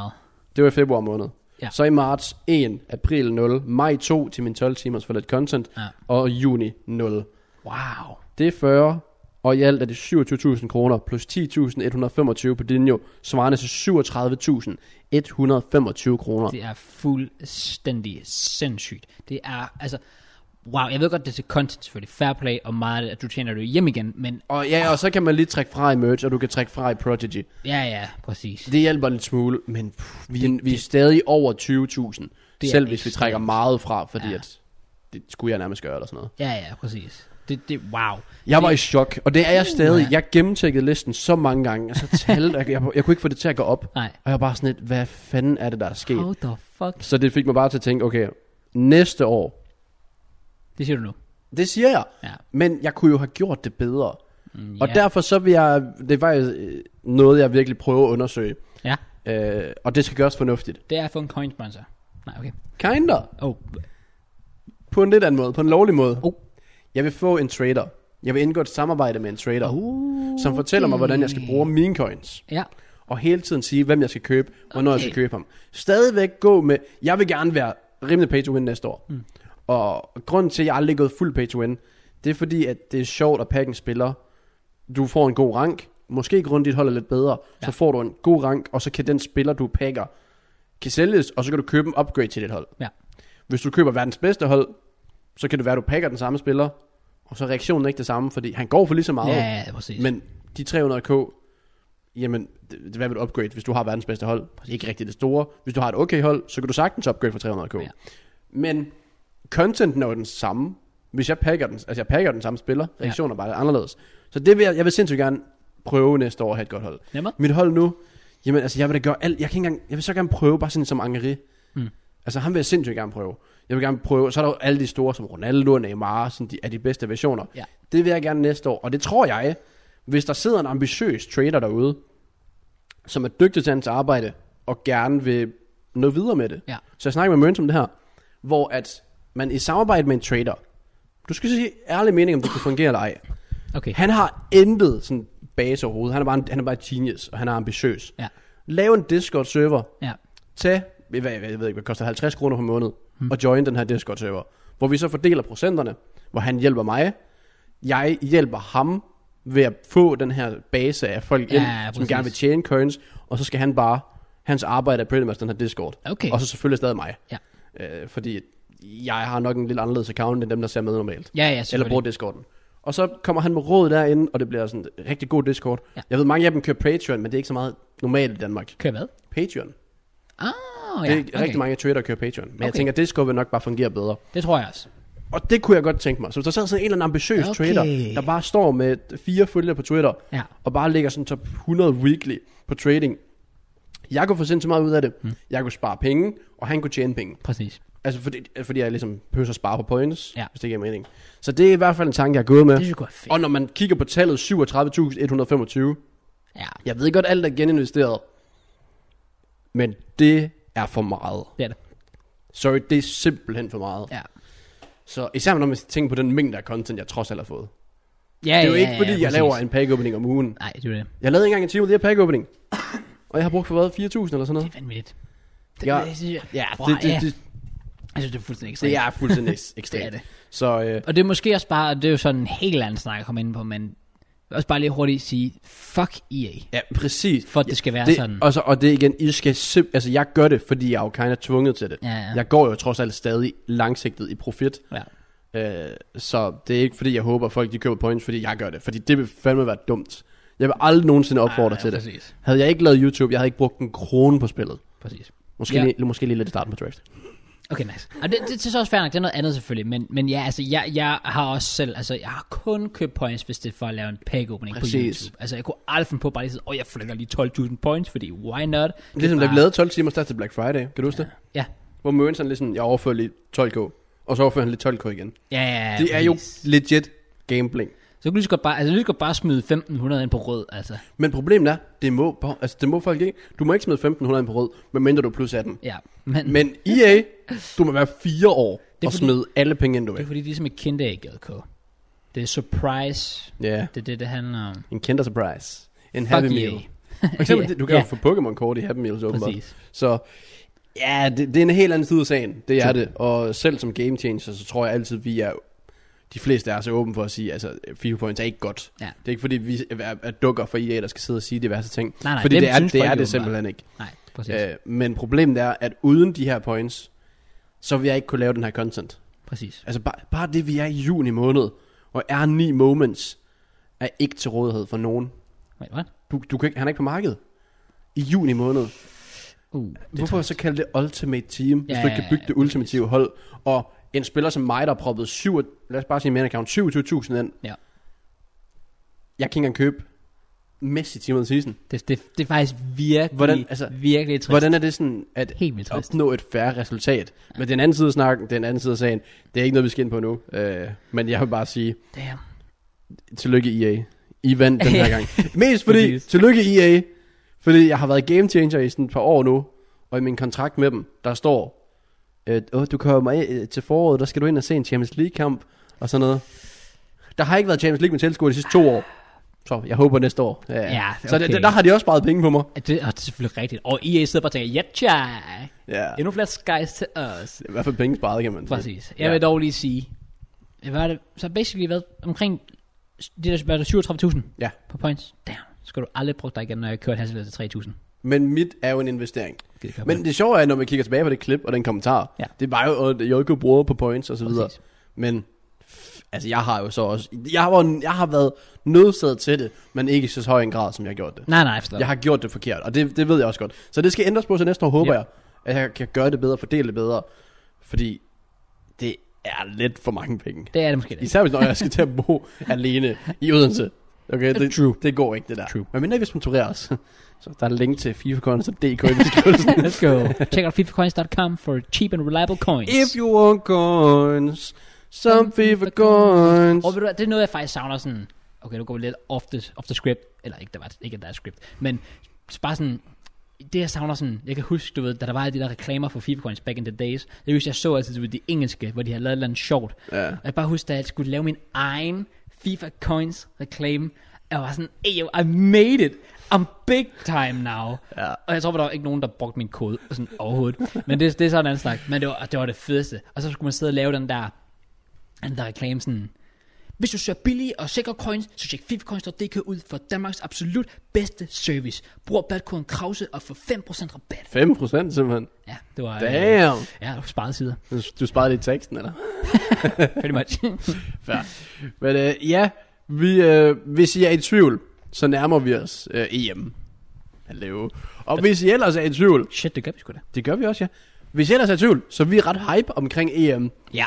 Speaker 2: det var i februar måned.
Speaker 1: Ja.
Speaker 2: Så i marts 1, april 0, maj 2 til min 12 timers for lidt content,
Speaker 1: Ja.
Speaker 2: og juni 0.
Speaker 1: Wow.
Speaker 2: Det er 40, og i alt er det 27.000 kroner plus 10.125 på Dinjo, svarende til 37.125 kroner.
Speaker 1: Det er fuldstændig sindssygt. Det er, altså... Wow, jeg ved godt, det er til content selvfølgelig. Fair play og meget, af det, at du tjener det hjem igen, men...
Speaker 2: Og ja, og så kan man lige trække fra i merch, og du kan trække fra i Prodigy.
Speaker 1: Ja, ja, præcis.
Speaker 2: Det hjælper en lidt smule, men pff, vi, er, vi er stadig over 20.000,
Speaker 1: Det er
Speaker 2: selv hvis vi
Speaker 1: ekstremt.
Speaker 2: trækker meget fra, fordi
Speaker 1: Ja.
Speaker 2: ja. at det skulle jeg nærmest gøre eller sådan noget.
Speaker 1: Ja, ja, præcis. Det, det, Uh, wow.
Speaker 2: Jeg var i chok, og det er jeg stadig.
Speaker 1: Uha.
Speaker 2: Jeg gennemtjekkede listen så mange gange, og så talte jeg, jeg, jeg kunne ikke få det til at gå op.
Speaker 1: Nej.
Speaker 2: Og jeg var bare sådan lidt, hvad fanden er det, der er sket?
Speaker 1: How the fuck?
Speaker 2: Så det fik mig bare til at tænke, okay, næste år,
Speaker 1: Det siger du nu.
Speaker 2: det siger jeg,
Speaker 1: Ja.
Speaker 2: men jeg kunne jo have gjort det bedre.
Speaker 1: Mm,
Speaker 2: Og
Speaker 1: ja.
Speaker 2: derfor så vil jeg, det er faktisk øh, noget, jeg virkelig prøver at undersøge.
Speaker 1: Ja,
Speaker 2: Øh, og det skal gøres fornuftigt.
Speaker 1: det er for en coin sponsor. Nej, okay.
Speaker 2: Kinder,
Speaker 1: Oh,
Speaker 2: på en lidt anden måde, på en lovlig måde.
Speaker 1: Oh.
Speaker 2: Jeg vil få en trader. Jeg vil indgå et samarbejde med en trader,
Speaker 1: oh.
Speaker 2: som fortæller mig, hvordan jeg skal bruge mine coins.
Speaker 1: Ja,
Speaker 2: og hele tiden sige, hvem jeg skal købe, hvornår
Speaker 1: Okay.
Speaker 2: jeg skal købe ham. Stadigvæk gå med, jeg vil gerne være rimelig pay to win næste år. Mm. Og grunden til, at jeg aldrig er gået fuld pay to win, det er fordi, at det er sjovt at pakke en spiller. Du får en god rank, måske grundet dit hold er lidt bedre, ja.
Speaker 1: Ja.
Speaker 2: så får du en god rank, og så kan den spiller, du pakker, kan sælges, og så kan du købe en upgrade til dit hold.
Speaker 1: Ja.
Speaker 2: Hvis du køber verdens bedste hold, så kan det være, at du pakker den samme spiller, og så er reaktionen ikke det samme, fordi han går for lige så meget.
Speaker 1: ja, ja, præcis.
Speaker 2: Men de 300k, jamen, det, det- hvad vil du upgrade, hvis du har verdens bedste hold? Ikke rigtig det store. Hvis du har et okay hold, så kan du sagtens upgrade for 300k.
Speaker 1: Ja.
Speaker 2: Ja. Men contenten er jo den samme. Hvis jeg pakker den, altså jeg pakker den samme spiller, reaktionen er bare anderledes. Så det vil jeg, jeg vil sindssygt gerne prøve næste år at have et godt hold.
Speaker 1: Nemmer?
Speaker 2: Mit hold nu, jamen altså jeg vil da gøre alt, jeg kan ikke engang, jeg vil så gerne prøve bare sådan en som Angeri.
Speaker 1: Mm.
Speaker 2: Altså han vil jeg sindssygt gerne prøve. Jeg vil gerne prøve, så er der jo alle de store som Ronaldo og Neymar, sådan de er de bedste versioner.
Speaker 1: Ja.
Speaker 2: Det vil jeg gerne næste år, og det tror jeg, hvis der sidder en ambitiøs trader derude, som er dygtig til hans arbejde, og gerne vil nå videre med det.
Speaker 1: Ja.
Speaker 2: Så jeg snakker med Mørens om det her, hvor at man i samarbejde med en trader, du skal sige ærlig mening, om det kan fungere eller ej.
Speaker 1: Okay.
Speaker 2: Han har intet sådan base overhovedet. Han er bare, en, han er bare et genius, og han er ambitiøs.
Speaker 1: Ja.
Speaker 2: Lav en Discord-server.
Speaker 1: Ja.
Speaker 2: Tag, jeg ved, jeg ved ikke, hvad det koster, 50 kroner per måned, hmm. og join den her Discord-server. Hvor vi så fordeler procenterne, hvor han hjælper mig. Jeg hjælper ham ved at få den her base af folk
Speaker 1: Ja,
Speaker 2: ind,
Speaker 1: ja,
Speaker 2: som
Speaker 1: præcis.
Speaker 2: gerne vil tjene coins, og så skal han bare, hans arbejde er pretty much den her Discord.
Speaker 1: Okay.
Speaker 2: Og så selvfølgelig stadig mig.
Speaker 1: Ja.
Speaker 2: Øh, fordi jeg har nok en lidt anderledes account, end dem, der ser med normalt.
Speaker 1: Ja, ja,
Speaker 2: Eller
Speaker 1: selvfølgelig.
Speaker 2: bruger Discorden. Og så kommer han med råd derinde, og det bliver sådan en rigtig god Discord.
Speaker 1: Ja.
Speaker 2: Jeg ved, mange af dem kører Patreon, men det er ikke så meget normalt i Danmark.
Speaker 1: Kører hvad?
Speaker 2: Patreon.
Speaker 1: Ah,
Speaker 2: Det
Speaker 1: ja.
Speaker 2: er okay. rigtig mange trader, der kører Patreon. Men okay. jeg
Speaker 1: Okay.
Speaker 2: tænker, at Discord vil nok bare fungere bedre.
Speaker 1: Det tror jeg også.
Speaker 2: Og det kunne jeg godt tænke mig. Så hvis der sad sådan en eller anden ambitiøs
Speaker 1: Okay.
Speaker 2: okay. trader, der bare står med fire følgere på Twitter,
Speaker 1: Ja.
Speaker 2: og bare ligger sådan top 100 weekly på trading. Jeg kunne få sindssygt meget ud af det. Mm. Jeg kunne spare penge, og han kunne tjene penge.
Speaker 1: Præcis.
Speaker 2: Altså fordi, fordi jeg ligesom behøver at spare på points,
Speaker 1: Ja.
Speaker 2: ja. hvis det giver mening. Så det er i hvert fald en tanke, jeg er gået med.
Speaker 1: Det synes jeg er fedt.
Speaker 2: Og når man kigger på tallet 37.125,
Speaker 1: Ja,
Speaker 2: jeg ved godt, alt er geninvesteret, men det er for meget.
Speaker 1: det er det.
Speaker 2: Sorry, det er simpelthen for meget.
Speaker 1: Ja.
Speaker 2: Så især når man tænker på den mængde af content, jeg trods alt har fået.
Speaker 1: Ja,
Speaker 2: det er jo
Speaker 1: ja,
Speaker 2: ikke,
Speaker 1: ja,
Speaker 2: fordi
Speaker 1: ja,
Speaker 2: jeg
Speaker 1: præcis.
Speaker 2: laver en pack opening om ugen.
Speaker 1: Nej, det er jo det.
Speaker 2: Jeg lavede ikke engang en time ud af pack opening. Og jeg har brugt for hvad? 4.000 eller sådan
Speaker 1: Det
Speaker 2: noget?
Speaker 1: er vanvittigt.
Speaker 2: Ja.
Speaker 1: det, synes jeg-
Speaker 2: Ja,
Speaker 1: Bra,
Speaker 2: det, det,
Speaker 1: ja.
Speaker 2: det,
Speaker 1: Jeg synes, det er fuldstændig ekstremt.
Speaker 2: det er fuldstændig ekstremt.
Speaker 1: det er det.
Speaker 2: Så øh,
Speaker 1: Og det er måske også bare, det er jo sådan en helt anden snak at komme ind på, men jeg vil også bare lige hurtigt sige, fuck E EA,
Speaker 2: ja, præcis.
Speaker 1: for at det skal være
Speaker 2: det,
Speaker 1: sådan.
Speaker 2: Og, så, og det er igen, I skal simp- altså jeg gør det, fordi jeg er jo kind of tvunget til det.
Speaker 1: Ja, ja.
Speaker 2: Jeg går jo trods alt stadig langsigtet i profit.
Speaker 1: Ja.
Speaker 2: Øh, så det er ikke fordi, jeg håber, at folk de køber points, fordi jeg gør det. Fordi det vil fandme være dumt. Jeg vil aldrig nogensinde opfordre
Speaker 1: Ja,
Speaker 2: til det.
Speaker 1: Præcis,
Speaker 2: Havde jeg ikke lavet YouTube, jeg havde ikke brugt en krone på spillet.
Speaker 1: præcis.
Speaker 2: Måske,
Speaker 1: Ja.
Speaker 2: ja. lige, måske lige lidt i starten på draft.
Speaker 1: Okay, nice. Og det, det, det er så også fair nok, det er noget andet selvfølgelig, men, men ja, altså, jeg, jeg har også selv, altså, jeg har kun købt points, hvis det er for at lave en pack opening på
Speaker 2: Præcis.
Speaker 1: YouTube. Altså, jeg kunne aldrig finde på bare lige at sige, åh, jeg flytter lige 12.000 points, fordi why not? Det er
Speaker 2: Ligesom da vi
Speaker 1: bare-
Speaker 2: lavede 12 timer start til Black Friday, kan du huske ja. det?
Speaker 1: Ja,
Speaker 2: Hvor Møns han ligesom, jeg overfører lige 12k, og så overfører han lige 12k igen.
Speaker 1: ja, ja, ja
Speaker 2: det er jo
Speaker 1: præcis.
Speaker 2: legit gambling.
Speaker 1: Så kunne du lige så godt bare, altså, du lige så godt bare smide 1.500 ind på rød, altså.
Speaker 2: Men problemet er, det må, bo- altså, det må folk ikke. Du må ikke smide 1500 ind på rød, medmindre du er plus 18.
Speaker 1: Ja, men, men
Speaker 2: Men EA, du må være fire år og
Speaker 1: fordi-
Speaker 2: smide alle penge ind, du
Speaker 1: det er
Speaker 2: vil.
Speaker 1: fordi, det er ligesom et kinderæg, JK. Det er surprise,
Speaker 2: Ja, yeah.
Speaker 1: det er det, det handler om.
Speaker 2: en kinder surprise. En
Speaker 1: Fuck
Speaker 2: Happy
Speaker 1: EA.
Speaker 2: Meal. For eksempel, du kan
Speaker 1: Ja.
Speaker 2: jo få Pokémon-kort i Happy Meals, åbenbart.
Speaker 1: Præcis.
Speaker 2: Så ja, det, det er en helt anden side af sagen. Det er det. Og selv som game changer, så tror jeg altid, vi er... De fleste er så åbne for at sige, altså, FIFA points er ikke godt.
Speaker 1: Ja.
Speaker 2: Det er ikke fordi, vi er, er dukker for EA, der skal sidde og sige diverse ting.
Speaker 1: Nej, nej,
Speaker 2: fordi
Speaker 1: dem
Speaker 2: det er
Speaker 1: synes
Speaker 2: det,
Speaker 1: folk
Speaker 2: er
Speaker 1: jo
Speaker 2: det simpelthen ikke.
Speaker 1: Nej, præcis.
Speaker 2: Øh, men problemet er, at uden de her points, så vil jeg ikke kunne lave den her content.
Speaker 1: Præcis.
Speaker 2: Altså bare, bare det, vi er i juni måned, og er ni moments, er ikke til rådighed for nogen.
Speaker 1: Wait, what?
Speaker 2: Du, du kan ikke, han er ikke på markedet. I juni måned.
Speaker 1: Uh, det
Speaker 2: Hvorfor så kalde det Ultimate Team, hvis
Speaker 1: Ja,
Speaker 2: du ikke kan bygge det
Speaker 1: ja,
Speaker 2: ultimative hold? Og en spiller som mig, der har proppet syv, lad os bare sige min account, 27.000 ind.
Speaker 1: Ja.
Speaker 2: Jeg kan ikke engang købe Messi Team of the Season.
Speaker 1: Det, det, det er faktisk virkelig, Hvordan,
Speaker 2: Hvordan-
Speaker 1: altså,
Speaker 2: altså,
Speaker 1: virkelig trist.
Speaker 2: Hvordan er det sådan, at
Speaker 1: Helt vildt trist.
Speaker 2: opnå et færre resultat? Men den anden side af snakken, den anden side af sagen, det er ikke noget, vi skal ind på nu. Øh, men jeg vil bare sige,
Speaker 1: Damn.
Speaker 2: tillykke EA. I vandt den her gang. Mest fordi,
Speaker 1: Præcis.
Speaker 2: tillykke EA, fordi jeg har været game changer i sådan et par år nu, og i min kontrakt med dem, der står, øh, åh, du kommer af, øh, til foråret, der skal du ind og se en Champions League-kamp, og sådan noget. Der har ikke været Champions League med tilskuer de sidste to år. Så jeg håber næste år. Ja,
Speaker 1: Ja,
Speaker 2: Så
Speaker 1: okay.
Speaker 2: det, der har de også sparet penge på mig.
Speaker 1: Er det, og det er selvfølgelig rigtigt. Og EA sidder bare og tænker, ja tja,
Speaker 2: Ja.
Speaker 1: endnu flere skies til os.
Speaker 2: I hvert fald penge sparet, kan man sige.
Speaker 1: Præcis. Jeg vil
Speaker 2: Ja.
Speaker 1: dog lige sige, hvad er det, så basically hvad, omkring de der, hvad er det, 37.000
Speaker 2: Ja.
Speaker 1: på points. Damn, så skal du aldrig bruge dig igen, når jeg kører et hastighed til 3.000.
Speaker 2: Men mit er jo en investering.
Speaker 1: Gider ikke høre på
Speaker 2: Men det sjove er, når man kigger tilbage på det klip og den kommentar,
Speaker 1: Ja.
Speaker 2: det var jo, at Jolko bruger på points og så videre.
Speaker 1: Præcis.
Speaker 2: Men f- altså, jeg har jo så også, jeg har, jeg har været nødsaget til det, men ikke i så høj en grad, som jeg gjorde det.
Speaker 1: Nej, nej, jeg forstår.
Speaker 2: Jeg har gjort det forkert, og det, det ved jeg også godt. Så det skal ændres på, så næste år håber
Speaker 1: Ja.
Speaker 2: jeg, at jeg kan gøre det bedre, fordele det bedre, fordi det er lidt for mange penge.
Speaker 1: Det er det måske det.
Speaker 2: Især hvis når jeg skal til at bo alene i Odense. Okay, det, True. det går ikke, det der.
Speaker 1: True.
Speaker 2: Men mindre vi sponsorerer os. Så der er link til fifacoins.dk i beskrivelsen.
Speaker 1: Let's go. Check out fifacoins.com for cheap and reliable coins.
Speaker 2: If you want coins, some FIFA coins.
Speaker 1: Og ved du hvad, det er noget, jeg faktisk savner sådan... Okay, nu går vi lidt off the, off the script. Eller ikke, der var, ikke at der er script. Men s- bare sådan... Det jeg savner sådan, jeg kan huske, du ved, da der var alle de der reklamer for FIFA Coins back in the days, jeg husker, jeg så altid, du ved, de engelske, hvor de havde lavet et eller andet sjovt.
Speaker 2: Ja.
Speaker 1: Og jeg bare husker, at jeg skulle lave min egen FIFA Coins reklame. Jeg var sådan, eyo, I made it. I'm big time now.
Speaker 2: Ja.
Speaker 1: Og jeg tror, der var ikke nogen, der brugte min kode sådan overhovedet. Men det, det er sådan en anden snak. Men det var, det var det fedeste. Og så skulle man sidde og lave den der, den der reklame sådan, Hvis du søger billige og sikre coins, så tjek fifcoins.dk ud for Danmarks absolut bedste service. Brug rabatkoden Krause og få 5% rabat.
Speaker 2: 5% simpelthen.
Speaker 1: Ja, det var... øh,
Speaker 2: Damn.
Speaker 1: Ja, du sparede sider.
Speaker 2: Du sparede lidt teksten, eller?
Speaker 1: Pretty much.
Speaker 2: Fair. Men øh, ja, vi, øh, hvis I er i tvivl, så nærmer vi os øh, EM. Hallo. Og hvis I ellers er i tvivl,
Speaker 1: Shit, det gør vi sgu da.
Speaker 2: det gør vi også, ja. Hvis I ellers er i tvivl, så er vi ret hype omkring EM.
Speaker 1: Ja.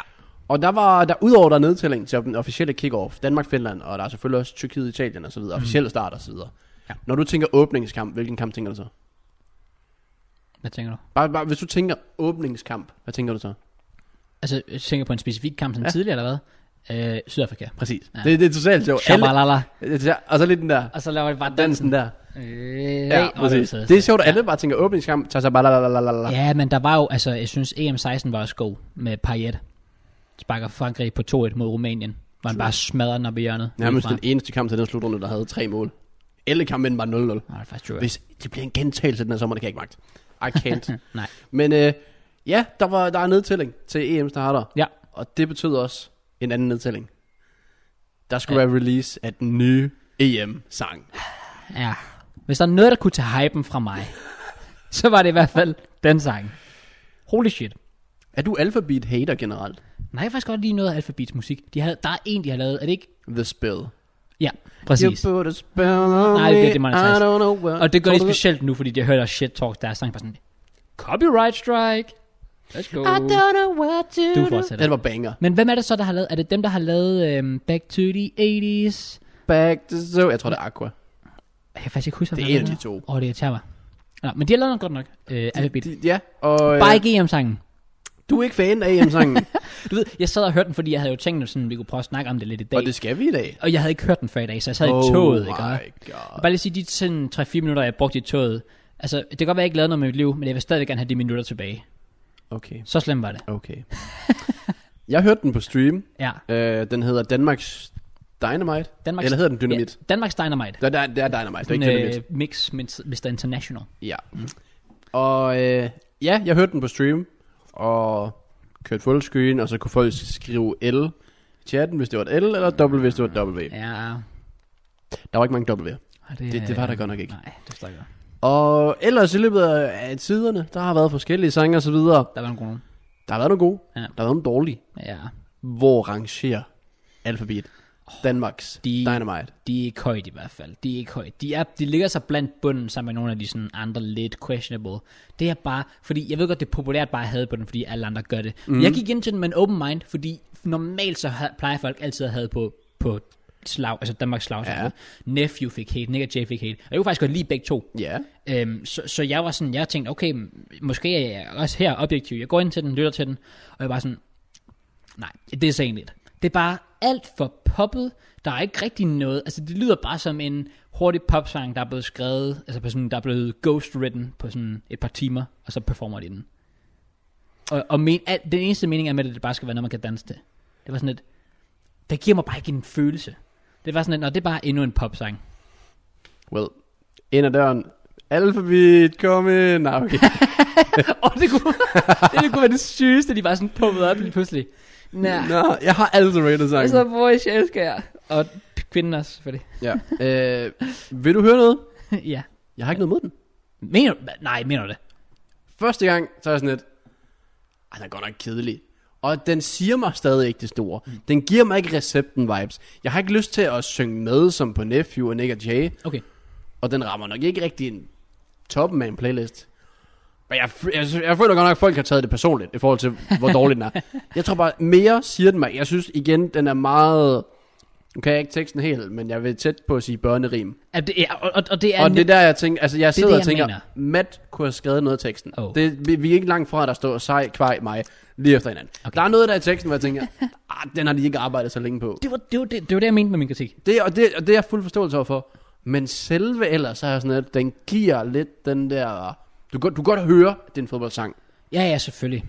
Speaker 2: Og der var der udover der er nedtælling til den officielle kick-off, Danmark, Finland, og der er selvfølgelig også Tyrkiet, Italien og så videre, officielle start og så videre.
Speaker 1: Ja.
Speaker 2: Når du tænker åbningskamp, hvilken kamp tænker du så?
Speaker 1: Hvad tænker du?
Speaker 2: Bare, bare hvis du tænker åbningskamp, hvad tænker du så?
Speaker 1: Altså, jeg tænker på en specifik kamp sådan ja. tidligere, eller hvad? Øh, Sydafrika.
Speaker 2: Præcis.
Speaker 1: Ja.
Speaker 2: Ja. Det, det er totalt sjovt. Alle,
Speaker 1: Shabalala.
Speaker 2: det er- og så lige den der
Speaker 1: Og så laver vi bare dansen.
Speaker 2: dansen der.
Speaker 1: Øh,
Speaker 2: Ja,
Speaker 1: og
Speaker 2: præcis.
Speaker 1: så-
Speaker 2: Det er sjovt, at alle bare tænker åbningskamp, tager sig bare la la la la la.
Speaker 1: Ja, men der var jo, altså, jeg synes EM16 var også god med Payet. Sparker Frankrig på 2-1 mod Rumænien. Hvor han bare smadrer den op i hjørnet.
Speaker 2: Nærmest
Speaker 1: udefra.
Speaker 2: den eneste kamp til den slutrunde, der havde tre mål. Alle kampen var 0-0.
Speaker 1: Nej, det er faktisk true.
Speaker 2: Hvis det bliver en gentagelse den her sommer, det kan jeg ikke magte. I can't.
Speaker 1: Nej.
Speaker 2: Men øh, ja, der, var, der er nedtælling til E EM starter.
Speaker 1: Ja.
Speaker 2: Og det betød også en anden nedtælling. Der skulle
Speaker 1: Ja.
Speaker 2: være release af den nye E EM-sang.
Speaker 1: Ja. Hvis der er noget, der kunne tage hypen fra mig, så var det i hvert fald den sang. Holy shit.
Speaker 2: Er du alfabet-hater generelt?
Speaker 1: Nej, jeg kan faktisk godt lige noget af Alphabets musik. De havde, der er en, de har lavet. Er det ikke?
Speaker 2: The Spell.
Speaker 1: Ja, præcis.
Speaker 2: You put a spell on
Speaker 1: Nej, det er det,
Speaker 2: me,
Speaker 1: man har
Speaker 2: I
Speaker 1: sagt.
Speaker 2: don't know where-
Speaker 1: Og det gør
Speaker 2: Tror
Speaker 1: de
Speaker 2: du
Speaker 1: specielt nu, fordi de har hørt deres shit talk, der er sang bare sådan, copyright strike. Let's go.
Speaker 2: I don't know what to
Speaker 1: Du
Speaker 2: do.
Speaker 1: fortsætter.
Speaker 2: Den var banger.
Speaker 1: Men hvem er det så, der har lavet? Er det dem, der har lavet øhm, Back to the 80s?
Speaker 2: Back to zoo. Jeg tror, det er Aqua.
Speaker 1: Jeg kan faktisk ikke huske,
Speaker 2: Det er
Speaker 1: hvem
Speaker 2: en af
Speaker 1: hedder.
Speaker 2: de
Speaker 1: Åh, oh, det irriterer mig. Nå, men de har lavet noget godt nok. Øh, Alphabet.
Speaker 2: De- Ja, og... øh,
Speaker 1: Bare ikke E EM-sangen.
Speaker 2: Du er ikke fan af EM-sangen,
Speaker 1: Du ved, jeg sad og hørte den, fordi jeg havde jo tænkt, at sådan, vi kunne prøve at snakke om det lidt i dag.
Speaker 2: og det skal vi i dag.
Speaker 1: Og jeg havde ikke hørt den før i dag, så jeg sad i
Speaker 2: Oh
Speaker 1: toget,
Speaker 2: my
Speaker 1: ikke? Og jeg vil
Speaker 2: God.
Speaker 1: bare lige sige, de sådan 3-4 minutter, jeg brugte i toget, altså, det kan godt være, jeg ikke lavede noget med mit liv, men jeg vil stadig gerne have de minutter tilbage.
Speaker 2: Okay,
Speaker 1: Så slemt var det.
Speaker 2: okay. Jeg hørte den på stream.
Speaker 1: Ja.
Speaker 2: Øh, den hedder Danmarks Dynamite.
Speaker 1: Danmarks-
Speaker 2: Eller hedder den Dynamit?
Speaker 1: ja. Danmarks Dynamite.
Speaker 2: Der, der, der er Dynamite, det er ikke
Speaker 1: en,
Speaker 2: Dynamit.
Speaker 1: øh, mix med Mr. International.
Speaker 2: Ja. Og øh, ja, jeg hørte den på stream, og kørte fullscreen, og så kunne folk skrive L i chatten, hvis det var et L, eller W, hvis det var et W.
Speaker 1: Ja.
Speaker 2: Der var ikke mange W.
Speaker 1: og
Speaker 2: Det, det var der godt nok ikke.
Speaker 1: Nej, det forstår jeg godt.
Speaker 2: Og ellers i løbet af af tiderne, der har været forskellige sange og så videre.
Speaker 1: Der var en god nogen.
Speaker 2: Der har været nogle gode,
Speaker 1: Ja.
Speaker 2: ja. der har været nogle dårlige.
Speaker 1: Ja.
Speaker 2: Hvor rangerer Alphabet Danmarks
Speaker 1: de-
Speaker 2: de... Dynamite?
Speaker 1: De er ikke højt i hvert fald. De er ikke højt. De, er, de ligger sig blandt bunden sammen med nogle af de sådan andre lidt questionable. Det er bare, fordi jeg ved godt, det er populært bare at have på den, fordi alle andre gør det. Mm. Jeg gik ind til den med en open mind, fordi normalt så ha- plejer folk altid at have på, på slag, altså Danmarks slag. Ja.
Speaker 2: Ja.
Speaker 1: Nephew fik hate, Nick og Jay fik hate. Og jeg kunne faktisk godt lide begge to.
Speaker 2: Ja.
Speaker 1: Øhm, så, så jeg var sådan, jeg tænkte, okay, m- måske er jeg også her objektiv. Jeg går ind til den, lytter til den, og jeg var sådan, nej, det er så egentlig det. Det er bare alt for poppet. Der er ikke rigtig noget. Altså, det lyder bare som en hurtig popsang, der er blevet skrevet, altså på sådan, der er blevet ghostwritten på sådan et par timer, og så performer de den. Og, og men, al, den eneste mening er med det, at det bare skal være noget, man kan danse til. Det var sådan et, det giver mig bare ikke en følelse. Det var sådan et, når det er bare endnu en popsang.
Speaker 2: Well, ind ad døren. Alphabet, kom ind. Nej, okay.
Speaker 1: Åh, oh, det, kunne, det kunne være det sygeste, de var sådan pumpet op lige pludselig. Nej.
Speaker 2: Nå, jeg har altid rated sangen.
Speaker 1: Altså, hvor jeg elsker jer. Og kvinden også, selvfølgelig.
Speaker 2: Ja. Øh, vil du høre noget?
Speaker 1: ja.
Speaker 2: Jeg har ikke noget mod den.
Speaker 1: Mener du? Nej, mener du det?
Speaker 2: Første gang, så er jeg sådan lidt, ej, den er godt nok kedelig. Og den siger mig stadig ikke det store. Den giver mig ikke recepten-vibes. Jeg har ikke lyst til at synge med, som på Nephew og Nick og Jay.
Speaker 1: Okay.
Speaker 2: Og den rammer nok ikke rigtig en toppen af en playlist. Men jeg, f- jeg, sy- jeg føler godt nok, at folk har taget det personligt, i forhold til, hvor dårlig den er. Jeg tror bare, mere siger den mig. Jeg synes igen, den er meget... Nu kan jeg ikke teksten helt, men jeg vil tæt på at sige børnerim.
Speaker 1: Er det, ja, og, og, og det er...
Speaker 2: Ja, og
Speaker 1: ne-
Speaker 2: det er der, jeg tænker, altså jeg sidder
Speaker 1: det,
Speaker 2: det,
Speaker 1: jeg
Speaker 2: og tænker,
Speaker 1: mener.
Speaker 2: Matt kunne have skrevet noget af teksten.
Speaker 1: Oh.
Speaker 2: Oh. Det, vi, vi er ikke langt fra, at der står sej, kvej, mig, lige efter hinanden.
Speaker 1: Okay.
Speaker 2: Okay. Der er noget der i teksten, hvor jeg tænker, ah, den har de ikke arbejdet så længe på.
Speaker 1: det, var, det, var, det, det var det, jeg mente med min kritik.
Speaker 2: Det, og, det, og det er jeg fuld forståelse overfor. Men selve ellers, så er jeg sådan, at den giver lidt den der... Du, kan- du kan godt høre, at det er en fodboldsang.
Speaker 1: Ja, ja, selvfølgelig.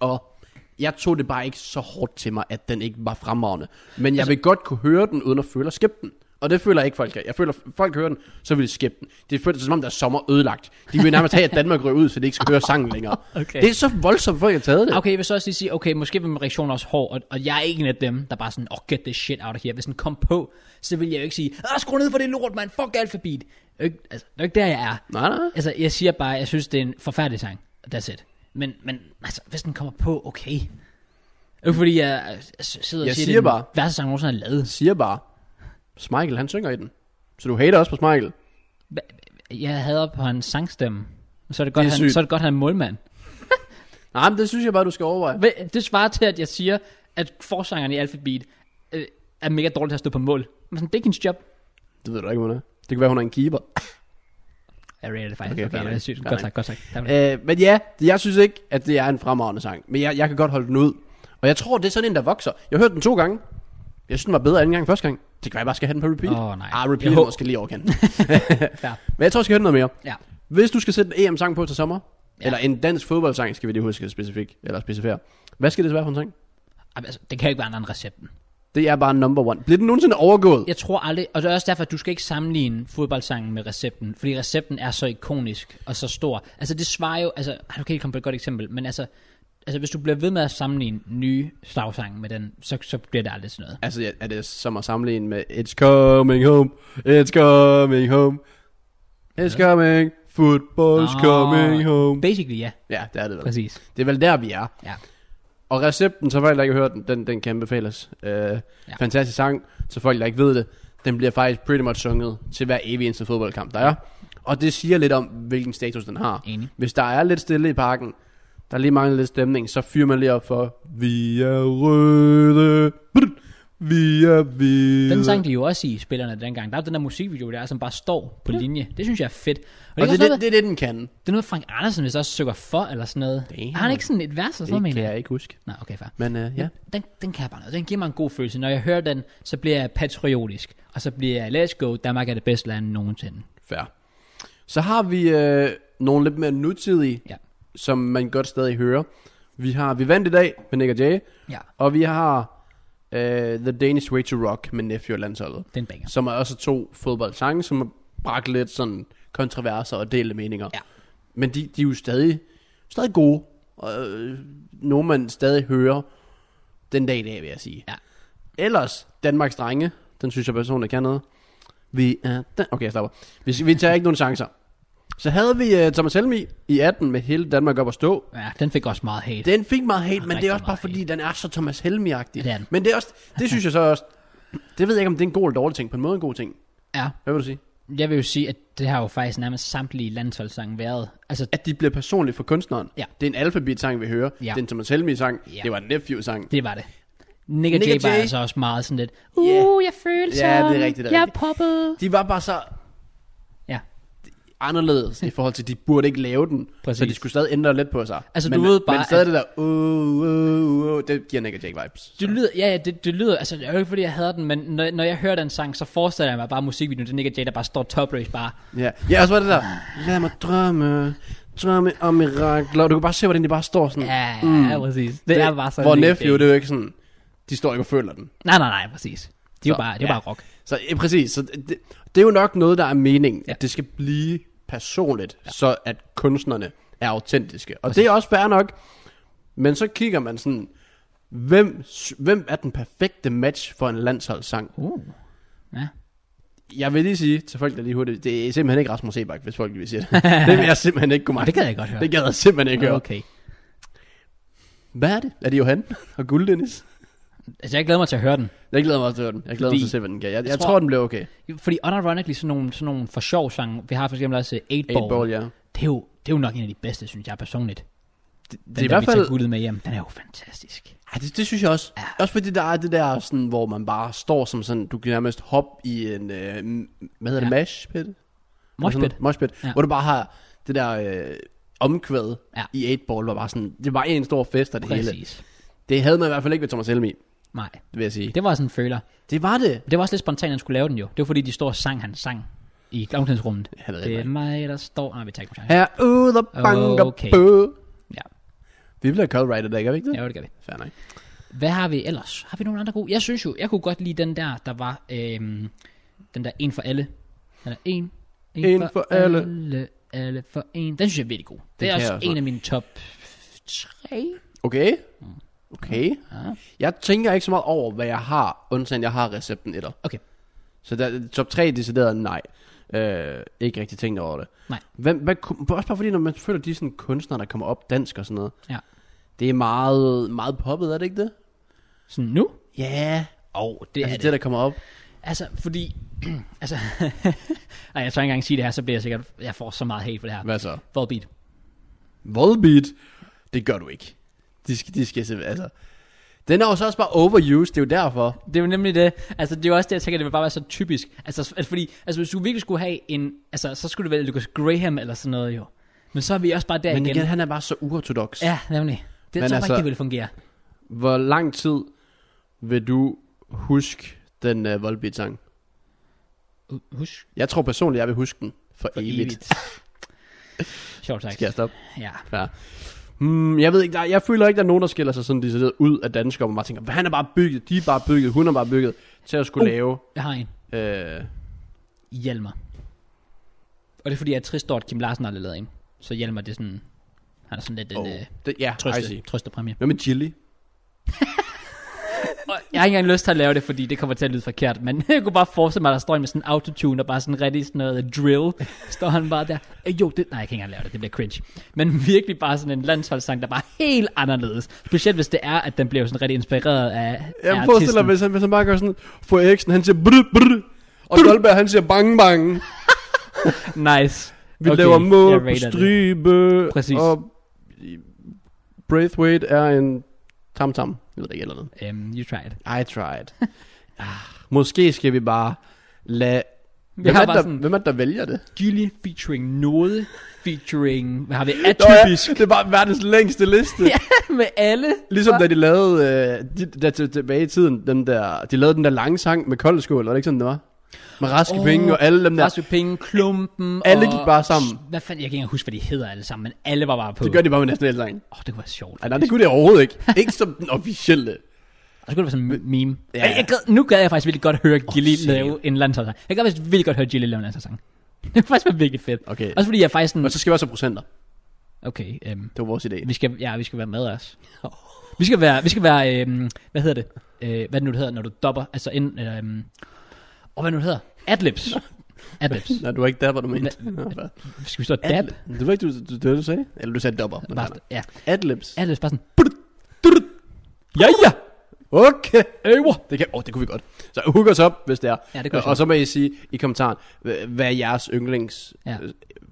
Speaker 2: Og Jeg tog det bare ikke så hårdt til mig, at den ikke var fremragende. Men jeg
Speaker 1: Altså-
Speaker 2: vil godt kunne høre den, uden at føle at skæbne den. Og det føler jeg ikke, folk gør. Jeg føler, at folk hører den, så vil de skæbne den. Det føles som om, der er sommer ødelagt. De vil nærmest have, at Danmark ryger ud, så de ikke skal høre sangen længere.
Speaker 1: Okay.
Speaker 2: Det er så voldsomt, folk har taget det.
Speaker 1: Okay, jeg vil så også lige sige, okay, måske var min reaktion også hård, og, og jeg er ikke en af dem, der bare sådan, oh, get this shit out of here. Hvis den kom på, så ville jeg jo ikke sige, ah, skru ned for det lort, man, fuck alfabet. Det er jo ikke- Altså, det er jo ikke der, jeg er.
Speaker 2: Nej, nej.
Speaker 1: Altså, jeg siger bare, jeg synes, det er en forfærdelig sang. That's it. Men, men altså, hvis den kommer på, okay. Det er jo ikke fordi, jeg, øh, jeg sidder og
Speaker 2: Jeg
Speaker 1: siger,
Speaker 2: siger
Speaker 1: det er
Speaker 2: bare-
Speaker 1: den værste sang, jeg nogensinde har lavet.
Speaker 2: Siger bare, Smeichel, han synger i den. Så du hater også på Smeichel.
Speaker 1: Jeg hader på hans sangstemme. Så er det godt,
Speaker 2: Det er
Speaker 1: han,
Speaker 2: sygt.
Speaker 1: så er det godt, han er målmand.
Speaker 2: Nej, men det synes jeg bare, du skal overveje.
Speaker 1: Hvad- Det svarer til, at jeg siger, at forsangeren i Alphabet øh, er mega dårlig til at stå på mål. Men sådan, det er ikke hendes job.
Speaker 2: Det ved du ikke, hun er. Det kan være, hun er en keeper.
Speaker 1: Jeg rater det faktisk. Okay,
Speaker 2: Okay,
Speaker 1: okay,
Speaker 2: fair
Speaker 1: okay,
Speaker 2: nok.
Speaker 1: det synes,
Speaker 2: Fair
Speaker 1: godt
Speaker 2: nok.
Speaker 1: sagt, godt sagt. Tak for det.
Speaker 2: Øh, men ja, jeg synes ikke, at det er en fremragende sang. Men jeg, jeg kan godt holde den ud. Og jeg tror, det er sådan en, der vokser. Jeg hørte den to gange. Jeg synes, den var bedre anden gang første gang. Det kan være, jeg bare skal have den på repeat.
Speaker 1: Åh, nej.
Speaker 2: Ah,
Speaker 1: Jeg
Speaker 2: repeat er
Speaker 1: håber-
Speaker 2: måske lige overkant.
Speaker 1: Fair.
Speaker 2: men jeg tror, jeg skal høre noget mere.
Speaker 1: Ja.
Speaker 2: Hvis du skal sætte en EM-sang på til sommer,
Speaker 1: Ja.
Speaker 2: ja. eller en dansk fodboldsang, skal vi lige huske specifik, eller specificere. Hvad skal det så være for en sang?
Speaker 1: Ej, men Altså, det kan jo ikke være andet end recepten.
Speaker 2: Det er bare number one. Bliver den nogensinde overgået?
Speaker 1: Jeg tror aldrig, og det er også derfor, at du skal ikke sammenligne fodboldsangen med recepten, fordi recepten er så ikonisk og så stor. Altså det svarer jo, altså, ej, du kan ikke komme på et godt eksempel, men altså, altså hvis du bliver ved med at sammenligne nye slagsange med den, så, så bliver det aldrig sådan noget.
Speaker 2: Altså, ja, er det som at sammenligne med It's coming home, it's coming home, it's coming, football's
Speaker 1: Nå.
Speaker 2: coming home.
Speaker 1: Basically ja,
Speaker 2: Ja, det er det vel.
Speaker 1: præcis.
Speaker 2: Det er vel der, vi er.
Speaker 1: Ja.
Speaker 2: Og recepten, så folk, der ikke har hørt den, den, den kan anbefales. Øh, ja. Fantastisk sang, så folk, der ikke ved det, den bliver faktisk pretty much sunget til hver evig eneste fodboldkamp, der er. Og det siger lidt om, hvilken status den har.
Speaker 1: Enig.
Speaker 2: Hvis der er lidt stille i parken, der lige mangler lidt stemning, så fyrer man lige op for, vi er røde, brr, vi er hvide.
Speaker 1: Den sang de jo også i spillerne dengang. Der er jo den der musikvideo der, som bare står på linje. Det synes jeg er fedt. Og det,
Speaker 2: Og
Speaker 1: er
Speaker 2: det,
Speaker 1: også
Speaker 2: er det,
Speaker 1: noget,
Speaker 2: det er det, den kan.
Speaker 1: det er noget, Frank Andersen hvis også synger for, eller sådan noget.
Speaker 2: Damn.
Speaker 1: Har han ikke sådan et vers eller sådan noget,
Speaker 2: Det
Speaker 1: mener
Speaker 2: kan
Speaker 1: jeg?
Speaker 2: jeg ikke huske.
Speaker 1: Nej, okay, fair.
Speaker 2: Men øh, ja,
Speaker 1: den, den kan jeg bare noget. Den giver mig en god følelse. Når jeg hører den, så bliver jeg patriotisk. Og så bliver jeg, let's go, Danmark er det bedste land nogensinde.
Speaker 2: fair. Så har vi øh, nogle lidt mere nutidige,
Speaker 1: Ja.
Speaker 2: som man godt stadig hører. Vi har Vi vandt i dag med Nick og Jay,
Speaker 1: Ja,
Speaker 2: og vi har øh, The Danish Way to Rock med Nephew og Landsholdet,
Speaker 1: den banger.
Speaker 2: som er også to fodboldsange, som har bragt lidt sådan kontroverser og delte meninger.
Speaker 1: Ja.
Speaker 2: Men de, de er jo stadig, stadig gode, og øh, nogen man stadig hører den dag i dag, vil jeg sige.
Speaker 1: Ja.
Speaker 2: Ellers, Danmarks drenge, den synes jeg personligt kan noget. Vi er Dan- Okay, jeg stopper. Vi, vi tager ikke nogen chancer. Så havde vi uh, Thomas Helmi i 18 med hele Danmark op at stå.
Speaker 1: Ja, den fik også meget hate. Det,
Speaker 2: Den fik meget hate, men det
Speaker 1: rigtig
Speaker 2: er også bare
Speaker 1: meget
Speaker 2: fordi, den er så Thomas helmi
Speaker 1: Ja, det er den.
Speaker 2: Men det er også, det synes jeg så også, det ved jeg ikke, om det er en god eller dårlig ting. På en måde en god ting.
Speaker 1: ja.
Speaker 2: Hvad vil du sige?
Speaker 1: Jeg vil jo sige, at det har jo faktisk nærmest samtlige landsholdssange været. Altså,
Speaker 2: At de bliver personlige for kunstneren.
Speaker 1: Ja.
Speaker 2: Det er en alfabet-sang, vi hører.
Speaker 1: Ja.
Speaker 2: Det er en Thomas Helmi-sang.
Speaker 1: Ja.
Speaker 2: Det var en Nephew-sang.
Speaker 1: det var det. Nick og
Speaker 2: Nick
Speaker 1: Jay
Speaker 2: og
Speaker 1: var
Speaker 2: Jay.
Speaker 1: altså også meget sådan lidt, uh,
Speaker 2: Ja.
Speaker 1: jeg følte
Speaker 2: Ja, det er
Speaker 1: som,
Speaker 2: rigtigt, det er
Speaker 1: jeg er
Speaker 2: rigtigt.
Speaker 1: poppet.
Speaker 2: De var bare så
Speaker 1: Ja,
Speaker 2: anderledes i forhold til, at de burde ikke lave den.
Speaker 1: Præcis.
Speaker 2: Så de skulle stadig ændre lidt på sig.
Speaker 1: Altså,
Speaker 2: men,
Speaker 1: du ved bare,
Speaker 2: Men stadig det der, uh, uh, uh, det giver Nick Jake vibes.
Speaker 1: Det lyder, ja, ja, det, det lyder, altså det er jo ikke fordi, jeg hader den, men når, når jeg hører den sang, så forestiller jeg mig bare musikvideoen til Nick og Jay, der bare står topløs bare.
Speaker 2: Ja, ja og så var det der, lad mig drømme, drømme om mirakler. Du kan bare se, hvordan de bare står sådan.
Speaker 1: Ja, mm. ja, præcis. Det, det er bare sådan.
Speaker 2: Hvor
Speaker 1: Nick og
Speaker 2: nephew,
Speaker 1: Jay.
Speaker 2: det er jo ikke sådan, de står ikke og føler den.
Speaker 1: Nej, nej, nej, præcis. Det er jo
Speaker 2: Så,
Speaker 1: bare, det er
Speaker 2: ja.
Speaker 1: bare rock.
Speaker 2: Så ja, præcis, så det, det er jo nok noget, der er meningen,
Speaker 1: Ja.
Speaker 2: ja. at det skal blive personligt, ja. så at kunstnerne er autentiske. Og det er også fair nok, men så kigger man sådan, hvem, hvem er den perfekte match for en landsholdssang?
Speaker 1: Uh. Ja.
Speaker 2: Jeg vil lige sige til folk, der lige hurtigt, det er simpelthen ikke Rasmus Sebak, hvis folk vil sige det. det vil jeg simpelthen ikke kunne
Speaker 1: Og
Speaker 2: magte.
Speaker 1: det gad jeg godt høre.
Speaker 2: Det gad jeg simpelthen ikke høre.
Speaker 1: Okay.
Speaker 2: Hvad er det? Er det Johan og Guld Dennis?
Speaker 1: Altså, jeg glæder mig til at høre den.
Speaker 2: Jeg glæder mig også til at høre den. Jeg glæder
Speaker 1: Fordi-
Speaker 2: mig til at se, hvad den kan. Jeg, jeg,
Speaker 1: Jeg
Speaker 2: jeg
Speaker 1: tror-
Speaker 2: tror, den bliver okay.
Speaker 1: Fordi unironically, sådan nogle, sådan nogle for sjov sange, vi har for eksempel også 8
Speaker 2: 8
Speaker 1: Ball.
Speaker 2: ball, ja.
Speaker 1: Det, er jo, det er jo nok en af de bedste, synes jeg personligt. Den
Speaker 2: Det, det
Speaker 1: der,
Speaker 2: er i hvert
Speaker 1: vi
Speaker 2: fald...
Speaker 1: tager guldet med hjem, den er jo fantastisk.
Speaker 2: Ej, det, det, synes jeg også.
Speaker 1: Ja.
Speaker 2: Ja. Også fordi der er det der, sådan, hvor man bare står som sådan... Du kan nærmest hoppe i en... Øh, m- hvad hedder det?
Speaker 1: Ja.
Speaker 2: Mash pit?
Speaker 1: Moshpit.
Speaker 2: Moshpit.
Speaker 1: Ja.
Speaker 2: Ja. Hvor du bare har det der øh, omkvæd
Speaker 1: Ja.
Speaker 2: ja. i 8 ball, hvor bare sådan... Det var en stor fest og det Præcis. hele.
Speaker 1: Præcis.
Speaker 2: Det havde man i hvert fald ikke ved Thomas Helmi,
Speaker 1: Nej,
Speaker 2: vil jeg sige. Det,
Speaker 1: det var sådan en føler.
Speaker 2: det var det.
Speaker 1: Det var også lidt spontant, at han skulle lave den jo. Det var fordi, de står og sang hans sang i omklædningsrummet.
Speaker 2: Ja, det er
Speaker 1: Det er
Speaker 2: rigtigt.
Speaker 1: mig, der står... Nej, vi tager ikke nogen chance.
Speaker 2: Herude og banker
Speaker 1: Okay.
Speaker 2: på.
Speaker 1: Ja.
Speaker 2: Det Vi bliver copyrightet der, gør vi ikke det?
Speaker 1: Ja, jo, det gør vi.
Speaker 2: Fair nok.
Speaker 1: Hvad har vi ellers? Har vi nogle andre gode? Jeg synes jo, jeg kunne godt lide den der, der var øhm, den der en for alle. Den der en, en,
Speaker 2: En for alle.
Speaker 1: alle. Alle for en. Den synes jeg er virkelig god.
Speaker 2: kan
Speaker 1: Det er
Speaker 2: jeg
Speaker 1: også,
Speaker 2: også
Speaker 1: en
Speaker 2: godt.
Speaker 1: af mine top tre.
Speaker 2: Okay. Okay.
Speaker 1: Ja.
Speaker 2: Jeg tænker ikke så meget over, hvad jeg har, undtagen jeg har recepten etter.
Speaker 1: Okay.
Speaker 2: Så der, top 3 decideret nej. Øh, ikke rigtig tænkt over det.
Speaker 1: Nej.
Speaker 2: Hvem, hvad, ku- også bare fordi, når man føler, de er sådan kunstnere, der kommer op dansk og sådan noget.
Speaker 1: Ja.
Speaker 2: Det er meget, meget poppet, er det ikke det?
Speaker 1: Sådan nu?
Speaker 2: Ja. Yeah.
Speaker 1: Åh, oh, det
Speaker 2: altså
Speaker 1: er
Speaker 2: det. det, der kommer op.
Speaker 1: Altså, fordi... altså, nej, jeg tør ikke engang sige det her, så bliver jeg sikkert... Jeg får så meget hate for det her.
Speaker 2: Hvad så?
Speaker 1: Volbeat.
Speaker 2: Volbeat, det gør du ikke. De skal, de skal se, altså. Den er jo så også bare overused, det er jo derfor.
Speaker 1: Det er jo nemlig det. Altså, det er jo også det, jeg tænker, det vil bare være så typisk. Altså, altså fordi, altså, hvis du virkelig skulle have en... Altså, så skulle det være Lucas Graham eller sådan noget, jo. Men så er vi også bare der
Speaker 2: Men igen,
Speaker 1: igen.
Speaker 2: han er bare så uortodox.
Speaker 1: Ja, nemlig. Det
Speaker 2: Men
Speaker 1: tror jeg
Speaker 2: altså-
Speaker 1: ikke, det ville fungere.
Speaker 2: Hvor lang tid vil du huske den uh, Volbeat-sang?
Speaker 1: Hu- Husk.
Speaker 2: Jeg tror personligt, jeg vil huske den for,
Speaker 1: For
Speaker 2: evigt.
Speaker 1: evigt. Sjovt sagt.
Speaker 2: Skal jeg stoppe?
Speaker 1: Ja.
Speaker 2: Ja. Hmm, jeg ved ikke, der, jeg føler ikke, der er nogen, der skiller sig sådan decideret ud af danskere, hvor man bare tænker, han er bare bygget, de er bare bygget, hun er bare bygget til at skulle
Speaker 1: Uh.
Speaker 2: lave.
Speaker 1: Jeg har en.
Speaker 2: Øh,
Speaker 1: Hjalmar. Og det er fordi, jeg er trist over, at Kim Larsen aldrig lavede en. Så Hjalmar, det er sådan... Han er sådan lidt
Speaker 2: oh,
Speaker 1: en øh,
Speaker 2: det, ja, I see.
Speaker 1: trøste, trøstepræmie.
Speaker 2: Hvad med Chili?
Speaker 1: Og jeg har ikke engang lyst til at lave det, fordi det kommer til at lyde forkert, men jeg kunne bare forestille mig, at der står en med sådan en autotune og bare sådan rigtig sådan noget drill, står han bare der. Øh, Jo, det, nej, jeg kan ikke engang lave det, det bliver cringe. Men virkelig bare sådan en landsholdssang, der bare er helt anderledes. Specielt hvis det er, at den bliver sådan rigtig inspireret af, af
Speaker 2: Jeg forestiller mig,
Speaker 1: artisten.
Speaker 2: hvis han, hvis han bare gør sådan, for Eriksen, han siger brr, brr, og Stolberg, han siger bang, bang.
Speaker 1: Nice.
Speaker 2: Vi okay,
Speaker 1: Okay,
Speaker 2: laver mål
Speaker 1: jeg
Speaker 2: på
Speaker 1: rater det.
Speaker 2: stribe.
Speaker 1: Præcis.
Speaker 2: Og Braithwaite er en tam-tam. Jeg ved det ikke eller noget.
Speaker 1: Um, you tried.
Speaker 2: I tried. Ah, Måske skal vi bare lade...
Speaker 1: Vi
Speaker 2: Hvem
Speaker 1: har
Speaker 2: er,
Speaker 1: bare
Speaker 2: der,
Speaker 1: sådan
Speaker 2: hvem er det, der vælger det?
Speaker 1: Gilly featuring Node, featuring, hvad har vi,
Speaker 2: Nå ja,
Speaker 1: Atypisk
Speaker 2: det er bare verdens længste liste. ja.
Speaker 1: med alle.
Speaker 2: Ligesom da de lavede, øh, de, der, til- tilbage i tiden, den der, de lavede den der lange sang med koldskål, var det ikke sådan, det var? Med raske
Speaker 1: Åh,
Speaker 2: oh, penge og alle dem der.
Speaker 1: Raske penge, klumpen
Speaker 2: Alle
Speaker 1: og...
Speaker 2: gik bare sammen.
Speaker 1: Hvad fanden, jeg kan ikke engang huske, hvad de hedder alle sammen, men alle var bare på.
Speaker 2: Det gør de bare med nationalsangen.
Speaker 1: Åh, oh, det kunne være sjovt.
Speaker 2: Ej, nej, det kunne det overhovedet ikke. ikke som den officielle.
Speaker 1: Og så kunne det være sådan en meme.
Speaker 2: Ja.
Speaker 1: Ja. Jeg, jeg gad, nu gad jeg faktisk virkelig godt høre Gilly oh,
Speaker 2: shit.
Speaker 1: lave en landsholdssang. Jeg gad faktisk virkelig godt høre Gilly lave en landsholdssang. Det kunne faktisk være virkelig fedt.
Speaker 2: Okay.
Speaker 1: Også fordi jeg faktisk sådan,
Speaker 2: Og så skal vi også have procenter.
Speaker 1: okay, øhm,
Speaker 2: Det var vores idé.
Speaker 1: vi, skal, ja, vi skal være med os. Vi skal være, vi skal være øhm, hvad hedder det? Øh, hvad er det nu, det hedder, når du dopper? Altså ind, øhm, og hvad er det nu, det hedder? Adlibs. Adlibs.
Speaker 2: Nej, du var ikke der, hvor du mente.
Speaker 1: Skal vi stå og dab?
Speaker 2: Adlib. Det var ikke, du, du, det, var det, du sagde? Eller du sagde dopper. Men
Speaker 1: Bare,
Speaker 2: nej,
Speaker 1: ja,
Speaker 2: nej. Adlibs.
Speaker 1: Adlibs bare sådan.
Speaker 2: Ja, ja! Okay.
Speaker 1: Øver!
Speaker 2: Det, kan, oh, det kunne vi godt. Så hook os op, hvis det er.
Speaker 1: Ja, det kunne jeg
Speaker 2: og så må I sige i kommentaren, hva- hvad jeres yndlings ja.
Speaker 1: Ja.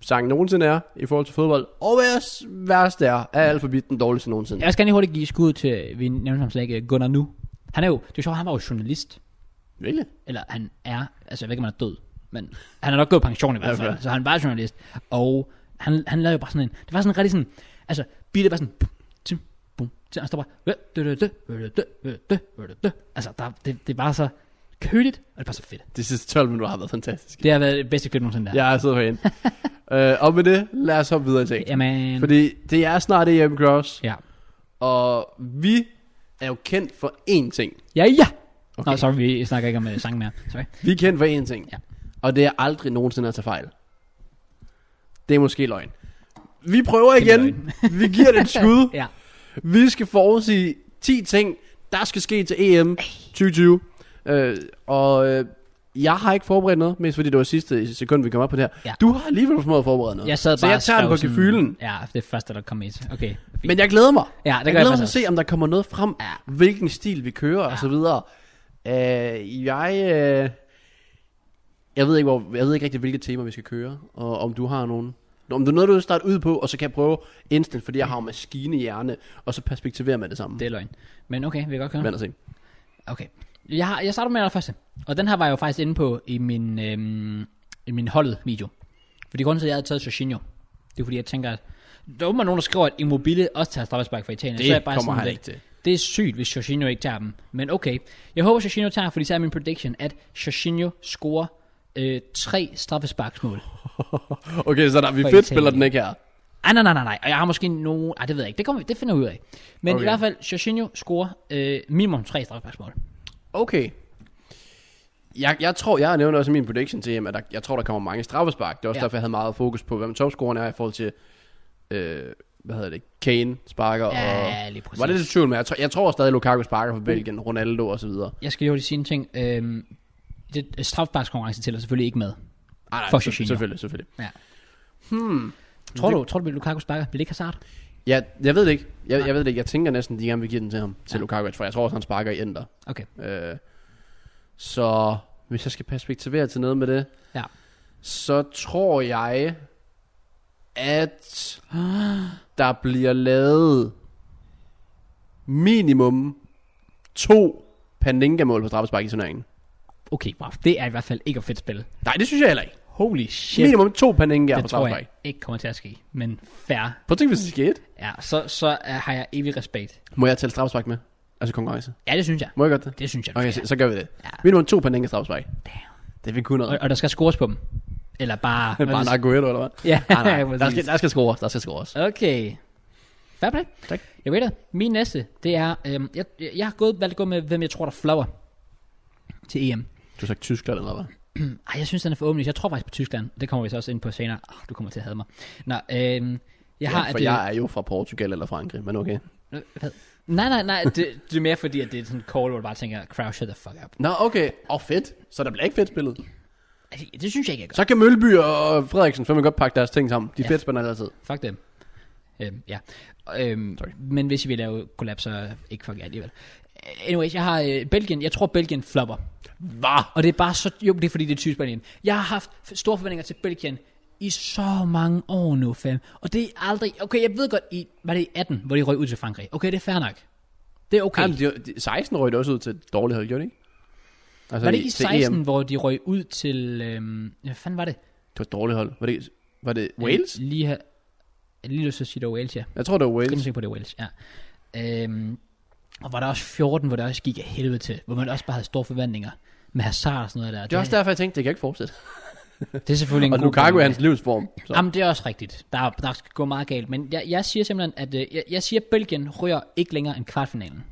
Speaker 2: sang nogensinde er i forhold til fodbold, og hvad jeres værste er. Er alfabet den dårligste nogensinde?
Speaker 1: Jeg skal gerne lige hurtigt give skud til, vi nævnte ham slet ikke, Gunnar Nu. Han er jo, det er jo sjovt, han var jo journalist.
Speaker 2: Virkelig?
Speaker 1: eller han er, altså jeg ved ikke, om han er død, men han er nok gået pension i hvert
Speaker 2: Ja, fair.
Speaker 1: fald, så han var journalist, og han, han lavede jo bare sådan en, det var sådan rigtig sådan, altså beatet var sådan, pum, tim, bum, tim, og så bare, øh, dø, dø, dø, øh, dø, øh, dø, øh, dø. altså der, det, det er bare så køligt, og det er bare så fedt.
Speaker 2: De sidste 12 minutter har været fantastisk.
Speaker 1: Det har været det bedste klip nogensinde der.
Speaker 2: Jeg har siddet herinde. øh, og med det, lad os hoppe videre til.
Speaker 1: Jamen,
Speaker 2: Fordi det er snart EM Cross,
Speaker 1: ja.
Speaker 2: og vi er jo kendt for én ting.
Speaker 1: Ja, ja!
Speaker 2: Okay.
Speaker 1: Okay. Nå, sorry, vi snakker ikke om uh, sangen mere. Sorry.
Speaker 2: Vi er kendt for én ting,
Speaker 1: Ja.
Speaker 2: ja. og det er aldrig nogensinde at tage fejl. Det er måske løgn. Vi prøver igen. vi giver det et skud.
Speaker 1: Ja.
Speaker 2: Vi skal forudsige 10 ting, der skal ske til E EM 2020. Øh, og øh, jeg har ikke forberedt noget, mest fordi det var sidste sekund, vi kom op på det her.
Speaker 1: Ja.
Speaker 2: Du har alligevel formået at forberede noget.
Speaker 1: Jeg sad bare
Speaker 2: så jeg
Speaker 1: og
Speaker 2: tager den
Speaker 1: skrev
Speaker 2: på
Speaker 1: sådan-
Speaker 2: gefylen.
Speaker 1: Ja, det er første, der kom ind. Okay. fint.
Speaker 2: Men jeg glæder mig.
Speaker 1: ja, det
Speaker 2: jeg
Speaker 1: gør jeg,
Speaker 2: glæder mig til at
Speaker 1: faktisk også.
Speaker 2: se, om der kommer noget frem, ja.
Speaker 1: Ja.
Speaker 2: hvilken stil vi kører ja.
Speaker 1: Ja.
Speaker 2: og så videre. Øh, jeg, øh, jeg ved ikke hvor, jeg ved ikke rigtig hvilke temaer vi skal køre, og om du har nogen. Om du er noget du vil starte ud på, og så kan jeg prøve instant, fordi jeg har jo maskinehjerne, og så perspektiverer med det samme.
Speaker 1: Det er løgn. Men okay, vi kan godt køre.
Speaker 2: Vand og se.
Speaker 1: Okay. Jeg, har, jeg starter med den allerførste. Og den her var jeg jo faktisk inde på i min, øhm, i min holdet video. Fordi grunden til, at jeg havde taget Jorginho, det er fordi, jeg tænker, at der er åbenbart nogen, der skriver, at Immobile også tager straffespark for Italien.
Speaker 2: Det
Speaker 1: så er jeg bare
Speaker 2: kommer
Speaker 1: sådan
Speaker 2: han
Speaker 1: lidt,
Speaker 2: ikke til.
Speaker 1: Det er sygt, hvis Jorginho ikke tager dem. Men okay. Jeg håber, Jorginho tager, fordi så er min prediction, at Jorginho scorer øh, tre straffesparksmål.
Speaker 2: Okay, så der, vi
Speaker 1: For
Speaker 2: fedt
Speaker 1: Italien.
Speaker 2: spiller den ikke her.
Speaker 1: Ej, Ah, nej, nej, nej, nej. Og jeg har måske nogen... Ej, det ved jeg ikke. Det, kommer, vi- det finder vi ud af. Men okay.
Speaker 2: Okay.
Speaker 1: i hvert fald, Jorginho scorer øh, minimum tre strafbærsmål.
Speaker 2: Okay. Jeg, jeg tror, jeg nævnte også i min prediction til ham, at der, jeg tror, der kommer mange straffespark. Det er også
Speaker 1: Ja.
Speaker 2: ja. derfor, jeg havde meget fokus på, hvem topscoreren er i forhold til, øh, hvad hedder det, Kane sparker.
Speaker 1: Ja,
Speaker 2: og,
Speaker 1: lige præcis.
Speaker 2: var det lidt i tvivl med? Jeg, tror, jeg tror stadig, Lukaku sparker
Speaker 1: Mm.
Speaker 2: for Belgien, Ronaldo og så videre.
Speaker 1: Jeg skal jo lige sige en ting. Øh, det, strafbarskonkurrence tæller selvfølgelig ikke med.
Speaker 2: Ej, nej,
Speaker 1: For
Speaker 2: selv-
Speaker 1: Jorginho.
Speaker 2: Selvfølgelig, selvfølgelig.
Speaker 1: Ja.
Speaker 2: Hmm.
Speaker 1: Tror du, tror du, at Lukaku sparker? Bliver det ikke Hazard?
Speaker 2: Ja, jeg ved det ikke. Jeg,
Speaker 1: Nej.
Speaker 2: jeg ved det ikke. Jeg tænker næsten, de gerne vil give den til ham, til
Speaker 1: Ja.
Speaker 2: ja. Lukaku, for jeg tror også, han sparker i ender.
Speaker 1: Okay.
Speaker 2: Øh, så hvis jeg skal perspektivere til noget med det,
Speaker 1: Ja.
Speaker 2: så tror jeg, at der bliver lavet minimum to Panenka-mål på straffespark i turneringen.
Speaker 1: Okay, wow. Det er i hvert fald ikke et fedt spil.
Speaker 2: Nej, det synes jeg heller ikke.
Speaker 1: Holy shit.
Speaker 2: Shit. Minimum to Panenka på
Speaker 1: det tror jeg
Speaker 2: straffespark.
Speaker 1: ikke kommer til at ske. Men fair.
Speaker 2: Prøv at tænke, hvis det skete.
Speaker 1: Ja, så, så uh, har jeg evig respekt.
Speaker 2: Må jeg tælle straffespark med? Altså konkurrence.
Speaker 1: Ja, det synes jeg.
Speaker 2: Må jeg godt det?
Speaker 1: Det synes jeg, du
Speaker 2: Okay,
Speaker 1: okay,
Speaker 2: så,
Speaker 1: skal.
Speaker 2: så gør vi det.
Speaker 1: Ja.
Speaker 2: Minimum to Panenka straffespark.
Speaker 1: Damn.
Speaker 2: Det fik kun noget.
Speaker 1: Og, og der skal scores på dem. Eller bare...
Speaker 2: Bare en Aguero, eller hvad?
Speaker 1: Ja,
Speaker 2: Nej, nej. Der
Speaker 1: præcis.
Speaker 2: skal, der skal scores, der skal scores.
Speaker 1: Okay. Fair play.
Speaker 2: Tak.
Speaker 1: Jeg ved det. Min næste, det er... Øhm, jeg, jeg har gået, valgt at gå med, hvem jeg tror, der flopper til EM.
Speaker 2: Du har sagt Tyskland, eller hvad?
Speaker 1: Ej, jeg synes, den er for åbenlig. Jeg tror faktisk på Tyskland. Det kommer vi så også ind på senere. Oh, du kommer til at hade mig. Nå, øhm, jeg har...
Speaker 2: ja,
Speaker 1: at
Speaker 2: for
Speaker 1: det-
Speaker 2: jeg er jo fra Portugal eller Frankrig, men okay.
Speaker 1: Hvad? Nej, nej, nej. Det, det er mere fordi, at det er sådan en call, hvor du bare tænker, crowd, shut the fuck up.
Speaker 2: Nå, okay. Og fedt. Så der bliver ikke fedt spillet.
Speaker 1: Altså, det synes jeg ikke, jeg gør.
Speaker 2: Så kan Mølby og Frederiksen fandme godt pakke deres ting sammen. De
Speaker 1: Ja.
Speaker 2: ja. fedt spænder altid.
Speaker 1: Fuck dem. Øhm, ja. Øhm,
Speaker 2: Sorry.
Speaker 1: men hvis I vil lave kollaps, så ikke fuck jer alligevel. Anyways, jeg har øh, Belgien. Jeg tror, Belgien flopper.
Speaker 2: Hvad?
Speaker 1: Og det er bare så... Jo, det er fordi, det er tysk Belgien. Jeg har haft f- store forventninger til Belgien i så mange år nu, fam. Og det er aldrig... Okay, jeg ved godt, i, var det i 18, hvor de røg ud til Frankrig. Okay, det er fair nok. Det er okay.
Speaker 2: Jamen, de, de, 16 røg det også ud til et dårligt hold, gjorde de ikke? Altså,
Speaker 1: var det ikke i
Speaker 2: til
Speaker 1: 16,
Speaker 2: EM.
Speaker 1: hvor de røg ud til... Øhm, hvad fanden var det?
Speaker 2: Det var et dårligt hold. Var det, var det Wales?
Speaker 1: Øh, Lige her. Jeg er lige lyst til at sige, det var Wales, ja.
Speaker 2: Jeg tror, det var
Speaker 1: Jeg er
Speaker 2: Wales.
Speaker 1: sikker på, det var Wales, ja. Øhm, og var der også 14, hvor det også gik af helvede til, hvor man også bare havde store forventninger med Hazard og sådan noget der.
Speaker 2: Det er også derfor, jeg tænkte, det kan ikke fortsætte.
Speaker 1: det er selvfølgelig en
Speaker 2: Og
Speaker 1: god
Speaker 2: Lukaku
Speaker 1: pointe.
Speaker 2: er hans livsform. Så.
Speaker 1: Jamen, det er også rigtigt. Der, der skal gå meget galt. Men jeg, jeg siger simpelthen, at øh, jeg, jeg siger, at Belgien rører ikke længere end kvartfinalen.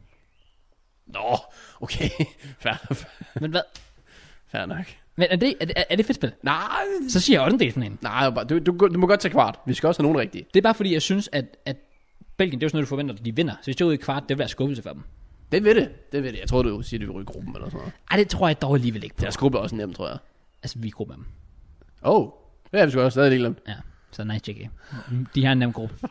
Speaker 2: Nå, okay. Fair,
Speaker 1: Men hvad?
Speaker 2: fair nok.
Speaker 1: Men er det, er, det- er det fedt spil?
Speaker 2: Nej,
Speaker 1: Så siger jeg også en delfinalen.
Speaker 2: nej bare- du, du, du må godt tage kvart. Vi skal også have nogen rigtige.
Speaker 1: Det er bare fordi, jeg synes, at, at Belgien, det er jo sådan noget, du forventer, at de vinder. Så hvis de er ude i kvart, det vil være skuffelse for dem.
Speaker 2: Det ved det. Det ved det. Jeg tror, du siger, at vi ryger i gruppen eller sådan noget.
Speaker 1: Ej, det tror jeg dog alligevel ikke på.
Speaker 2: Deres gruppe er også nem, tror jeg.
Speaker 1: Altså, vi er i gruppe med dem.
Speaker 2: Oh, det er vi sgu også stadig ikke glemt.
Speaker 1: Ja, så nice, JK. De har en nem gruppe. Du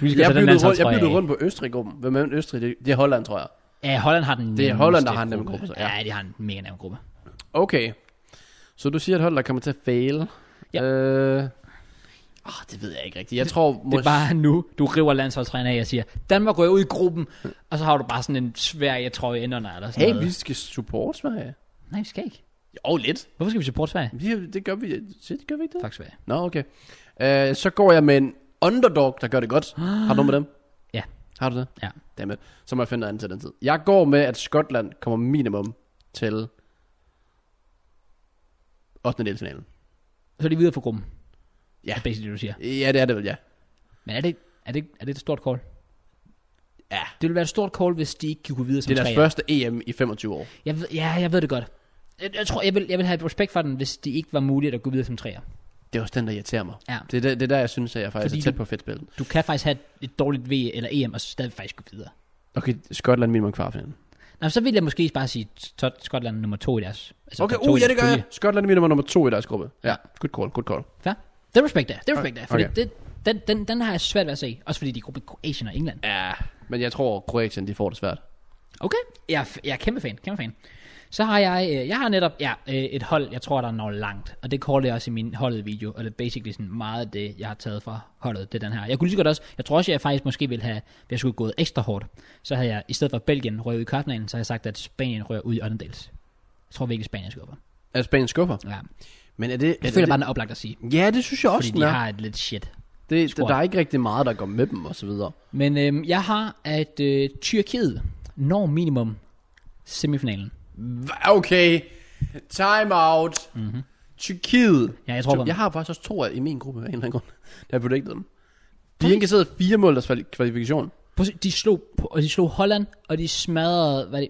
Speaker 1: skal
Speaker 2: Jeg
Speaker 1: tage den
Speaker 2: byttede rundt, jeg
Speaker 1: landsholdstrøje
Speaker 2: byttede
Speaker 1: af.
Speaker 2: rundt på Østrig-gruppen. Hvem er Østrig? Det, det er Holland, tror jeg.
Speaker 1: Ja, Holland har den
Speaker 2: Det er
Speaker 1: nemmeste
Speaker 2: Holland, der har en nem gruppe, så
Speaker 1: ja.
Speaker 2: ja.
Speaker 1: ja, de har en mega nem gruppe.
Speaker 2: Okay. Så du siger, at Holland kommer til at fail.
Speaker 1: Ja.
Speaker 2: Øh, oh, det ved jeg ikke rigtigt. Jeg tror...
Speaker 1: Det er bare nu, du river landsholdstræneren af og siger, Danmark går ud i gruppen, og så har du bare sådan en Sverige trøje inderne eller sådan
Speaker 2: Hey,
Speaker 1: noget.
Speaker 2: vi skal support Sverige.
Speaker 1: Nej, vi skal ikke.
Speaker 2: Jo, lidt.
Speaker 1: Hvorfor skal vi supporte Sverige?
Speaker 2: Det, det gør vi, det gør vi ikke det.
Speaker 1: Fuck Sverige.
Speaker 2: Nå, okay. Øh, så går jeg med en underdog, der gør det godt. Har du noget med dem?
Speaker 1: Ja.
Speaker 2: Har du det?
Speaker 1: Ja.
Speaker 2: Dammit. Så må jeg finde noget andet til den tid. Jeg går med, at Skotland kommer minimum til 8. delsfinalen.
Speaker 1: Så er de videre fra gruppen.
Speaker 2: Ja.
Speaker 1: Det er basically det, du siger.
Speaker 2: Ja, det er det vel, ja.
Speaker 1: Men er det, er det, er det et stort call?
Speaker 2: Ja.
Speaker 1: Det ville være et stort call, hvis de ikke kunne gå videre som
Speaker 2: Det er deres
Speaker 1: treer.
Speaker 2: første EM i 25 år.
Speaker 1: Jeg ved, ja, jeg ved det godt. Jeg, jeg tror, jeg vil, jeg vil have respekt for den, hvis det ikke var muligt at gå videre som træer.
Speaker 2: Det er også den, der irriterer mig.
Speaker 1: Ja.
Speaker 2: Det er der, det er der jeg synes, at jeg faktisk
Speaker 1: Fordi
Speaker 2: Fordi er tæt
Speaker 1: du-
Speaker 2: på fedtspillet.
Speaker 1: Du kan faktisk have et- et dårligt V eller EM, og så stadig faktisk gå videre.
Speaker 2: Okay, Skotland minimum kvartfinalen.
Speaker 1: Nå, så vil jeg måske bare sige Tot- Skotland nummer to i deres. Altså
Speaker 2: Okay,
Speaker 1: top to i
Speaker 2: uh, ja,
Speaker 1: deres
Speaker 2: det gør jeg.
Speaker 1: pulje.
Speaker 2: Skotland er minimum nummer to i deres gruppe. Ja, good call, good call.
Speaker 1: Fair. Det respekter jeg, det respekter jeg. Fordi
Speaker 2: Okay.
Speaker 1: det, den, den, den har jeg svært ved at se. Også fordi de er gruppe Kroatien og England.
Speaker 2: Ja, men jeg tror, Kroatien, de får det svært.
Speaker 1: Okay, jeg, er f- jeg er kæmpe fan, kæmpe fan. Så har jeg, øh, jeg har netop ja, øh, et hold, jeg tror, der når langt. Og det callede jeg også i min holdet video. Og det er basically sådan meget af det, jeg har taget fra holdet, det er den her. Jeg kunne lige så godt også, jeg tror også, jeg faktisk måske ville have, hvis jeg skulle gået ekstra hårdt. Så havde jeg, i stedet for at Belgien røg ud i kvartfinalen, så havde jeg sagt, at Spanien rører ud i åndendels. Jeg tror virkelig, Spanien skubber.
Speaker 2: Er Spanien skuffer?
Speaker 1: Ja.
Speaker 2: Men er det... Er
Speaker 1: Jeg føler
Speaker 2: det,
Speaker 1: bare, den er oplagt at sige.
Speaker 2: Ja, det synes jeg også,
Speaker 1: Fordi
Speaker 2: den
Speaker 1: de
Speaker 2: er.
Speaker 1: har et lidt shit.
Speaker 2: Det,
Speaker 1: Squad.
Speaker 2: der er ikke rigtig meget, der går med dem og så videre.
Speaker 1: Men øhm, jeg har, at øh, Tyrkiet når minimum semifinalen.
Speaker 2: Okay, time out. Mm-hmm. Tyrkiet.
Speaker 1: Ja, jeg tror på
Speaker 2: jeg
Speaker 1: dem.
Speaker 2: har faktisk også to af i min gruppe af en eller anden grund. Der har predicted dem. De indkasserede fire mål deres kvali- kvalifikation.
Speaker 1: Prøv at se, De slog, på- og de slog Holland, og de smadrede, hvad er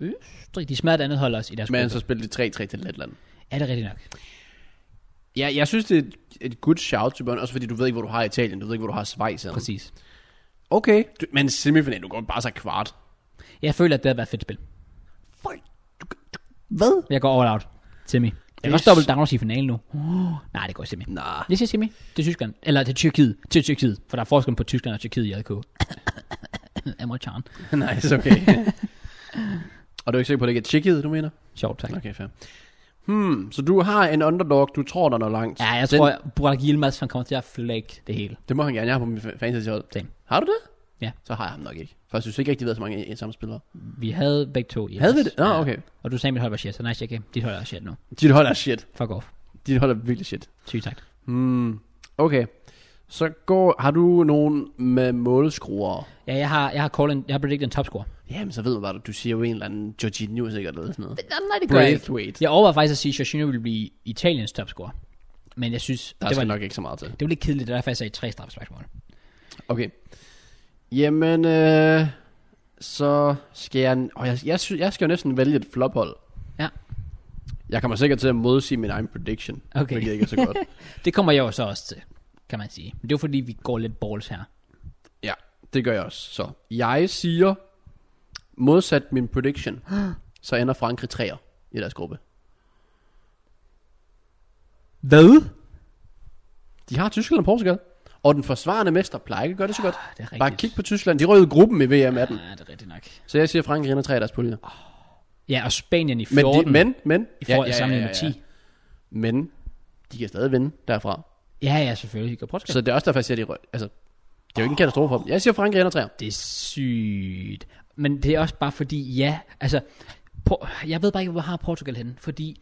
Speaker 1: det, Østrig? De smadrede et andet hold også i deres gruppe.
Speaker 2: Men så spillede de 3-3 til Letland.
Speaker 1: Er det rigtigt nok?
Speaker 2: Ja, jeg synes, det er et, et good shout til børn, også fordi du ved ikke, hvor du har Italien, du ved ikke, hvor du har Schweiz. eller-
Speaker 1: Præcis.
Speaker 2: Okay. Du, men semifinal, du går bare så kvart.
Speaker 1: Jeg føler, at det har været et fedt spil.
Speaker 2: Hvad?
Speaker 1: Jeg går all out. Semi. Jeg kan
Speaker 2: Det
Speaker 1: også
Speaker 2: er
Speaker 1: dobbelt down i finalen nu. Oh, nej, det går i semi.
Speaker 2: Nej.
Speaker 1: Jeg siger semi til Tyskland. Eller til Tyrkiet. Til Tyrkiet. For der er forskel på Tyskland og Tyrkiet i ADK. Amerikan.
Speaker 2: nice, okay. Og du er ikke sikker på, at det ikke er Tjekkiet, du mener?
Speaker 1: Sjovt, tak.
Speaker 2: Okay, fair. Hmm, så du har en underdog, du tror, der er noget langt.
Speaker 1: Ja, jeg
Speaker 2: Den-
Speaker 1: tror, at Burak Yilmaz, han kommer til at flække det hele.
Speaker 2: Det må han gerne. Jeg har på min fa- fantasyhold.
Speaker 1: Same.
Speaker 2: Har du det?
Speaker 1: Ja.
Speaker 2: Så har jeg ham nok ikke. For jeg synes ikke rigtig, de ved så mange i, i samme spillere.
Speaker 1: Vi havde begge to Yilmaz.
Speaker 2: Havde vi det? Nå,
Speaker 1: Ja.
Speaker 2: okay.
Speaker 1: Og du sagde, at mit hold var shit, så nej, jeg ikke. Dit hold er shit nu.
Speaker 2: Dit hold er shit.
Speaker 1: Fuck off.
Speaker 2: Dit hold er virkelig shit.
Speaker 1: Sygt tak.
Speaker 2: Hmm, okay. Så går, har du nogen med målskruer?
Speaker 1: Ja, jeg har, jeg har, call en, jeg har predicted en topscore.
Speaker 2: Jamen, så ved du bare, du siger jo en eller anden Jorginho sikkert eller sådan noget.
Speaker 1: Nej, det
Speaker 2: Braithwaite.
Speaker 1: Jeg overvejede faktisk at sige, at Jorginho ville blive Italiens topscorer. Men jeg synes,
Speaker 2: Der
Speaker 1: det var,
Speaker 2: skal nok ikke så meget til.
Speaker 1: det var lidt kedeligt, det er derfor jeg sagde tre straffesparksmål.
Speaker 2: Okay. Jamen, øh, så skal jeg... Og jeg, jeg, sy- jeg skal jo næsten vælge et flophold.
Speaker 1: Ja.
Speaker 2: Jeg kommer sikkert til at modsige min egen prediction,
Speaker 1: Okay.
Speaker 2: hvilket ikke er så godt.
Speaker 1: Det kommer jeg jo så også til, kan man sige. Men det er jo fordi, vi går lidt balls her.
Speaker 2: ja, det gør jeg også. Så jeg siger, modsat min prediction, så ender Frankrig træer i deres gruppe.
Speaker 1: Hvad?
Speaker 2: De har Tyskland og Portugal, og den forsvarende mester plejer ikke at gøre det så godt.
Speaker 1: Ah, Det er rigtigt.
Speaker 2: Bare kig på Tyskland, de rød gruppen i VM18.
Speaker 1: Ja, det er rigtigt nok.
Speaker 2: Så jeg siger, Frankrig ender træer i deres pulje.
Speaker 1: Ja, og Spanien i 14
Speaker 2: Men, de, men, men,
Speaker 1: i forhold til sammenlignet med 10.
Speaker 2: men, de kan stadig vinde derfra.
Speaker 1: Ja, ja, selvfølgelig. Går Portugal.
Speaker 2: Så det er også derfor, jeg siger, de røg. Altså, det er jo ikke en katastrofe for dem. Jeg siger Frankrig ender træer.
Speaker 1: Det er sygt. Men det er også bare fordi, ja, altså, på, jeg ved bare ikke, hvor har Portugal henne, fordi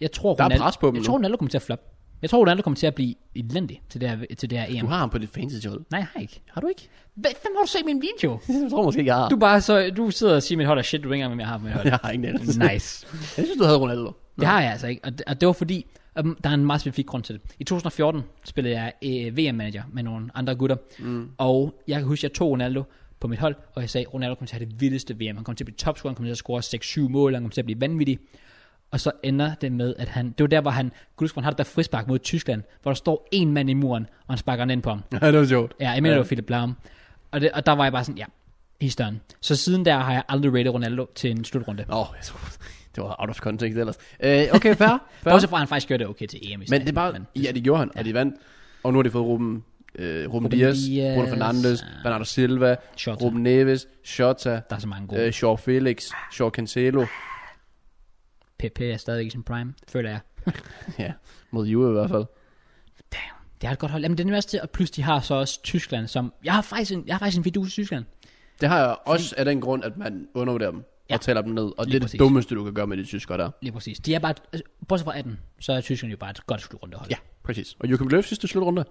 Speaker 1: jeg tror,
Speaker 2: Der er
Speaker 1: Ronaldo,
Speaker 2: pres på dem
Speaker 1: jeg
Speaker 2: nu.
Speaker 1: tror, Ronaldo kommer til at flop. Jeg tror, Ronaldo kommer til at blive elendig til det her, til det her EM.
Speaker 2: Du har ham på dit fantasyhold.
Speaker 1: Nej, jeg har ikke.
Speaker 2: Har du ikke?
Speaker 1: Hvad fanden har du set min video?
Speaker 2: Jeg tror måske ikke, jeg har.
Speaker 1: Du er bare så, du sidder og siger, mit hold er shit, du ved ikke engang, hvem jeg har på mit hold.
Speaker 2: Jeg har ingen anelse.
Speaker 1: Nice.
Speaker 2: Jeg synes, du havde Ronaldo.
Speaker 1: Det har jeg altså ikke, og det, og det var fordi, um, der er en meget specifik grund til det. I 2014 spillede jeg øh, VM-manager med nogle andre gutter, mm. og jeg kan huske, jeg tog Ronaldo på mit hold, og jeg sagde, Ronaldo kommer til at have det vildeste VM. Han kommer til at blive topscorer, han kommer til at score 6-7 mål, han kommer til at blive vanvittig. Og så ender det med, at han, det var der, hvor han, Gudskron har det der frispark mod Tyskland, hvor der står en mand i muren, og han sparker den ind på ham.
Speaker 2: Ja, det var sjovt.
Speaker 1: Ja, jeg mener, det var Philip Lahm. Og, det, og der var jeg bare sådan, ja, he's done. Så siden der har jeg aldrig rated Ronaldo til en slutrunde.
Speaker 2: Nå, jeg tror, det var out of context ellers. Øh, okay, fair. fair.
Speaker 1: Bortset fra, at han faktisk gjorde det okay til EM. i
Speaker 2: Men
Speaker 1: Spanien,
Speaker 2: det er bare, ja, det gjorde han, og de vandt. Og nu har de fået Ruben, øh, Ruben Dias,
Speaker 1: Dias,
Speaker 2: Bruno Fernandes,
Speaker 1: ja.
Speaker 2: Bernardo Silva,
Speaker 1: Shota.
Speaker 2: Ruben Neves, Shota,
Speaker 1: Der er så mange gode.
Speaker 2: øh,
Speaker 1: Øh,
Speaker 2: Shaw Felix, Shaw Cancelo.
Speaker 1: PP er stadig i sin prime, føler jeg.
Speaker 2: ja, mod Juve i hvert fald.
Speaker 1: Damn. Det er et godt hold. Jamen, det er nemlig også det, og plus de har så også Tyskland, som... Jeg har faktisk en, jeg har faktisk en video til Tyskland.
Speaker 2: Det har jeg også af den grund, at man undervurderer dem ja.
Speaker 1: Ja.
Speaker 2: og tæller dem ned. Og det
Speaker 1: Lige
Speaker 2: er det
Speaker 1: præcis.
Speaker 2: dummeste, du kan gøre med de tyskere der.
Speaker 1: Lige præcis. De er bare... Altså, bortset fra 18, så er Tyskland jo bare et godt slutrundehold.
Speaker 2: Ja, præcis. Og Joachim Löw sidste slutrunde.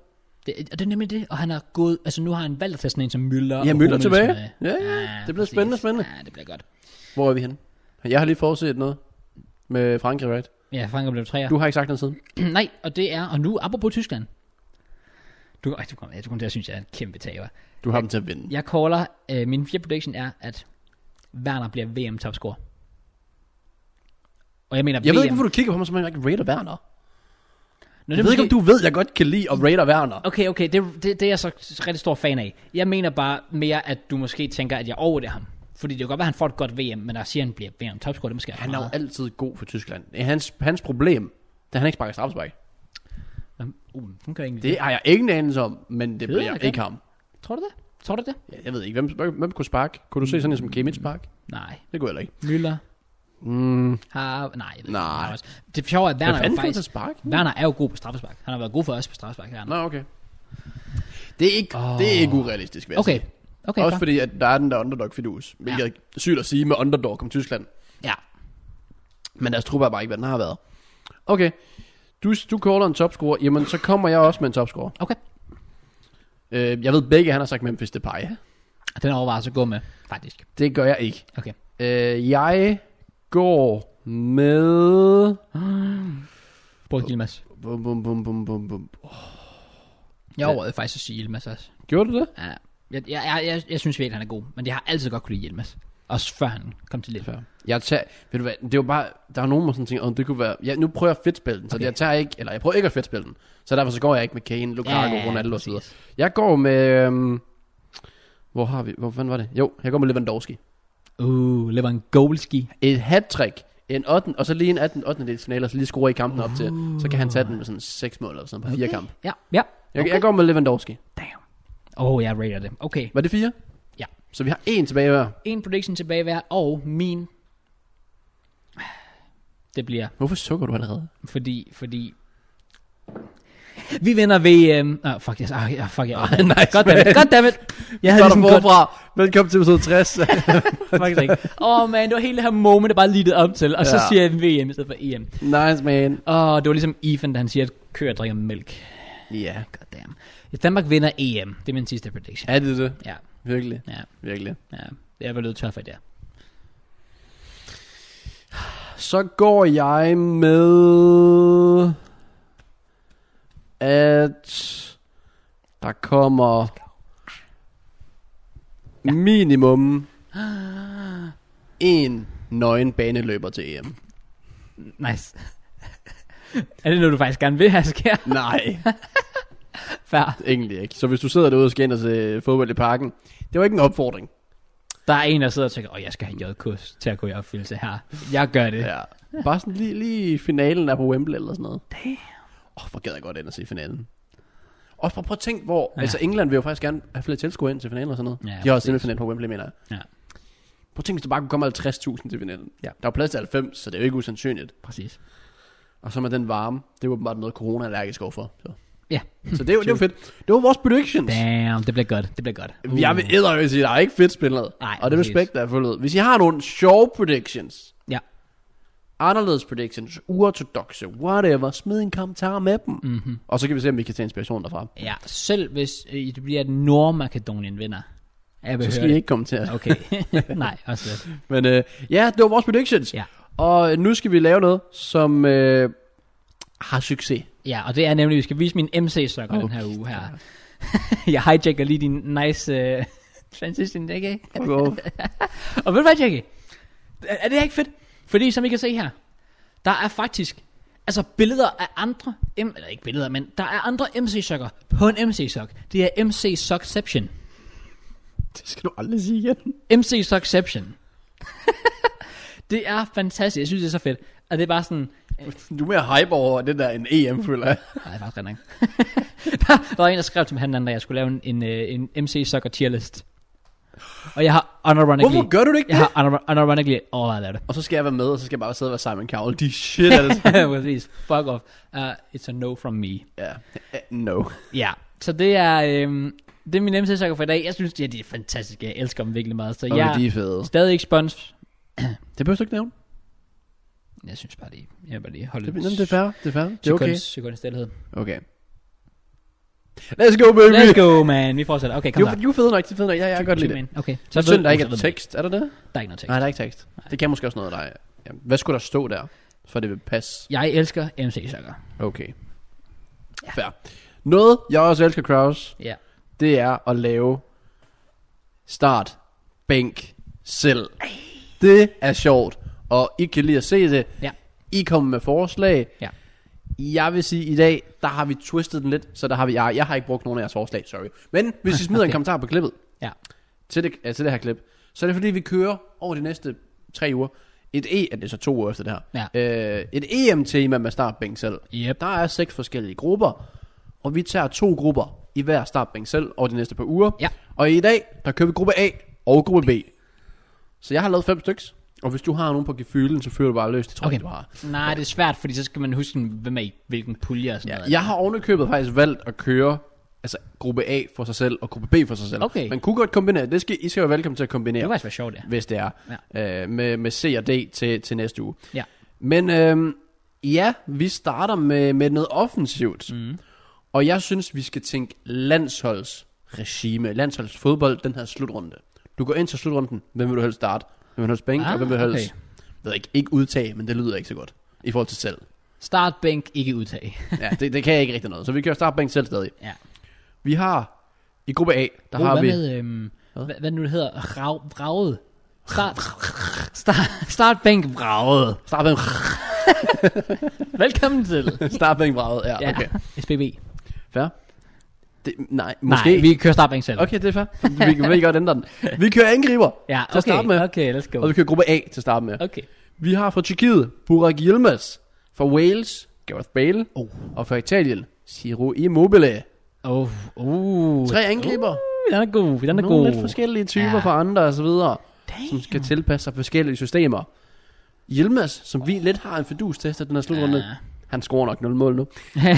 Speaker 1: Det, og det er nemlig det, og han har gået... Altså, nu har han valgt at tage sådan en som Müller
Speaker 2: Ja,
Speaker 1: og
Speaker 2: Müller
Speaker 1: Hummels
Speaker 2: tilbage.
Speaker 1: med.
Speaker 2: Ja, ja, det bliver
Speaker 1: præcis.
Speaker 2: spændende, spændende.
Speaker 1: Ja, det bliver godt.
Speaker 2: Hvor er vi henne? Jeg har lige forudset noget med Frankrig, right?
Speaker 1: Ja, Frank er blevet træer.
Speaker 2: Du har ikke sagt noget siden.
Speaker 1: Nej, og det er... Og nu, apropos Tyskland. Du, ej, du kommer, du kommer til at synes, jeg er en kæmpe taber.
Speaker 2: Du har dem til at vinde.
Speaker 1: Jeg caller... Øh, min fjerde prediction er, at Werner bliver VM topscorer. Og jeg mener
Speaker 2: Jeg
Speaker 1: VM.
Speaker 2: ved ikke, hvorfor du kigger på mig, som om jeg ikke rater Werner.
Speaker 1: Nå, det
Speaker 2: Jeg
Speaker 1: er
Speaker 2: ved ikke,
Speaker 1: måske-
Speaker 2: om du ved, jeg godt kan lide at rate Werner.
Speaker 1: Okay, okay, det, det, det er jeg så rigtig stor fan af. Jeg mener bare mere, at du måske tænker, at jeg over det ham. Fordi det kan godt være, at han får et godt VM, men at sige, at han bliver VM topscorer, det er måske
Speaker 2: Han er jo
Speaker 1: meget.
Speaker 2: altid god for Tyskland. Det er Hans, hans problem, det er, at han ikke sparker straffespark.
Speaker 1: Nå, Uh, hun kan egentlig
Speaker 2: Det har jeg ingen anelse om, men det
Speaker 1: ved
Speaker 2: bliver
Speaker 1: jeg
Speaker 2: ikke ham.
Speaker 1: Tror du det? Tror du det?
Speaker 2: Ja, Jeg ved ikke, hvem, hvem, hvem kunne sparke? Kunne du se sådan en som Kimmich spark?
Speaker 1: Nej.
Speaker 2: Det kunne jeg heller ikke.
Speaker 1: Müller
Speaker 2: Mm,
Speaker 1: har... Nej, jeg ved
Speaker 2: Nej.
Speaker 1: ikke, han har også- Det sjove er, at
Speaker 2: hvad
Speaker 1: Werner er
Speaker 2: fanden
Speaker 1: jo
Speaker 2: kunne til
Speaker 1: faktisk...
Speaker 2: spark?
Speaker 1: Werner er jo god på straffespark. Han har været god for os på straffespark, Werner.
Speaker 2: Nå, okay. Det er ikke, oh. det er ikke urealistisk, vil jeg
Speaker 1: Okay,
Speaker 2: sige.
Speaker 1: okay,
Speaker 2: Også
Speaker 1: Også
Speaker 2: fordi, at der er den der underdog-fidus, hvilket
Speaker 1: Ja.
Speaker 2: ja. er sygt at sige med underdog om Tyskland.
Speaker 1: Ja,
Speaker 2: Men deres trup er bare ikke, hvad den har været. Okay, du, du caller en topscorer, jamen så kommer jeg også med en topscorer.
Speaker 1: okay.
Speaker 2: Øh, jeg ved begge, han har sagt Memphis Depay.
Speaker 1: Den overvejer så at gå med, faktisk.
Speaker 2: Det gør jeg ikke.
Speaker 1: Okay.
Speaker 2: Øh, jeg går med...
Speaker 1: Brugte Ilmas.
Speaker 2: Bum, bum, bum, bum, bum, bum.
Speaker 1: Jeg
Speaker 2: Ja.
Speaker 1: overvejede faktisk at sige Ilmas også.
Speaker 2: Gjorde du det?
Speaker 1: Ja, jeg, jeg, jeg, jeg, jeg synes virkelig, han er god. Men jeg har altid godt kunne lide Ilmas. Også før han kom til lidt.
Speaker 2: Fair. Jeg tager, ved du hvad, det er jo bare, der er nogen, der sådan tænker, om det kunne være, ja, nu prøver jeg at fedtspille den, så
Speaker 1: Okay.
Speaker 2: okay. jeg tager ikke, eller jeg prøver ikke at fedtspille den, så derfor så går jeg ikke med Kane, Lukaku, ja, Ronaldo og så videre.
Speaker 1: præcis.
Speaker 2: Jeg går med, øhm, hvor har vi, hvor fanden var det? Jo, jeg går med Lewandowski.
Speaker 1: Uh, Lewandowski.
Speaker 2: Et hat-trick, en 8, og så lige en 18, 8. dels finale, og så lige score i kampen op til, så kan han tage den med sådan 6 mål eller sådan på Uh. okay. fire kamp.
Speaker 1: Ja, ja.
Speaker 2: Jeg, okay. jeg går med Lewandowski.
Speaker 1: Damn. Åh, oh, jeg rater det. Okay.
Speaker 2: Var det fire?
Speaker 1: Ja.
Speaker 2: Så vi har en tilbage hver.
Speaker 1: En prediction tilbage hver, og min... Det bliver,
Speaker 2: Hvorfor sukker du allerede?
Speaker 1: fordi... fordi vi vinder ved... Øhm, ah, fuck, yes, ah, ja, fuck, ja.
Speaker 2: Ej, nice,
Speaker 1: Goddammit,
Speaker 2: man.
Speaker 1: goddammit. Jeg havde ligesom godt,
Speaker 2: forfra. Velkommen til episode 60.
Speaker 1: faktisk ikke. Åh, oh, man, det var hele det her moment, der bare leadede op til, og så
Speaker 2: Ja.
Speaker 1: siger jeg VM i stedet for EM.
Speaker 2: nice, man.
Speaker 1: Og det var ligesom Ethan, da han siger, at køer drikker mælk.
Speaker 2: Ja. Yeah.
Speaker 1: Goddamn. Hvis Danmark vinder EM, det er min sidste prediction.
Speaker 2: Er det det?
Speaker 1: Ja,
Speaker 2: Virkelig?
Speaker 1: ja,
Speaker 2: Virkelig.
Speaker 1: ja. Det er vel lidt tør for det der.
Speaker 2: Så går jeg med... At... Der kommer...
Speaker 1: Ja.
Speaker 2: Minimum... En nøgen baneløber til E EM.
Speaker 1: Nice. er det noget, du faktisk gerne vil have sker?
Speaker 2: Nej,
Speaker 1: Færd.
Speaker 2: egentlig ikke. Så hvis du sidder derude og skal ind og se fodbold i parken, det var ikke en opfordring.
Speaker 1: Der er en, der sidder og tænker, åh, jeg skal have en JK til at gå i opfyldelse her. Jeg gør det. Ja.
Speaker 2: Ja. Bare sådan lige, lige finalen er på Wembley eller sådan noget. Damn. Åh, oh, hvor gad jeg godt ind og se finalen. Og prøv, prøv at tænke, hvor...
Speaker 1: Ja.
Speaker 2: Ja. Altså, England vil jo faktisk gerne have flere tilskuere ind til finalen og sådan noget.
Speaker 1: Ja,
Speaker 2: De har også
Speaker 1: præcis.
Speaker 2: semifinalen på Wembley, mener jeg.
Speaker 1: Ja.
Speaker 2: Prøv at tænke, hvis der bare kunne komme 50.000 til finalen.
Speaker 1: Ja.
Speaker 2: Der er plads til 90, så det er jo ikke usandsynligt.
Speaker 1: Præcis.
Speaker 2: Og så med den varme, det var bare noget corona er allergisk overfor. Så,
Speaker 1: Ja.
Speaker 2: så det, er jo- det var fedt. Det var vores predictions.
Speaker 1: Damn, det bliver godt. Det bliver godt.
Speaker 2: Uh. Jeg vil æderøge sige, der er ikke fedt spillet.
Speaker 1: Nej,
Speaker 2: og det
Speaker 1: præcis.
Speaker 2: respekt, der er fuldt ud. Hvis I har nogle sjove predictions,
Speaker 1: Ja.
Speaker 2: anderledes predictions, uortodoxe, whatever, smid en kommentar med dem.
Speaker 1: Mm-hmm.
Speaker 2: Og så kan vi se, om vi kan tage inspiration derfra.
Speaker 1: Ja, selv hvis øh, det bliver, at Nordmakedonien vinder. Jeg vil
Speaker 2: Så
Speaker 1: høre
Speaker 2: skal I
Speaker 1: det.
Speaker 2: ikke kommentere. Okay.
Speaker 1: Okay. Nej, også lidt.
Speaker 2: Men øh, ja, det var vores predictions.
Speaker 1: Ja.
Speaker 2: Og nu skal vi lave noget, som øh, har succes.
Speaker 1: Ja, og det er nemlig, at vi skal vise min MC-sokker oh,
Speaker 2: Åh,
Speaker 1: den her uge her. jeg hijacker lige din nice uh, transition, ikke?
Speaker 2: Fuck off.
Speaker 1: Og ved du hvad, Jackie? Er er det ikke fedt? Fordi som I kan se her, der er faktisk altså billeder af andre, M- eller ikke billeder, men der er andre MC-sokker på en MC-sok. Det er MC-sokception.
Speaker 2: det skal du aldrig sige igen.
Speaker 1: MC-sokception. det er fantastisk. Jeg synes, det er så fedt. Og det er bare sådan,
Speaker 2: Du er mere hype over det der en EM, føler jeg.
Speaker 1: Nej, det er faktisk rigtig nok. der var en, der skrev til mig den anden, at jeg skulle lave en, en, øh, en MC Soccer tier list. Og jeg har unironically...
Speaker 2: Hvorfor gør du det ikke
Speaker 1: Jeg
Speaker 2: det?
Speaker 1: har unir- unironically overvejet at lave det.
Speaker 2: Og så skal jeg være med, og så skal jeg bare sidde og være Simon Cowell. De shit, altså. er det
Speaker 1: Præcis. Fuck off. Uh, it's a no from me.
Speaker 2: Ja. Eh, No.
Speaker 1: Ja, så det er... Øhm, det er min MC Soccer for i dag. Jeg synes, ja, de er fantastiske. Jeg elsker dem virkelig meget. Så
Speaker 2: Okay,
Speaker 1: jeg
Speaker 2: de
Speaker 1: er
Speaker 2: er fede.
Speaker 1: stadig ikke spons.
Speaker 2: Det behøver du ikke nævne.
Speaker 1: Jeg synes bare lige... Jeg vil bare lige holde
Speaker 2: Det, det er fair. Det er fair. Det er
Speaker 1: Sekund,
Speaker 2: okay.
Speaker 1: sekund stillhed.
Speaker 2: Okay. Let's go, baby!
Speaker 1: Let's go, man. Vi fortsætter. Okay, kom
Speaker 2: Du,
Speaker 1: der.
Speaker 2: du er fed nok, det er fed nok. Ja, jeg kan godt lide det.
Speaker 1: Man. Okay.
Speaker 2: Så er
Speaker 1: ved-
Speaker 2: synd, der ikke
Speaker 1: så ved
Speaker 2: er
Speaker 1: man
Speaker 2: tekst. Er der det?
Speaker 1: det. Der er ikke noget tekst.
Speaker 2: Nej, der er ikke tekst. Det kan måske også noget, der er... ja, Hvad skulle der stå der, for det vil passe?
Speaker 1: Jeg elsker MC Soccer.
Speaker 2: Okay. Fair. Noget, jeg også elsker, Kraus,
Speaker 1: Ja.
Speaker 2: det er at lave start, bænk, selv. Det er sjovt, og I kan lige at se det.
Speaker 1: Ja.
Speaker 2: I kommer med forslag.
Speaker 1: Ja.
Speaker 2: Jeg vil sige, at i dag, der har vi twistet den lidt, så der har vi, jeg, jeg har ikke brugt nogen af jeres forslag, sorry. Men hvis I smider okay. en kommentar på klippet,
Speaker 1: Ja.
Speaker 2: til det, ja, til det her klip, så er det fordi, vi kører over de næste tre uger et E, ja, det er så to uger efter det her, ja. øh, et EM-tema med startbænk selv.
Speaker 1: Yep.
Speaker 2: Der er seks forskellige grupper, og vi tager to grupper i hver startbænk selv over de næste par uger.
Speaker 1: Ja.
Speaker 2: Og i dag, der kører vi gruppe A og gruppe B. Så jeg har lavet fem stykker, og hvis du har nogen på gefylen, så fyrer du bare løs, det tror okay.
Speaker 1: Okay.
Speaker 2: jeg, du har.
Speaker 1: Nej, det er svært, fordi så skal man huske, sådan, hvem er i hvilken pulje og sådan
Speaker 2: Ja,
Speaker 1: noget.
Speaker 2: jeg har ovenikøbet faktisk valgt at køre altså gruppe A for sig selv og gruppe B for sig selv.
Speaker 1: Okay.
Speaker 2: Man kunne godt kombinere, det skal, I skal være velkommen til at kombinere.
Speaker 1: Det kunne faktisk være sjovt, ja.
Speaker 2: hvis det er, ja. øh, med, med C og D til, til næste uge.
Speaker 1: Ja.
Speaker 2: Men øh, ja, vi starter med, med noget offensivt,
Speaker 1: Mhm.
Speaker 2: mm. og jeg synes, vi skal tænke landsholdsregime, landsholdsfodbold, den her slutrunde. Du går ind til slutrunden, hvem vil du helst starte, hvem vil du helst bænke,
Speaker 1: Ah,
Speaker 2: og hvem vil du helst,
Speaker 1: okay.
Speaker 2: ved ikke, ikke udtage, men det lyder ikke så godt, i forhold til selv.
Speaker 1: Startbænk, ikke udtag.
Speaker 2: ja, det, det kan jeg ikke rigtig noget. Så vi kører startbænk selv stadig.
Speaker 1: Ja.
Speaker 2: Vi har i gruppe A, der
Speaker 1: Bro,
Speaker 2: har
Speaker 1: hvad
Speaker 2: vi...
Speaker 1: Med, øhm,
Speaker 2: Hvad?
Speaker 1: hvad? hvad nu det hedder? Rav, vraget. Start, start, startbænk vraget.
Speaker 2: Startbænk,
Speaker 1: Velkommen til.
Speaker 2: startbænk braget. Ja, okay.
Speaker 1: SBB.
Speaker 2: Fair. Det, nej, måske...
Speaker 1: Måske. Nej, vi kører startbænk selv.
Speaker 2: Okay, det er fair. Vi kan vel godt ændre den. Vi kører angriber,
Speaker 1: Ja,
Speaker 2: til at
Speaker 1: okay.
Speaker 2: starte med.
Speaker 1: Okay, let's go.
Speaker 2: og vi kører gruppe A til at starte med.
Speaker 1: Okay.
Speaker 2: Vi har fra Tyrkiet, Burak Yilmaz. Fra Wales, Gareth Bale.
Speaker 1: Oh.
Speaker 2: Og fra Italien, Ciro Immobile.
Speaker 1: Oh, uh.
Speaker 2: Tre angriber.
Speaker 1: Uh, den er god. Den er
Speaker 2: Nogle
Speaker 1: god.
Speaker 2: lidt forskellige typer
Speaker 1: Ja.
Speaker 2: ja. fra andre og så videre,
Speaker 1: Damn.
Speaker 2: som skal tilpasse sig forskellige systemer. Hjelmas, som vi lidt har en fedus til efter den her slutrunde, ja. han scorer nok 0 mål nu.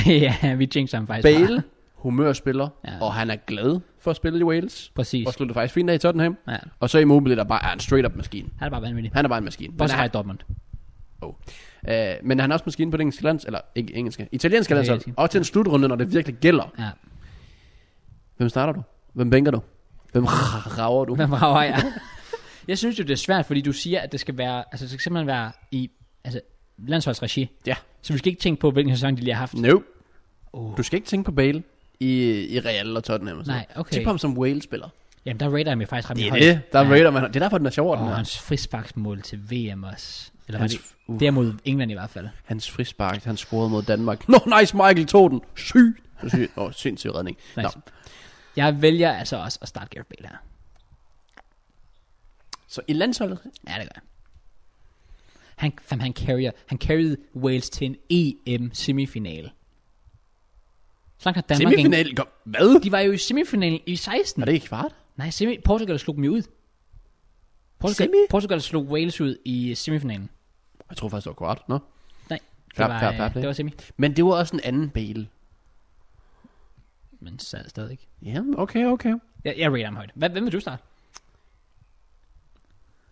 Speaker 1: ja, vi jinxer ham faktisk.
Speaker 2: Bale,
Speaker 1: bare.
Speaker 2: humørspiller,
Speaker 1: Ja.
Speaker 2: ja. og han er glad for at spille i Wales.
Speaker 1: Præcis.
Speaker 2: Og slutter faktisk fint af i Tottenham.
Speaker 1: Ja.
Speaker 2: Og så Immobile, der bare er en straight-up maskine.
Speaker 1: Han er bare vanvittig.
Speaker 2: Han er bare en maskine. Men,
Speaker 1: Bortset fra
Speaker 2: han,
Speaker 1: i Dortmund.
Speaker 2: øh, men han er også maskine på det engelske lands, eller ikke engelske, italienske landshold.
Speaker 1: Italienske.
Speaker 2: Og til en slutrunde, når det virkelig gælder.
Speaker 1: Ja.
Speaker 2: Hvem starter du? Hvem bænker du? Hvem rager du?
Speaker 1: Hvem rager jeg? jeg synes jo, det er svært, fordi du siger, at det skal være, altså det skal simpelthen være i, altså landsholdsregi.
Speaker 2: Ja.
Speaker 1: Så vi skal ikke tænke på, hvilken sæson de lige har haft.
Speaker 2: Nope.
Speaker 1: Uh.
Speaker 2: Du skal ikke tænke på Bale i, i Real og Tottenham. Og sådan
Speaker 1: Nej,
Speaker 2: noget.
Speaker 1: okay.
Speaker 2: Tænk på ham som Wales-spiller.
Speaker 1: Jamen, der rater jeg mig faktisk ret
Speaker 2: Det er
Speaker 1: højt.
Speaker 2: det. Der er
Speaker 1: Ja.
Speaker 2: ja. Raider, man. Det er derfor, den er sjovere, den
Speaker 1: Og
Speaker 2: her.
Speaker 1: hans frisparksmål til VM også. Eller var
Speaker 2: Hans,
Speaker 1: det,
Speaker 2: uh,
Speaker 1: det er mod England i hvert fald.
Speaker 2: hans frispark, han scorede mod Danmark. Nå, no, nice, Michael tog den. Syg. Syg. Åh, oh, sindssyg redning.
Speaker 1: Nice.
Speaker 2: Nå.
Speaker 1: Jeg vælger altså også at starte Gareth Bale her.
Speaker 2: Så i landsholdet?
Speaker 1: Ja, det gør jeg. Han, fam, han, carrier, han carried Wales til en E EM-semifinale. Så langt har Danmark ikke-
Speaker 2: Semifinalen kom. Hvad?
Speaker 1: De var jo i semifinalen i 16.
Speaker 2: Er det ikke kvart?
Speaker 1: Nej, semi, Portugal slog dem jo ud. Portugal,
Speaker 2: Semi?
Speaker 1: Portugal slog Wales ud i semifinalen.
Speaker 2: Jeg tror faktisk, det var kvart. Nå.
Speaker 1: Nej, det,
Speaker 2: Fair-
Speaker 1: var,
Speaker 2: fair-
Speaker 1: øh,
Speaker 2: fair play.
Speaker 1: det var semi.
Speaker 2: Men det var også en anden Bale.
Speaker 1: Men sad stadig ikke.
Speaker 2: Ja, okay, okay.
Speaker 1: Jeg, jeg rater ham højt. Hvad, hvem vil du starte?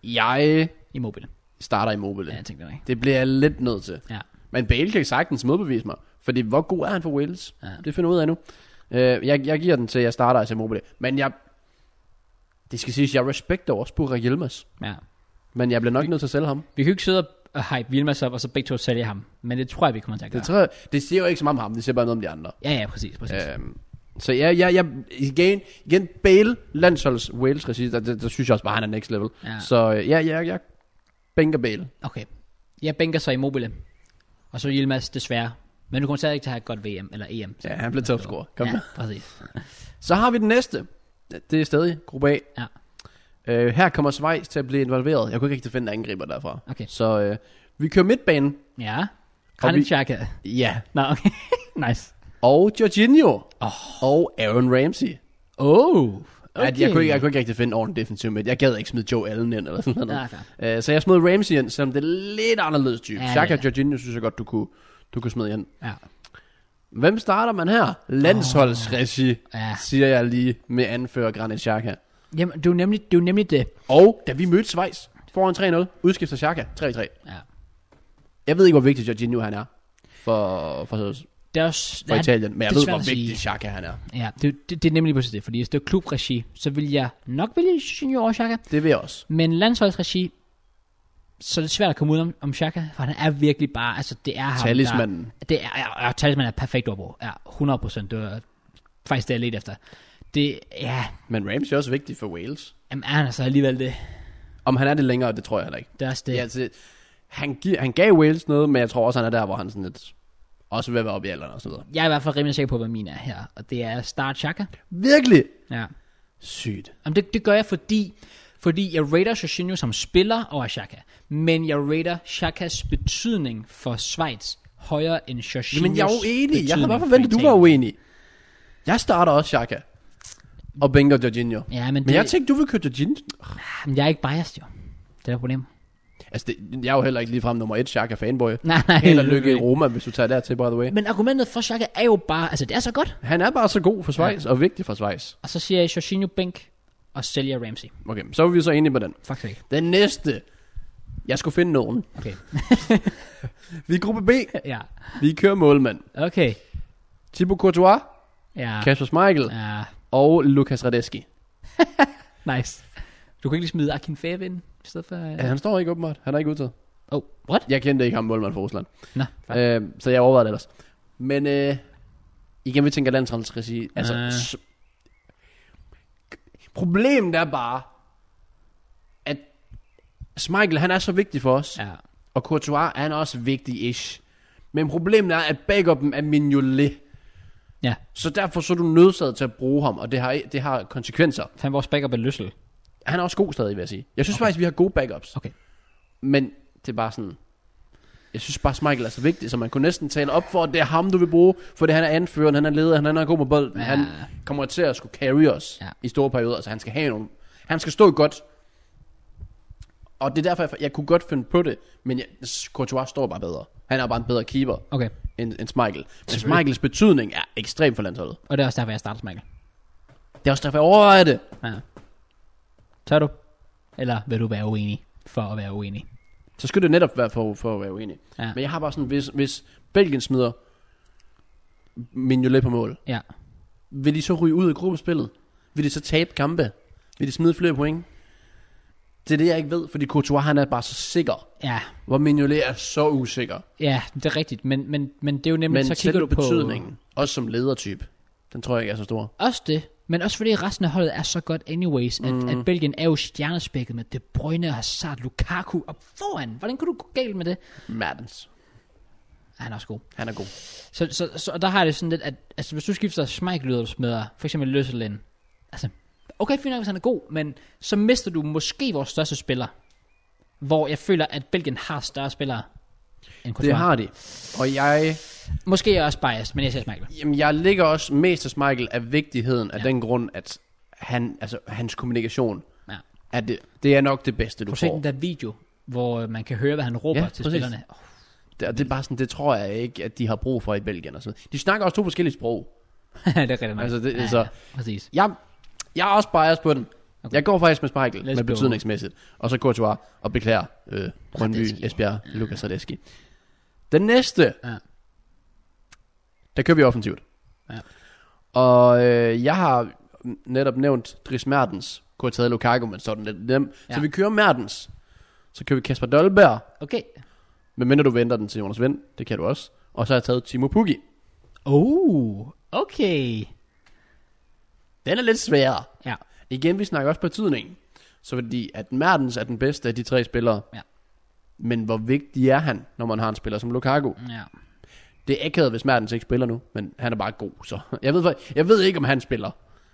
Speaker 2: Jeg
Speaker 1: I mobile.
Speaker 2: starter i
Speaker 1: Ja,
Speaker 2: Mobile. Ja.
Speaker 1: jeg tænkte det ikke.
Speaker 2: Det bliver jeg lidt nødt til.
Speaker 1: Ja.
Speaker 2: Men Bale kan sagtens modbevise mig. Fordi hvor god er han for Wales?
Speaker 1: Ja.
Speaker 2: Det finder jeg ud af nu. Øh, jeg, jeg giver den til, at jeg starter altså Mobile. Men jeg... Det skal siges, jeg respekter også Burak Yilmaz.
Speaker 1: ja.
Speaker 2: Men jeg bliver nok nødt til at sælge ham.
Speaker 1: Vi kan jo ikke sidde og hype Vilmas op, og så begge to sælge ham. Men det tror jeg, vi kommer til at
Speaker 2: Det,
Speaker 1: gøre.
Speaker 2: tror jeg, det siger jo ikke så meget om ham, det siger bare noget om de andre.
Speaker 1: ja, ja, præcis. præcis. Ja.
Speaker 2: Øhm, så jeg, jeg, jeg, igen, igen Bale, landsholds Wales regi, der, der, der, synes jeg også bare, han er next level.
Speaker 1: Ja.
Speaker 2: Så øh, ja, jeg, jeg bænker Bale.
Speaker 1: Okay. Jeg bænker så i mobile. Og så Yilmaz desværre. Men du kommer stadig til at have et godt VM eller EM.
Speaker 2: Ja, han bliver topscorer. Kom
Speaker 1: ja,
Speaker 2: ja.
Speaker 1: præcis.
Speaker 2: Så har vi den næste. Det er stadig gruppe A.
Speaker 1: Ja.
Speaker 2: Øh, her kommer Schweiz til at blive involveret. Jeg kunne ikke rigtig finde en angriber derfra.
Speaker 1: Okay.
Speaker 2: Så øh, vi kører midtbanen.
Speaker 1: Ja.
Speaker 2: Og vi-
Speaker 1: Granit Xhaka.
Speaker 2: Ja.
Speaker 1: Nå, okay. nice.
Speaker 2: Og Jorginho. Oh. Og Aaron Ramsey.
Speaker 1: Oh.
Speaker 2: Okay. Jeg, jeg, kunne ikke, jeg kunne ikke rigtig finde ordentligt defensiv midt. Jeg gad ikke smide Joe Allen ind eller sådan
Speaker 1: Ja,
Speaker 2: noget.
Speaker 1: fair.
Speaker 2: Øh, så jeg smed Ramsey ind, selvom det er lidt anderledes type.
Speaker 1: Ja,
Speaker 2: Ja, Shaka
Speaker 1: det
Speaker 2: og
Speaker 1: er
Speaker 2: Jorginho synes jeg godt, du kunne, du kunne smide ind.
Speaker 1: Ja.
Speaker 2: Hvem starter man her? Landsholdsregi,
Speaker 1: Ja.
Speaker 2: siger jeg lige med anfører Granit Xhaka.
Speaker 1: Jamen, det er jo nemlig det. Er jo nemlig det.
Speaker 2: Og da vi mødte Schweiz foran 3-0, udskifter Xhaka 3-3.
Speaker 1: Ja.
Speaker 2: Jeg ved ikke, hvor vigtig Jorginho han er for, for,
Speaker 1: Det er også...
Speaker 2: for
Speaker 1: ja,
Speaker 2: Italien, men jeg
Speaker 1: det er
Speaker 2: ved,
Speaker 1: svært
Speaker 2: hvor
Speaker 1: at sige.
Speaker 2: vigtig Xhaka han er.
Speaker 1: Ja, det, det, det er nemlig præcis det. Fordi hvis det er klubregi, så vil jeg nok vælge Junior over Xhaka.
Speaker 2: Det vil jeg også.
Speaker 1: Men landsholdsregi, så er det svært at komme ud om, om Xhaka, for han er virkelig bare, altså det er ham,
Speaker 2: Talismanden.
Speaker 1: Der, det er, ja, ja, talismanden er et perfekt ordbrug. Ja, 100%, det var faktisk det, jeg ledte efter. Det, ja,
Speaker 2: Men Ramsey er også vigtig for Wales.
Speaker 1: jamen, er han altså alligevel det.
Speaker 2: Om han er det længere, det tror jeg heller ikke.
Speaker 1: Det er også det.
Speaker 2: Det. Ja, altså, han, gi- han gav Wales noget, men jeg tror også, han er der, hvor han sådan lidt... Også vil være oppe i alderen og sådan noget.
Speaker 1: Jeg er i hvert fald rimelig sikker på, hvad min er her, og det er Start Xhaka.
Speaker 2: Virkelig
Speaker 1: Ja.
Speaker 2: sygt.
Speaker 1: Jamen, det, det gør jeg, fordi, fordi jeg rater Jorginho som spiller over Xhaka, men jeg rater Xhakas betydning for Schweiz højere end Jorginhos
Speaker 2: Men jeg er uenig. Jeg havde
Speaker 1: betydning
Speaker 2: bare
Speaker 1: for
Speaker 2: forventet, du var
Speaker 1: Italien.
Speaker 2: uenig. Jeg starter også Xhaka. Og bænker Jorginho. Men,
Speaker 1: Ja, men, det,
Speaker 2: men jeg tænkte, du ville køre Jorginho.
Speaker 1: Jamen, jeg er ikke biased, jo. Det er der problem.
Speaker 2: Altså, det, jeg er jo heller ikke ligefrem nummer et Xhaka-fanboy.
Speaker 1: Nej, nej.
Speaker 2: Held og lykke i Roma, hvis du tager dertil, by the way.
Speaker 1: Men argumentet for Xhaka er jo bare, altså det er så godt.
Speaker 2: Han er bare så god for Schweiz, ja. og vigtig for Schweiz.
Speaker 1: Og så siger jeg Jorginho Bænk og sælger Ramsey.
Speaker 2: Okay, så er vi så enige på den.
Speaker 1: Faktisk ikke.
Speaker 2: Den næste. Jeg skulle finde nogen.
Speaker 1: Okay.
Speaker 2: Vi er gruppe B.
Speaker 1: ja.
Speaker 2: Vi kører målmand.
Speaker 1: Okay.
Speaker 2: Thibaut Courtois,
Speaker 1: Ja.
Speaker 2: Kasper Schmeichel
Speaker 1: ja.
Speaker 2: og Lukas Radeski.
Speaker 1: Nice. Du kan ikke lige smide Akin Fave ind, i stedet for...
Speaker 2: Ja,
Speaker 1: Ja.
Speaker 2: han står ikke åbenbart. Han er ikke udtaget.
Speaker 1: Oh, what?
Speaker 2: Jeg kendte ikke ham, målmand for Rusland.
Speaker 1: Nå, fuck.
Speaker 2: Øh, så jeg overvejede det ellers. Men øh, igen, vi tænker landsholdsregi. Altså,
Speaker 1: Øh.
Speaker 2: øh. s- problemet er bare, at Schmeichel, han er så vigtig for os.
Speaker 1: Ja.
Speaker 2: Og Courtois er han også vigtig-ish. Men problemet er, at bag dem er Mignolet.
Speaker 1: Ja.
Speaker 2: Så derfor så er du nødsaget til at bruge ham, og det har, det har konsekvenser.
Speaker 1: Fandt vores backup er løssel.
Speaker 2: Han er også god stadig, vil jeg sige. Jeg synes okay. faktisk, vi har gode backups.
Speaker 1: Okay.
Speaker 2: Men det er bare sådan... Jeg synes bare, Michael er så vigtig, så man kunne næsten tale op for, at det er ham, du vil bruge, for det han er anføreren, han er lederen, han er god med bolden,
Speaker 1: Ja.
Speaker 2: ja. han kommer til at skulle carry os
Speaker 1: Ja.
Speaker 2: ja. i store perioder, så han skal have nogle... Han skal stå godt. Og det er derfor, jeg, jeg kunne godt finde på det, men jeg, Courtois står bare bedre. Han er bare en bedre keeper
Speaker 1: Okay.
Speaker 2: end, end Michael. Men
Speaker 1: Selvfølgelig.
Speaker 2: Michaels betydning er ekstrem for landsholdet.
Speaker 1: Og det er også derfor, jeg starter Michael.
Speaker 2: Det er også derfor, jeg overvejer det.
Speaker 1: Ja. Tør du? Eller vil du være uenig for at være uenig?
Speaker 2: Så skulle det netop være for, for at være uenig.
Speaker 1: Ja.
Speaker 2: Men jeg har bare sådan, hvis, hvis Belgien smider Mignolet på mål,
Speaker 1: Ja.
Speaker 2: vil de så ryge ud af gruppespillet? Vil de så tabe kampe? Vil de smide flere point? Det er det, jeg ikke ved, fordi Courtois han er bare så sikker,
Speaker 1: Ja,
Speaker 2: hvor Mignolet er så usikker.
Speaker 1: ja det er rigtigt. Men, men, men det er jo nemlig,
Speaker 2: Men
Speaker 1: så kigger du
Speaker 2: selve
Speaker 1: på...
Speaker 2: betydningen, også som ledertype, den tror jeg ikke er så stor.
Speaker 1: Også det, men også fordi resten af holdet er så godt anyways, at, mm. at Belgien er jo stjernespækket med De Bruyne, Hazard, Lukaku op foran. Hvordan kunne du gå galt med det?
Speaker 2: Mertens,
Speaker 1: Ah, Han er også god.
Speaker 2: han er god.
Speaker 1: Så, så, så og der har jeg det sådan lidt, at altså, hvis du skifter Schmeichel ud og smider for eksempel Løssel ind, altså, okay, fint nok, hvis han er god, men så mister du måske vores største spiller, hvor jeg føler, at Belgien har større spillere end Courtois.
Speaker 2: Det har de. Og jeg,
Speaker 1: Måske er jeg også biased, men jeg siger Schmeichel.
Speaker 2: jamen jeg ligger også mest hos Michael af vigtigheden af den grund, at han, altså, hans kommunikation,
Speaker 1: Ja.
Speaker 2: er det, det er nok det bedste, du
Speaker 1: Prøv at se
Speaker 2: får.
Speaker 1: den der video, hvor øh, man kan høre, hvad han råber
Speaker 2: Ja,
Speaker 1: til
Speaker 2: præcis.
Speaker 1: spillerne. Oh,
Speaker 2: Det, og det er bare sådan, det tror jeg ikke, at de har brug for i Belgien og sådan noget. De snakker også to forskellige sprog.
Speaker 1: det er rigtig nok.
Speaker 2: Altså, det-
Speaker 1: ja,
Speaker 2: altså-
Speaker 1: ja, præcis.
Speaker 2: Jeg, jeg er også biased på den.
Speaker 1: Okay.
Speaker 2: Okay. Jeg går faktisk med Michael,
Speaker 1: Let's go.
Speaker 2: med betydningsmæssigt. Og så Courtois og beklager øh, Brøndby,
Speaker 1: Radetzky.
Speaker 2: Esbjerg, Lukas Radeski. Den næste,
Speaker 1: Ja.
Speaker 2: der kører vi offensivt.
Speaker 1: Ja.
Speaker 2: Og øh, jeg har netop nævnt Dries Mertens. Kunne have taget Lukaku, men så er den lidt nem.
Speaker 1: Ja.
Speaker 2: Så vi kører Mertens. Så kører vi Kasper Dolberg.
Speaker 1: Okay.
Speaker 2: Men mindre du venter den til Jonas Vind, det kan du også. Og så har jeg taget Timo Pukki.
Speaker 1: Oh, okay.
Speaker 2: Den er lidt sværere.
Speaker 1: Ja,
Speaker 2: Igen, vi snakker også betydningen. Så fordi, at Mertens er den bedste af de tre spillere.
Speaker 1: Ja.
Speaker 2: Men hvor vigtig er han, når man har en spiller som Lukaku?
Speaker 1: ja.
Speaker 2: Det er akavet, hvis Mertens ikke spiller nu, men han er bare god. Så jeg ved, for- jeg ved ikke, om han spiller.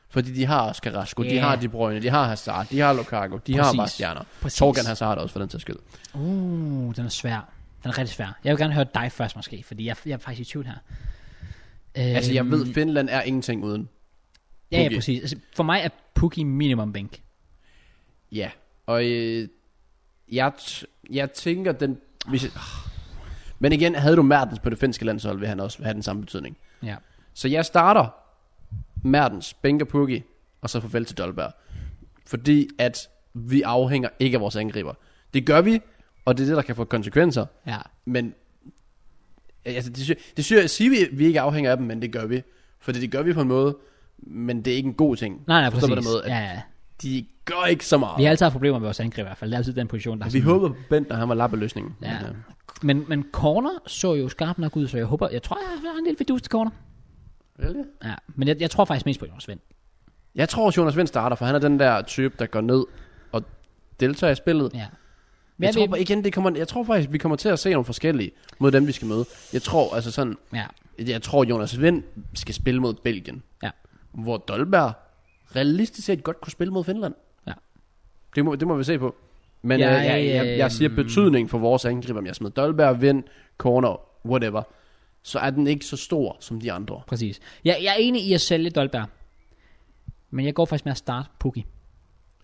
Speaker 2: Fordi de har også Carrasco, yeah. de
Speaker 1: Ja.
Speaker 2: har De Bruyne, de har Hazard, de har Lukaku, de har
Speaker 1: Præcis. Øhm.
Speaker 2: bare stjerner.
Speaker 1: Præcis.
Speaker 2: Torgan Hazard også, for den sags skyld.
Speaker 1: Uh, den er svær. Den er rigtig svær. Jeg vil gerne høre dig først måske, fordi jeg, jeg er faktisk i tvivl her. Øhm,
Speaker 2: Altså, jeg ved, Finland er ingenting uden.
Speaker 1: Ja, ja,
Speaker 2: Pukki.
Speaker 1: præcis. Altså, for mig er Pukki minimum bænk.
Speaker 2: Ja, og øh, jeg, t- jeg tænker, den... Hvis jeg, men igen, havde du Mertens på det finske landshold, vil han også have den samme betydning.
Speaker 1: Ja.
Speaker 2: Så jeg starter Mertens, bænker Pukki, og så farvel til Dolberg. Fordi at vi afhænger ikke af vores angriber. Det gør vi, og det er det, der kan få konsekvenser.
Speaker 1: Ja.
Speaker 2: Men altså, det, sy- det synes jeg at sige, vi, vi ikke afhænger af dem, men det gør vi. Fordi det gør vi på en måde, men det er ikke en god ting.
Speaker 1: Nej, nej,
Speaker 2: Forstå
Speaker 1: præcis.
Speaker 2: på den måde, at
Speaker 1: ja, ja.
Speaker 2: de gør ikke så meget.
Speaker 1: Vi har altid haft problemer med vores angreb i hvert fald. Det er altid den position, der er
Speaker 2: Vi
Speaker 1: sådan-
Speaker 2: håber på Bent, når han var lappeløsningen. øh,
Speaker 1: Ja. Men, men corner så jo skarp nok ud, så jeg håber... Jeg tror, jeg har en lille fidus til corner.
Speaker 2: Really?
Speaker 1: Ja, men jeg, jeg tror faktisk mest på Jonas Vind.
Speaker 2: Jeg tror, at Jonas Vind starter, for han er den der type, der går ned og deltager i spillet.
Speaker 1: Ja.
Speaker 2: Men jeg, tror, bare- igen, det kommer, jeg tror faktisk, vi kommer til at se nogle forskellige mod dem, vi skal møde. Jeg tror, altså sådan,
Speaker 1: ja,
Speaker 2: jeg tror, Jonas Vind skal spille mod Belgien.
Speaker 1: ja.
Speaker 2: Hvor Dolberg realistisk set godt kunne spille mod Finland.
Speaker 1: Ja.
Speaker 2: Det må, det må vi se på. Men
Speaker 1: Ja,
Speaker 2: ja, øh, jeg, jeg,
Speaker 1: øh,
Speaker 2: jeg, jeg siger betydning for vores angreb, om jeg smed Dolberg, Vind, Corner, whatever, så er den ikke så stor som de andre.
Speaker 1: Præcis. Jeg, jeg er enig i at sælge Dolberg. Men jeg går faktisk med at starte Pukki.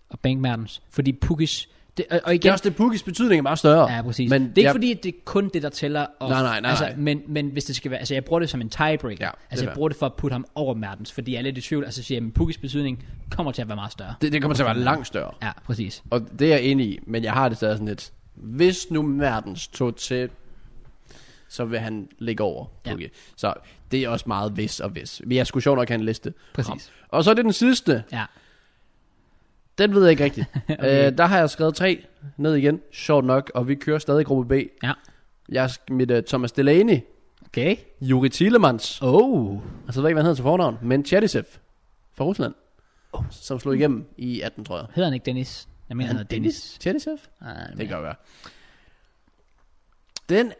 Speaker 1: Og Bank Mertens. Fordi Pukkis... Det, og, og igen,
Speaker 2: Det er også det, Pukis betydning er meget større.
Speaker 1: ja, præcis. Men
Speaker 2: Men
Speaker 1: det er ikke
Speaker 2: jeg-
Speaker 1: fordi, at det er kun det, der tæller. Og,
Speaker 2: Nej, nej, nej,
Speaker 1: altså,
Speaker 2: nej.
Speaker 1: Men, men hvis det skal være... Altså, jeg bruger det som en tiebreaker.
Speaker 2: Ja, det er
Speaker 1: altså, jeg
Speaker 2: fair.
Speaker 1: bruger det for at putte ham over Mertens. Fordi jeg er lidt i tvivl. Altså, siger, at Pukkis betydning kommer til at være meget større.
Speaker 2: Det, det kommer til at være langt større.
Speaker 1: Ja, præcis.
Speaker 2: Og det er jeg enig i, men jeg har det stadig sådan lidt. Hvis nu verdens tog til, så vil han ligge over.
Speaker 1: Ja.
Speaker 2: Okay. Så det er også meget hvis og hvis. Men jeg skulle sjovt nok have en liste.
Speaker 1: Præcis.
Speaker 2: Og så er det den sidste.
Speaker 1: Ja.
Speaker 2: Den ved jeg ikke rigtigt. okay. øh, der har jeg skrevet tre ned igen, sjovt nok, og vi kører stadig gruppe B.
Speaker 1: Ja.
Speaker 2: Jeg har sk- mit uh, Thomas Delaney,
Speaker 1: Okay.
Speaker 2: Juri Tillemans,
Speaker 1: Oh.
Speaker 2: og så ved jeg ikke, hvad han hedder til fornavn, men Chadisev fra Rusland, oh. som slog igennem i 18, tror jeg.
Speaker 1: Hedder han ikke Dennis? Jeg mener, han hedder Dennis.
Speaker 2: Chadisev?
Speaker 1: Nej,
Speaker 2: Det kan være. Den Jeg,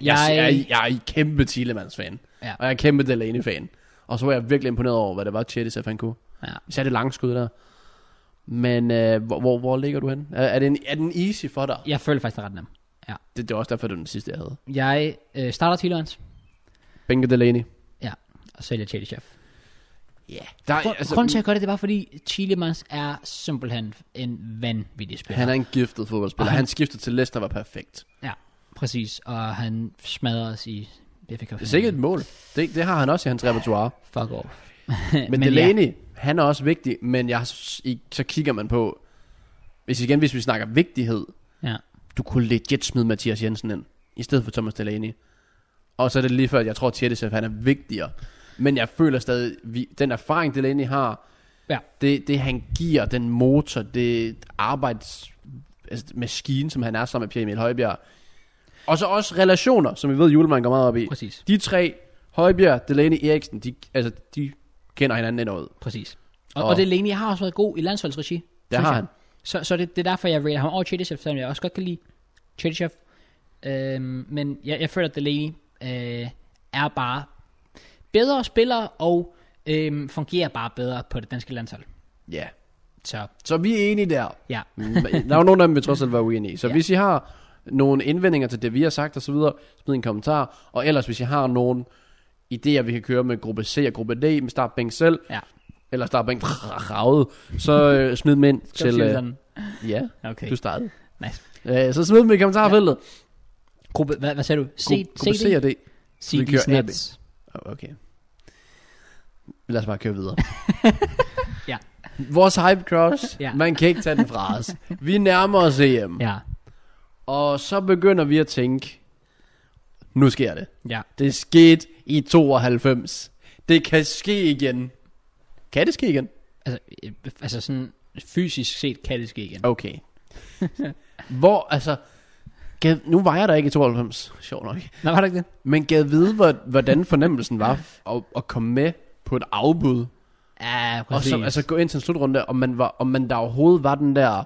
Speaker 1: Jeg,
Speaker 2: jeg,
Speaker 1: jeg,
Speaker 2: er- jeg er en kæmpe Thielemans-fan.
Speaker 1: Ja.
Speaker 2: Og jeg er en kæmpe Delaney-fan. Og så var jeg virkelig imponeret over, hvad det var, Chettis han kunne.
Speaker 1: Ja.
Speaker 2: Især det lange skud der. Men øh, hvor, hvor, hvor ligger du hen? Er, er, den, er den easy for dig?
Speaker 1: jeg føler faktisk, at retten ham.
Speaker 2: Det, det var også derfor, det var den sidste, jeg havde.
Speaker 1: Jeg øh, starter Thielemans
Speaker 2: Benke Delaney.
Speaker 1: og sælger Chelsea Chef.
Speaker 2: Ja. Der, er-
Speaker 1: Altså, Grunden til, at jeg gør det, det er bare fordi Thielemans er simpelthen en vanvittig spiller.
Speaker 2: han er en giftet fodboldspiller.
Speaker 1: Og han-
Speaker 2: Han skiftede til Leicester var perfekt.
Speaker 1: Præcis, og han smadrer os i... Jeg fik
Speaker 2: Det er sikkert et mål. Det, det har han også i hans repertoire.
Speaker 1: Fuck off.
Speaker 2: Men, men Delaney, ja. han er også vigtig, men jeg, i- så kigger man på, hvis igen, hvis vi snakker vigtighed,
Speaker 1: Ja.
Speaker 2: du kunne legit smide Mathias Jensen ind, i stedet for Thomas Delaney. Og så er det lige før, at jeg tror, at Tjertisef, han er vigtigere. Men jeg føler stadig, vi, den erfaring, Delaney har,
Speaker 1: Ja.
Speaker 2: det, det han giver, den motor, det arbejds, altså, maskine, som han er sammen med Pierre Emil Højbjerg. Og så også relationer, som vi ved, Julemand går meget op i.
Speaker 1: Præcis,
Speaker 2: De tre, Højbjerg, Delaney, Eriksen, de, altså, de kender hinanden ind og ud.
Speaker 1: præcis. Og, og,
Speaker 2: Og-
Speaker 1: og Delaney har også været god i landsholdsregi.
Speaker 2: Det
Speaker 1: synes
Speaker 2: har
Speaker 1: jeg.
Speaker 2: han.
Speaker 1: Så, så det, det er derfor, jeg rater ham over Chedichev, selvom jeg også godt kan lide Chedichev. Øhm, men jeg, jeg føler, at Delaney øh, er bare bedre spiller og øhm, fungerer bare bedre på det danske landshold.
Speaker 2: Ja. Yeah.
Speaker 1: Så
Speaker 2: Så vi er enige der. Mm,
Speaker 1: ja,
Speaker 2: Men der er jo nogle af dem, vi trods alt var uenige i. Så
Speaker 1: Ja.
Speaker 2: ja. hvis I har nogle indvendinger til det, vi har sagt osv., smid en kommentar. Og ellers, hvis I har nogle idéer, vi kan køre med gruppe C og gruppe D, med startbænk selv,
Speaker 1: Ja.
Speaker 2: eller startbænk ravet, så øh, smid dem ind
Speaker 1: skal til,
Speaker 2: til... Øh,
Speaker 1: sådan.
Speaker 2: ja,
Speaker 1: Okay.
Speaker 2: du startede.
Speaker 1: Nice.
Speaker 2: Øh, så smid dem i kommentarfeltet. Ja.
Speaker 1: Gruppe, hvad, hvad sagde du? C,
Speaker 2: Gruppe, gruppe C og D.
Speaker 1: C,
Speaker 2: vi
Speaker 1: D,
Speaker 2: kører
Speaker 1: snaps.
Speaker 2: Oh, Okay. Lad os bare køre videre.
Speaker 1: Ja.
Speaker 2: Vores hype cross,
Speaker 1: Ja.
Speaker 2: ja. man kan ikke tage den fra os. Vi nærmer os E EM.
Speaker 1: Ja,
Speaker 2: Og så begynder vi at tænke, nu sker det.
Speaker 1: ja.
Speaker 2: Det skete i 92. Det kan ske igen. Kan det ske igen?
Speaker 1: Altså, øh, altså sådan fysisk set kan det ske igen.
Speaker 2: Okay. hvor, altså... Gad, nu var jeg der ikke i 92, sjovt nok.
Speaker 1: Nej, var det ikke det?
Speaker 2: Men gad vide, hvor- hvordan fornemmelsen var at, at komme med på et afbud.
Speaker 1: Ja,
Speaker 2: Og
Speaker 1: præcis.
Speaker 2: så altså, gå ind til en slutrunde, om man, var, om man der overhovedet var den der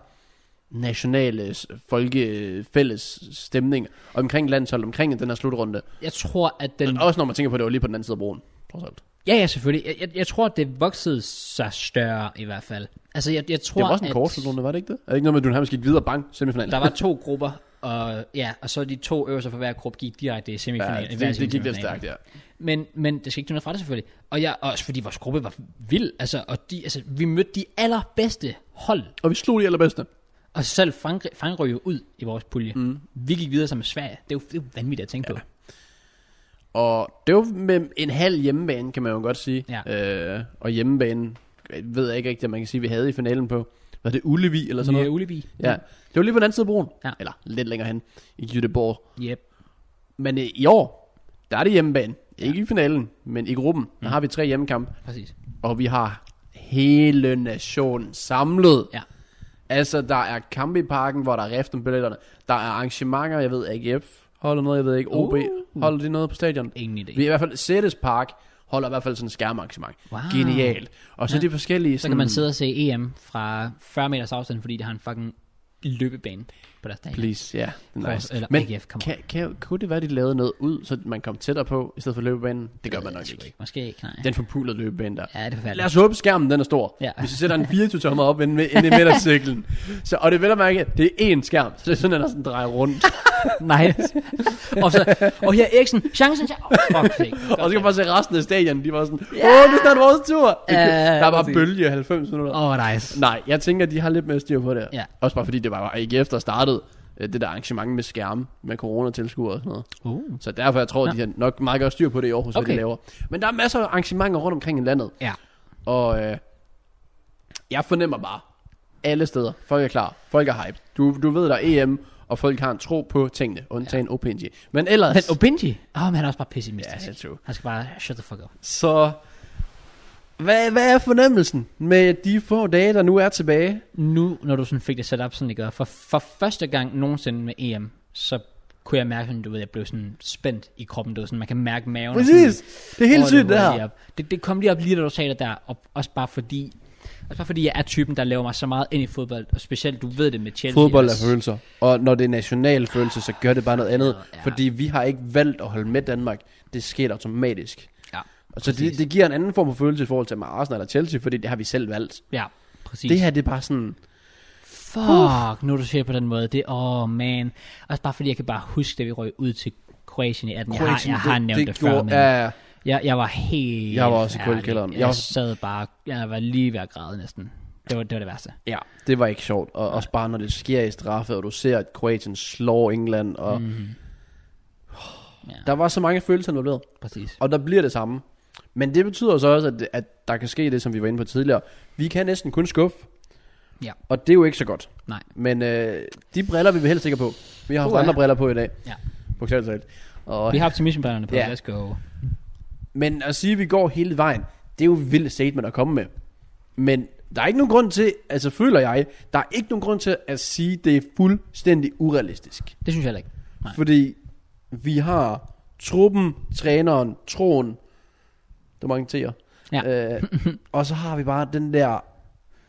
Speaker 2: nationale, s- folke, fælles stemning omkring landshold, omkring den her slutrunde.
Speaker 1: jeg tror, at den...
Speaker 2: Den... Også når man tænker på, at det var lige på den anden side af broen. Trods alt.
Speaker 1: Ja, ja, selvfølgelig. Jeg, jeg, jeg tror, at det voksede sig større i hvert fald. Altså, jeg, jeg tror,
Speaker 2: Det var også en
Speaker 1: at
Speaker 2: kort slutrunde, var det ikke det? Er det ikke noget med, at du nærmest gik videre bang semifinalen?
Speaker 1: der var to grupper, og, ja, og så de to øverste fra hver gruppe gik direkte i semifinalen. i
Speaker 2: ja,
Speaker 1: hver
Speaker 2: det, det, gik lidt
Speaker 1: semifinale.
Speaker 2: stærkt, ja.
Speaker 1: Men, men det skal ikke tage noget fra det selvfølgelig. Og jeg, også fordi vores gruppe var vild, altså, og de, altså, vi mødte de allerbedste hold,
Speaker 2: Og vi slog de allerbedste.
Speaker 1: og selv Frankrig, Frankrig røg jo ud i vores pulje. Mm. Vi gik videre sammen med Sverige. Det er jo, det er jo vanvittigt at tænke ja. på.
Speaker 2: Og det var med en halv hjemmebane, kan man jo godt sige.
Speaker 1: Ja.
Speaker 2: Øh, og hjemmebane ved jeg ikke rigtigt, om man kan sige, vi havde i finalen på. Var det Ullevi eller sådan
Speaker 1: Nye
Speaker 2: noget?
Speaker 1: Ulevi.
Speaker 2: Ja. Det var lige på den anden side af broen.
Speaker 1: Ja.
Speaker 2: Eller lidt længere hen i Göteborg.
Speaker 1: Yep.
Speaker 2: Men øh, i år, der er det hjemmebane. Ikke i finalen, men i gruppen.
Speaker 1: Mm.
Speaker 2: Der har vi tre hjemmekampe.
Speaker 1: Præcis.
Speaker 2: Og vi har hele nationen samlet.
Speaker 1: Ja.
Speaker 2: Altså, der er kampe i parken, hvor der er rift om billetterne. Der er arrangementer, jeg ved, AGF holder noget, jeg ved ikke, OB
Speaker 1: Uh.
Speaker 2: holder de noget på stadion.
Speaker 1: Ingen idé.
Speaker 2: Vi er i hvert fald, Sættes Park holder i hvert fald sådan en skærmarrangement.
Speaker 1: Wow.
Speaker 2: Genialt. Og så
Speaker 1: Ah. Ja.
Speaker 2: ja. de forskellige...
Speaker 1: Så kan man sidde og se EM fra 40 meters afstand, fordi de har en fucking løbebane på deres dag.
Speaker 2: Please, ja. Yeah,
Speaker 1: Kors-
Speaker 2: nice.
Speaker 1: eller
Speaker 2: Men
Speaker 1: AGF, come on.
Speaker 2: kan, kan, kunne det være, de lavede noget ud, så man kom tættere på, i stedet for løbebanen? Det gør man nok ikke.
Speaker 1: Måske ikke, nej.
Speaker 2: Den forpulede løbebane der.
Speaker 1: Ja, det er
Speaker 2: Lad
Speaker 1: forfærdeligt.
Speaker 2: os håbe, skærmen den er stor.
Speaker 1: Ja.
Speaker 2: Ja. Hvis vi sætter en 24-tommer op inde, ved- inde i midtercirklen. Så, og det er vel at mærke, at det er én skærm, så det er sådan, at den sådan drejer rundt.
Speaker 1: nej. og så, og her Eriksen, chancen, chancen. Oh, fuck, det
Speaker 2: Og så kan man se resten af stadion, de var sådan, åh, det er snart vores tur.
Speaker 1: Ja,
Speaker 2: der var bare
Speaker 1: præcis.
Speaker 2: bølge i 90 minutter.
Speaker 1: Åh, oh, nice.
Speaker 2: Nej, jeg tænker, at de har lidt mere styr på det.
Speaker 1: Ja.
Speaker 2: Også bare fordi, det var ikke efter startet øh, det der arrangement med skærme, med coronatilskuer og sådan noget.
Speaker 1: Uh.
Speaker 2: Så derfor, jeg tror,
Speaker 1: Nå.
Speaker 2: ja. de har nok meget godt styr på det i Aarhus, okay.
Speaker 1: Okay.
Speaker 2: hvad de laver. Men der er masser af arrangementer rundt omkring i landet.
Speaker 1: Ja.
Speaker 2: Og øh, jeg fornemmer bare, alle steder, folk er klar, folk er hype. Du, du ved, der er EM, og folk har en tro på tingene, undtagen ja. OPNG. Men ellers...
Speaker 1: Men Obinji, åh, oh, men han er også bare
Speaker 2: ja,
Speaker 1: pessimistisk.
Speaker 2: det er true.
Speaker 1: Han skal bare shut the fuck up.
Speaker 2: Så Hvad, hvad er fornemmelsen med de få dage, der nu er tilbage?
Speaker 1: Nu, når du sådan fik det sat op, sådan det gør, for, for første gang nogensinde med EM, så kunne jeg mærke, sådan, du ved, jeg blev sådan spændt i kroppen, du ved, sådan, man kan mærke maven. og sådan-
Speaker 2: Præcis! Det er helt
Speaker 1: Åh,
Speaker 2: sygt, det
Speaker 1: var
Speaker 2: her.
Speaker 1: lige op. Det, det kom lige op lige, da du sagde det der, og også bare fordi, også bare fordi jeg er typen, der laver mig så meget ind i fodbold, og specielt, du ved det med Chelsea.
Speaker 2: Fodbold er
Speaker 1: også.
Speaker 2: følelser. Og når det er national følelse, så gør det bare noget andet.
Speaker 1: Ja.
Speaker 2: Fordi vi har ikke valgt at holde med Danmark. Det sker automatisk.
Speaker 1: Ja,
Speaker 2: Og så
Speaker 1: præcis.
Speaker 2: det, det giver en anden form for følelse i forhold til med Arsenal eller Chelsea, fordi det har vi selv valgt.
Speaker 1: Ja, præcis.
Speaker 2: Det her, det er bare sådan...
Speaker 1: Fuck, nu du siger det på den måde, det, åh oh, man. Også bare fordi, jeg kan bare huske, da vi røg ud til Kroatien i 18. Jeg har,
Speaker 2: Kroatien,
Speaker 1: jeg har nævnt det, det før,
Speaker 2: gjorde-
Speaker 1: men
Speaker 2: ja,
Speaker 1: jeg, jeg var helt
Speaker 2: Jeg var også i
Speaker 1: færdig.
Speaker 2: kuldekælderen. Jeg
Speaker 1: Jeg,
Speaker 2: var-
Speaker 1: jeg sad bare, jeg var lige ved at græde næsten. Det var det, var det værste.
Speaker 2: ja, det var ikke sjovt. Og også bare, når det sker i straffe, og du ser, at Kroatien slår England. Og mm.
Speaker 1: Mhm. Ja,
Speaker 2: Der var så mange følelser involveret.
Speaker 1: præcis.
Speaker 2: Og der bliver det samme. Men det betyder så også, at, at der kan ske det, som vi var inde på tidligere. Vi kan næsten kun skuffe.
Speaker 1: Ja.
Speaker 2: Og det er jo ikke så godt.
Speaker 1: Nej.
Speaker 2: Men øh, de briller vi vil helst ikke på. Vi har haft
Speaker 1: Uha.
Speaker 2: andre briller på i dag.
Speaker 1: Ja.
Speaker 2: Bogstaveligt talt. Og,
Speaker 1: Vi har optimismebrænderne på,
Speaker 2: Ja.
Speaker 1: let's go.
Speaker 2: Men at sige, at vi går hele vejen, det er jo et vildt statement at komme med. Men der er ikke nogen grund til, altså føler jeg, der er ikke nogen grund til at sige, at det er fuldstændig urealistisk.
Speaker 1: Det synes jeg heller ikke. Nej.
Speaker 2: Fordi vi har truppen, træneren, troen, der er mange T'er. Ja. Øh, og så har vi bare den der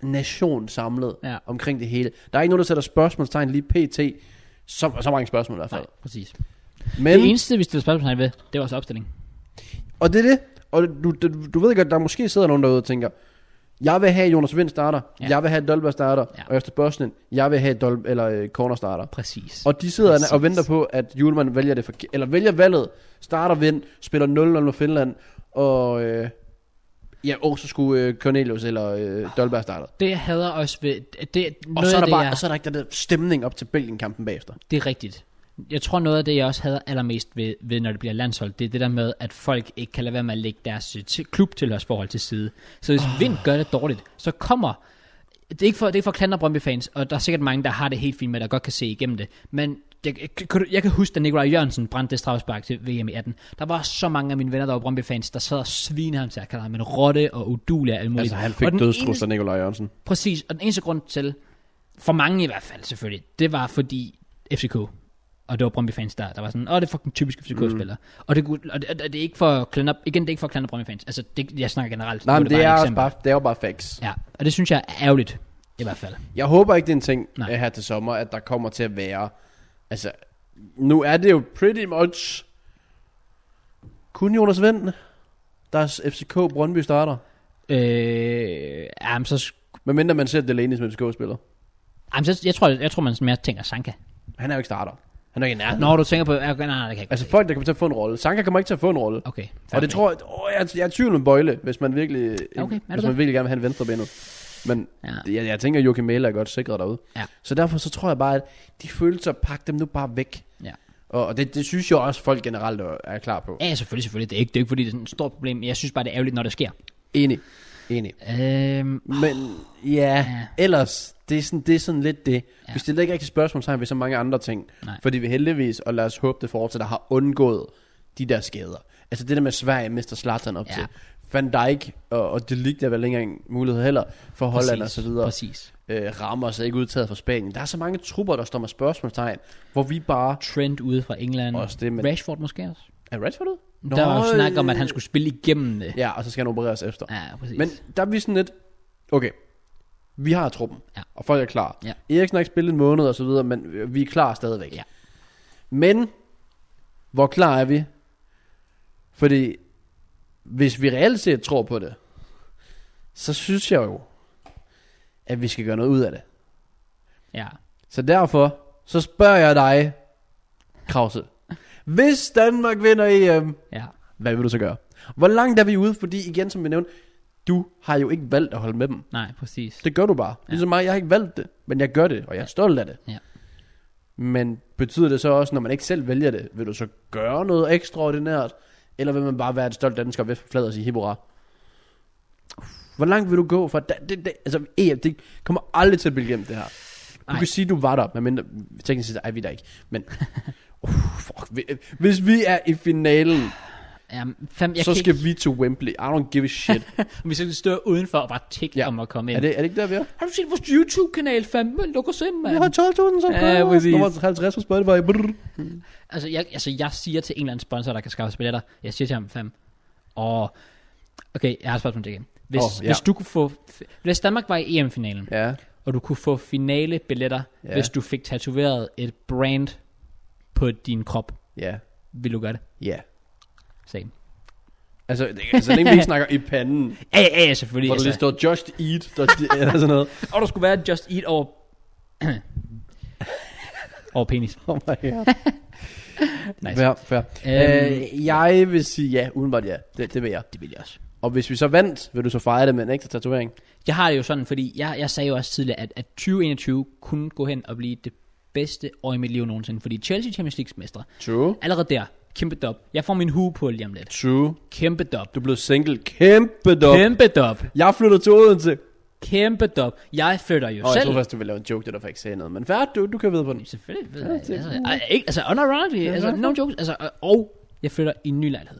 Speaker 2: nation samlet
Speaker 1: Ja.
Speaker 2: ja. omkring det hele. Der er ikke nogen, der sætter spørgsmålstegn lige pt. Så, så mange spørgsmål i hvert fald.
Speaker 1: Nej, præcis.
Speaker 2: Men,
Speaker 1: Det eneste, vi stillede spørgsmålstegn ved, det var så opstilling.
Speaker 2: og det er det. Og du, du, du ved godt, der måske sidder nogen derude og tænker, jeg vil have Jonas Vind starter,
Speaker 1: Ja.
Speaker 2: ja. jeg vil have Dolberg starter,
Speaker 1: Ja.
Speaker 2: ja. og efter Bosnien, jeg vil have Dol eller øh, Corner starter.
Speaker 1: Præcis. Og
Speaker 2: Og de sidder
Speaker 1: Præcis.
Speaker 2: Præcis. og venter på, at Julemand vælger det for, eller vælger valget, starter vind, spiller 0-0 mod Finland, og øh, ja, og så skulle øh, Cornelius eller øh, Dolberg starte.
Speaker 1: det jeg hader også ved... Det,
Speaker 2: Og
Speaker 1: noget
Speaker 2: så, er
Speaker 1: af
Speaker 2: der
Speaker 1: det,
Speaker 2: bare,
Speaker 1: jeg,
Speaker 2: og så er der ikke den der stemning op til Belgien-kampen bagefter.
Speaker 1: det er rigtigt. Jeg tror noget af det, jeg også hader allermest ved, ved, når det bliver landshold, det er det der med, at folk ikke kan lade være med at lægge deres øh, til, klubtilhørsforhold til side. Så hvis
Speaker 2: Ah.
Speaker 1: oh. Vind gør det dårligt, så kommer... Det er ikke for, det er ikke for at klandre Brøndby-fans, og der er sikkert mange, der har det helt fint med, der godt kan se igennem det. Men jeg, jeg, kan du- jeg kan huske, da Nikolaj Jørgensen brændte det strafspark til VM i 18. Der var så mange af mine venner, der var Brøndby-fans, der sad og svinede ham til at kalde ham en rotte og udulig og alt
Speaker 2: Altså,
Speaker 1: muligt. Og den eneste-
Speaker 2: Nikolaj Jørgensen.
Speaker 1: Præcis, og den eneste grund til, for mange i hvert fald selvfølgelig, det var fordi FCK, og det var Brøndby fans der, der var sådan, åh, det er fucking typisk FCK-spillere. Mm. Og, det, kunne- og, det, og det er ikke for at klande op, igen, det er ikke for at klande Brøndby fans, altså det, jeg snakker generelt.
Speaker 2: Nej,
Speaker 1: Nu
Speaker 2: men det, er
Speaker 1: bare et
Speaker 2: også
Speaker 1: eksempel.
Speaker 2: bare, det er jo bare facts.
Speaker 1: Ja, og det synes jeg er ærgerligt, i hvert fald.
Speaker 2: Jeg håber ikke, det er en ting
Speaker 1: Nej.
Speaker 2: Nej. her til sommer, at der kommer til at være... Altså, nu er det jo pretty much... Kun Jonas Vind, der er FCK Brøndby starter.
Speaker 1: Øh, jamen, så, sk-
Speaker 2: Men mindre man ser Delaney som FCK-spiller.
Speaker 1: jamen, så jeg, tror, jeg, jeg tror, man sådan mere tænker Sanka.
Speaker 2: Han er jo ikke starter. Han er ikke i nærheden.
Speaker 1: Når du tænker på, nej, nej, nej, det kan jeg ikke.
Speaker 2: Altså folk, der kommer til at få en rolle. Sanka kommer ikke til at få en rolle.
Speaker 1: okay, fair
Speaker 2: Og
Speaker 1: play.
Speaker 2: det tror jeg, åh, jeg, jeg er i tvivl med Bøjle, hvis man virkelig,
Speaker 1: Ja, okay. Er det
Speaker 2: hvis
Speaker 1: det?
Speaker 2: man virkelig gerne vil have en venstrebenet. Men
Speaker 1: Ja.
Speaker 2: det- jeg, jeg tænker, at Joachim Mæle er godt sikret derude.
Speaker 1: Ja.
Speaker 2: Så derfor så tror jeg bare, at de følelser, pak dem nu bare væk.
Speaker 1: Ja.
Speaker 2: Og, og det, det synes jeg også, folk generelt er- er klar på.
Speaker 1: Ja, selvfølgelig, selvfølgelig. Det er ikke, det er ikke fordi, det er sådan et stort problem. men Jeg synes bare, det er ærgerligt, når det sker.
Speaker 2: Enig. Enig.
Speaker 1: Øhm,
Speaker 2: Men ja,
Speaker 1: Ja.
Speaker 2: ja. ellers, det er, sådan, det er sådan lidt det.
Speaker 1: Ja.
Speaker 2: Ja. Vi stiller ikke rigtig spørgsmålstegn ved så mange andre ting.
Speaker 1: Nej.
Speaker 2: Fordi vi heldigvis, og lad os håbe det fortsætter, har undgået de der skader. Altså det der med at Sverige mister Zlatan op
Speaker 1: Ja.
Speaker 2: ja. til. Van Dijk og, og De Ligt er vel ikke engang mulighed heller for Holland
Speaker 1: præcis,
Speaker 2: og så videre.
Speaker 1: Præcis.
Speaker 2: Øh, rammer sig ikke udtaget fra Spanien. Der er så mange trupper, der står med spørgsmålstegn, hvor vi bare...
Speaker 1: Trent ude fra England.
Speaker 2: Også det, men-
Speaker 1: Rashford måske også.
Speaker 2: Er Rashford ud?
Speaker 1: Nå, der var jo
Speaker 2: øh,
Speaker 1: snak om, at han skulle spille igennem det.
Speaker 2: Ja, og så skal han opereres efter.
Speaker 1: Ja, præcis.
Speaker 2: Men der er vi sådan lidt, okay, vi har truppen,
Speaker 1: Ja.
Speaker 2: og folk er klar.
Speaker 1: Ja.
Speaker 2: Eriksen har ikke spillet en måned og så videre, men øh, vi er klar stadigvæk.
Speaker 1: Ja.
Speaker 2: Men, hvor klar er vi? Fordi, hvis vi reelt set tror på det, så synes jeg jo, at vi skal gøre noget ud af det.
Speaker 1: ja.
Speaker 2: Så derfor, så spørger jeg dig, Krause. Hvis Danmark vinder EM,
Speaker 1: ja,
Speaker 2: hvad vil du så gøre? Hvor langt er vi ude? Fordi igen, som vi nævnte, du har jo ikke valgt at holde med dem.
Speaker 1: nej, præcis.
Speaker 2: Det gør du bare. Ja. Ligesom mig, jeg har ikke valgt det, men jeg gør det, og jeg er stolt af det.
Speaker 1: Ja.
Speaker 2: Men betyder det så også, når man ikke selv vælger det, vil du så gøre noget ekstraordinært? Eller vil man bare være et stolt dansker og vifte på fladet og sige hip hurra? Hvor langt vil du gå for? Det, det, det, altså, EM, det kommer aldrig til at blive igennem det her. Du
Speaker 1: Nej.
Speaker 2: Ej. kan sige, du var der, men mindre, teknisk set er vi der ikke. Men, uh, fuck, vi- hvis vi er i finalen,
Speaker 1: Ja, fam, jeg
Speaker 2: så
Speaker 1: kan
Speaker 2: skal
Speaker 1: ikke,
Speaker 2: vi til Wembley. I don't give a shit.
Speaker 1: vi... vi skal stå udenfor og bare tække ja.
Speaker 2: Ja.
Speaker 1: om at komme
Speaker 2: er,
Speaker 1: ind.
Speaker 2: det, er det ikke der, vi er?
Speaker 1: Har du set vores YouTube-kanal, fam? Luk os ind, mand.
Speaker 2: Vi har 12.000
Speaker 1: Ja,
Speaker 2: subscribers.
Speaker 1: præcis.
Speaker 2: Nummer 50 på Spotify. Brrr.
Speaker 1: Altså jeg, altså, jeg siger til en eller anden sponsor, der kan skaffe os billetter, jeg siger til ham, fam, og okay, jeg har et spørgsmål til igen. Hvis,
Speaker 2: Åh,
Speaker 1: oh,
Speaker 2: ja.
Speaker 1: ja. hvis du kunne få, hvis Danmark var i EM-finalen, ja.
Speaker 2: Ja.
Speaker 1: og du kunne få finale billetter, ja.
Speaker 2: Ja.
Speaker 1: hvis du fik tatoveret et brand på din krop,
Speaker 2: Ja.
Speaker 1: ville du gøre det?
Speaker 2: Ja.
Speaker 1: Same.
Speaker 2: Altså, det, altså længe vi ikke snakker i panden,
Speaker 1: Ja, ja, ja, selvfølgelig.
Speaker 2: hvor der
Speaker 1: Altså,
Speaker 2: lige står Just Eat, der, eller sådan noget.
Speaker 1: og der skulle være Just Eat over... over penis.
Speaker 2: Oh my god.
Speaker 1: Nice.
Speaker 2: Fair, fair.
Speaker 1: Øhm,
Speaker 2: Øh, jeg vil sige ja, udenbart ja. Det, det vil jeg.
Speaker 1: Det ville jeg også.
Speaker 2: Og hvis vi så vandt, vil du så fejre det med en ekstra tatovering?
Speaker 1: Jeg har det jo sådan, fordi jeg, jeg sagde jo også tidligere, at, at 2021 kunne gå hen og blive det bedste år i mit liv nogensinde, fordi Chelsea Champions League mestre.
Speaker 2: True.
Speaker 1: Allerede der, kæmpe dop. Jeg får min hue på lige om lidt.
Speaker 2: True.
Speaker 1: Kæmpe dop.
Speaker 2: Du blev single. Kæmpe dog.
Speaker 1: Kæmpe dop.
Speaker 2: Jeg flytter til Odense.
Speaker 1: Kæmpe dop. Jeg flytter jo
Speaker 2: Og jeg
Speaker 1: selv.
Speaker 2: tror faktisk, du ville lave en joke, det der faktisk sagde noget. Men færdig, du, du kan videre på den.
Speaker 1: Selvfølgelig ved
Speaker 2: Ja,
Speaker 1: jeg.
Speaker 2: det-
Speaker 1: Altså, ej, ikke, altså unironically,
Speaker 2: Ja,
Speaker 1: altså,
Speaker 2: ja.
Speaker 1: no jokes. Altså, og- og jeg flytter i en ny lejlighed.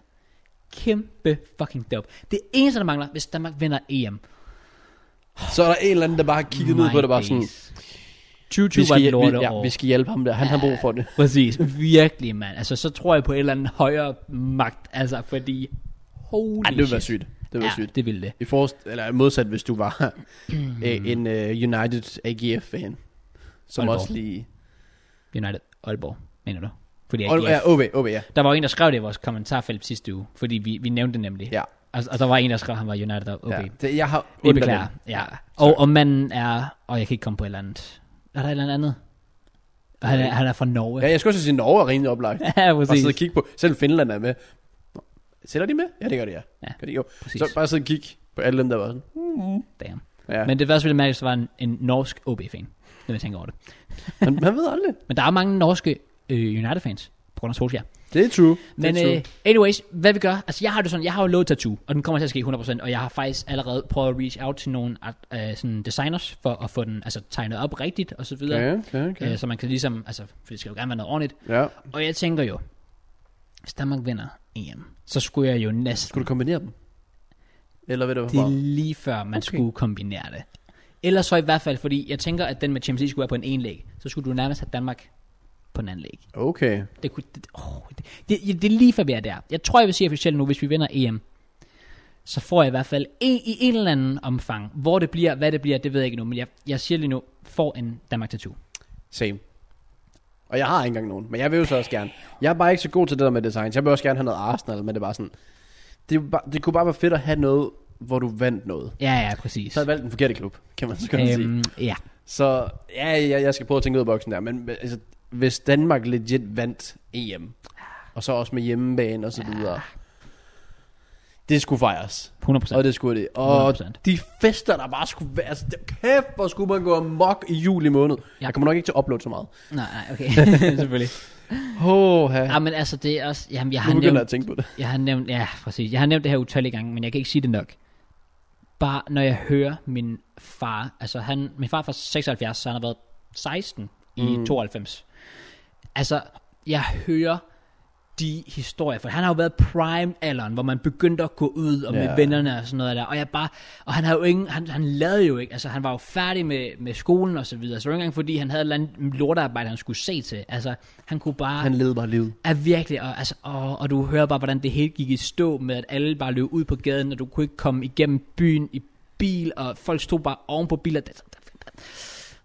Speaker 1: Kæmpe fucking dop. Det eneste, der mangler, hvis Danmark vinder EM.
Speaker 2: Så er der en eller anden, der bare har kigget ned
Speaker 1: My
Speaker 2: på det, bare sådan,
Speaker 1: days. 2020 var et
Speaker 2: vi,
Speaker 1: lorteår.
Speaker 2: ja, vi skal hjælpe ham der. Han har brug for det.
Speaker 1: Præcis, virkelig mand. Altså, så tror jeg på en eller anden højere magt, altså, fordi... Holy
Speaker 2: Ej, det ville
Speaker 1: shit.
Speaker 2: være sygt. Det ville
Speaker 1: ja,
Speaker 2: være sygt.
Speaker 1: det ville det.
Speaker 2: I forrest, eller modsat, hvis du var øh, en uh, United AGF-fan. Som
Speaker 1: Aalborg.
Speaker 2: også lige...
Speaker 1: United Aalborg, mener du? Fordi jeg
Speaker 2: Og,
Speaker 1: ja.
Speaker 2: ja, OB, OB, ja.
Speaker 1: Der var jo en, der skrev det i vores kommentarfelt sidste uge, fordi vi, vi nævnte det nemlig.
Speaker 2: Ja,
Speaker 1: Og, og, der var en, der skrev, at han var United og OB.
Speaker 2: ja.
Speaker 1: Ja.
Speaker 2: Det, jeg har
Speaker 1: Vi
Speaker 2: ondt af
Speaker 1: beklager.
Speaker 2: dem.
Speaker 1: Ja. Og, og manden er... Og jeg kan ikke komme på et eller andet. Er der et eller andet? Og han, er, han er fra Norge.
Speaker 2: Ja, jeg skulle også sige, Norge er rimelig oplagt.
Speaker 1: ja
Speaker 2: Bare sidde og
Speaker 1: præcis.
Speaker 2: kigge på. Selv Finland er med. Nå, Tæller de med? Ja, det gør de, ja.
Speaker 1: Ja,
Speaker 2: Gør de, jo.
Speaker 1: præcis.
Speaker 2: Så bare sidde og kigge på alle dem, der var sådan.
Speaker 1: Damn.
Speaker 2: Ja. Men,
Speaker 1: Men det værste ville jeg mærke, hvis der var en, en norsk OB-fan. Når jeg tænker over det.
Speaker 2: man, man ved aldrig.
Speaker 1: Men der er mange norske øh, United-fans på grund af Solskjaer.
Speaker 2: Det er true.
Speaker 1: Men
Speaker 2: det er true.
Speaker 1: øh, anyways, hvad vi gør, altså jeg har det sådan, jeg har jo lovet tattoo, og den kommer til at ske 100%, og jeg har faktisk allerede prøvet at reach out til nogle art, øh, sådan designers, for at få den altså, tegnet op rigtigt, og så videre,
Speaker 2: okay, okay, okay.
Speaker 1: øh, så man kan ligesom, altså, for det skal jo gerne være noget ordentligt,
Speaker 2: Ja.
Speaker 1: og jeg tænker jo, hvis Danmark vinder EM, så skulle jeg jo næsten,
Speaker 2: Skulle du kombinere dem? Eller ved du
Speaker 1: det
Speaker 2: hvad?
Speaker 1: er lige før man okay.
Speaker 2: Okay.
Speaker 1: skulle kombinere det. Ellers så i hvert fald, fordi jeg tænker, at den med Champions League skulle være på en ene læg, så skulle du nærmest have Danmark på en anden læg.
Speaker 2: Okay.
Speaker 1: Det, kunne, det, oh, det, det, det, det er lige for vi er der. Jeg tror, jeg vil sige officielt nu, hvis vi vinder EM, så får jeg i hvert fald en, i en eller anden omfang. Hvor det bliver, hvad det bliver, det ved jeg ikke nu. Men jeg, jeg siger lige nu, får en Danmark tattoo.
Speaker 2: Same. Og jeg har ikke engang nogen, men jeg vil jo så også gerne. Jeg er bare ikke så god til det der med designs. Jeg vil også gerne have noget Arsenal, men det er bare sådan... Det, er jo bare, det kunne bare være fedt at have noget, hvor du vandt noget.
Speaker 1: Ja, ja, præcis. Øhm,
Speaker 2: Så har jeg valgt den forkerte klub, kan man så godt sige.
Speaker 1: ja,
Speaker 2: Så ja, jeg, jeg skal prøve at tænke ud af boksen der, men men, altså, hvis Danmark legit vandt EM, og så også med hjemmebane og så videre, det skulle fejres.
Speaker 1: 100%.
Speaker 2: Og det skulle det. Og
Speaker 1: 100%.
Speaker 2: de fester, der bare skulle være, altså det- kæft, hvor skulle man gå amok i juli måned.
Speaker 1: Ja.
Speaker 2: Jeg kommer nok ikke til at uploade så meget.
Speaker 1: Nej, nej, okay. Selvfølgelig.
Speaker 2: Åh, ja.
Speaker 1: Ja, men altså, det er også... Jamen, jeg
Speaker 2: Nu
Speaker 1: har,
Speaker 2: begynder jeg
Speaker 1: nævnt,
Speaker 2: at tænke på det.
Speaker 1: jeg har nævnt... Ja, præcis. Jeg har nævnt det her utallige gange, men jeg kan ikke sige det nok. Bare når jeg hører min far... Altså, han, min far er fra 76, så han har været 16 i
Speaker 2: Mm.
Speaker 1: 92. Altså, jeg hører de historier, for han har jo været prime alderen, hvor man begyndte at gå ud og med
Speaker 2: Ja.
Speaker 1: vennerne og sådan noget der, og jeg bare, og han har jo ingen, han, han lavede jo ikke, altså han var jo færdig med, med skolen og så videre, så det var ikke engang fordi, han havde et eller andet lortearbejde, han skulle se til, altså han kunne bare
Speaker 2: Han levede bare livet.
Speaker 1: er virkelig, og, altså, og, og du hører bare, hvordan det hele gik i stå med, at alle bare løb ud på gaden, og du kunne ikke komme igennem byen i bil, og folk stod bare oven på biler. Det-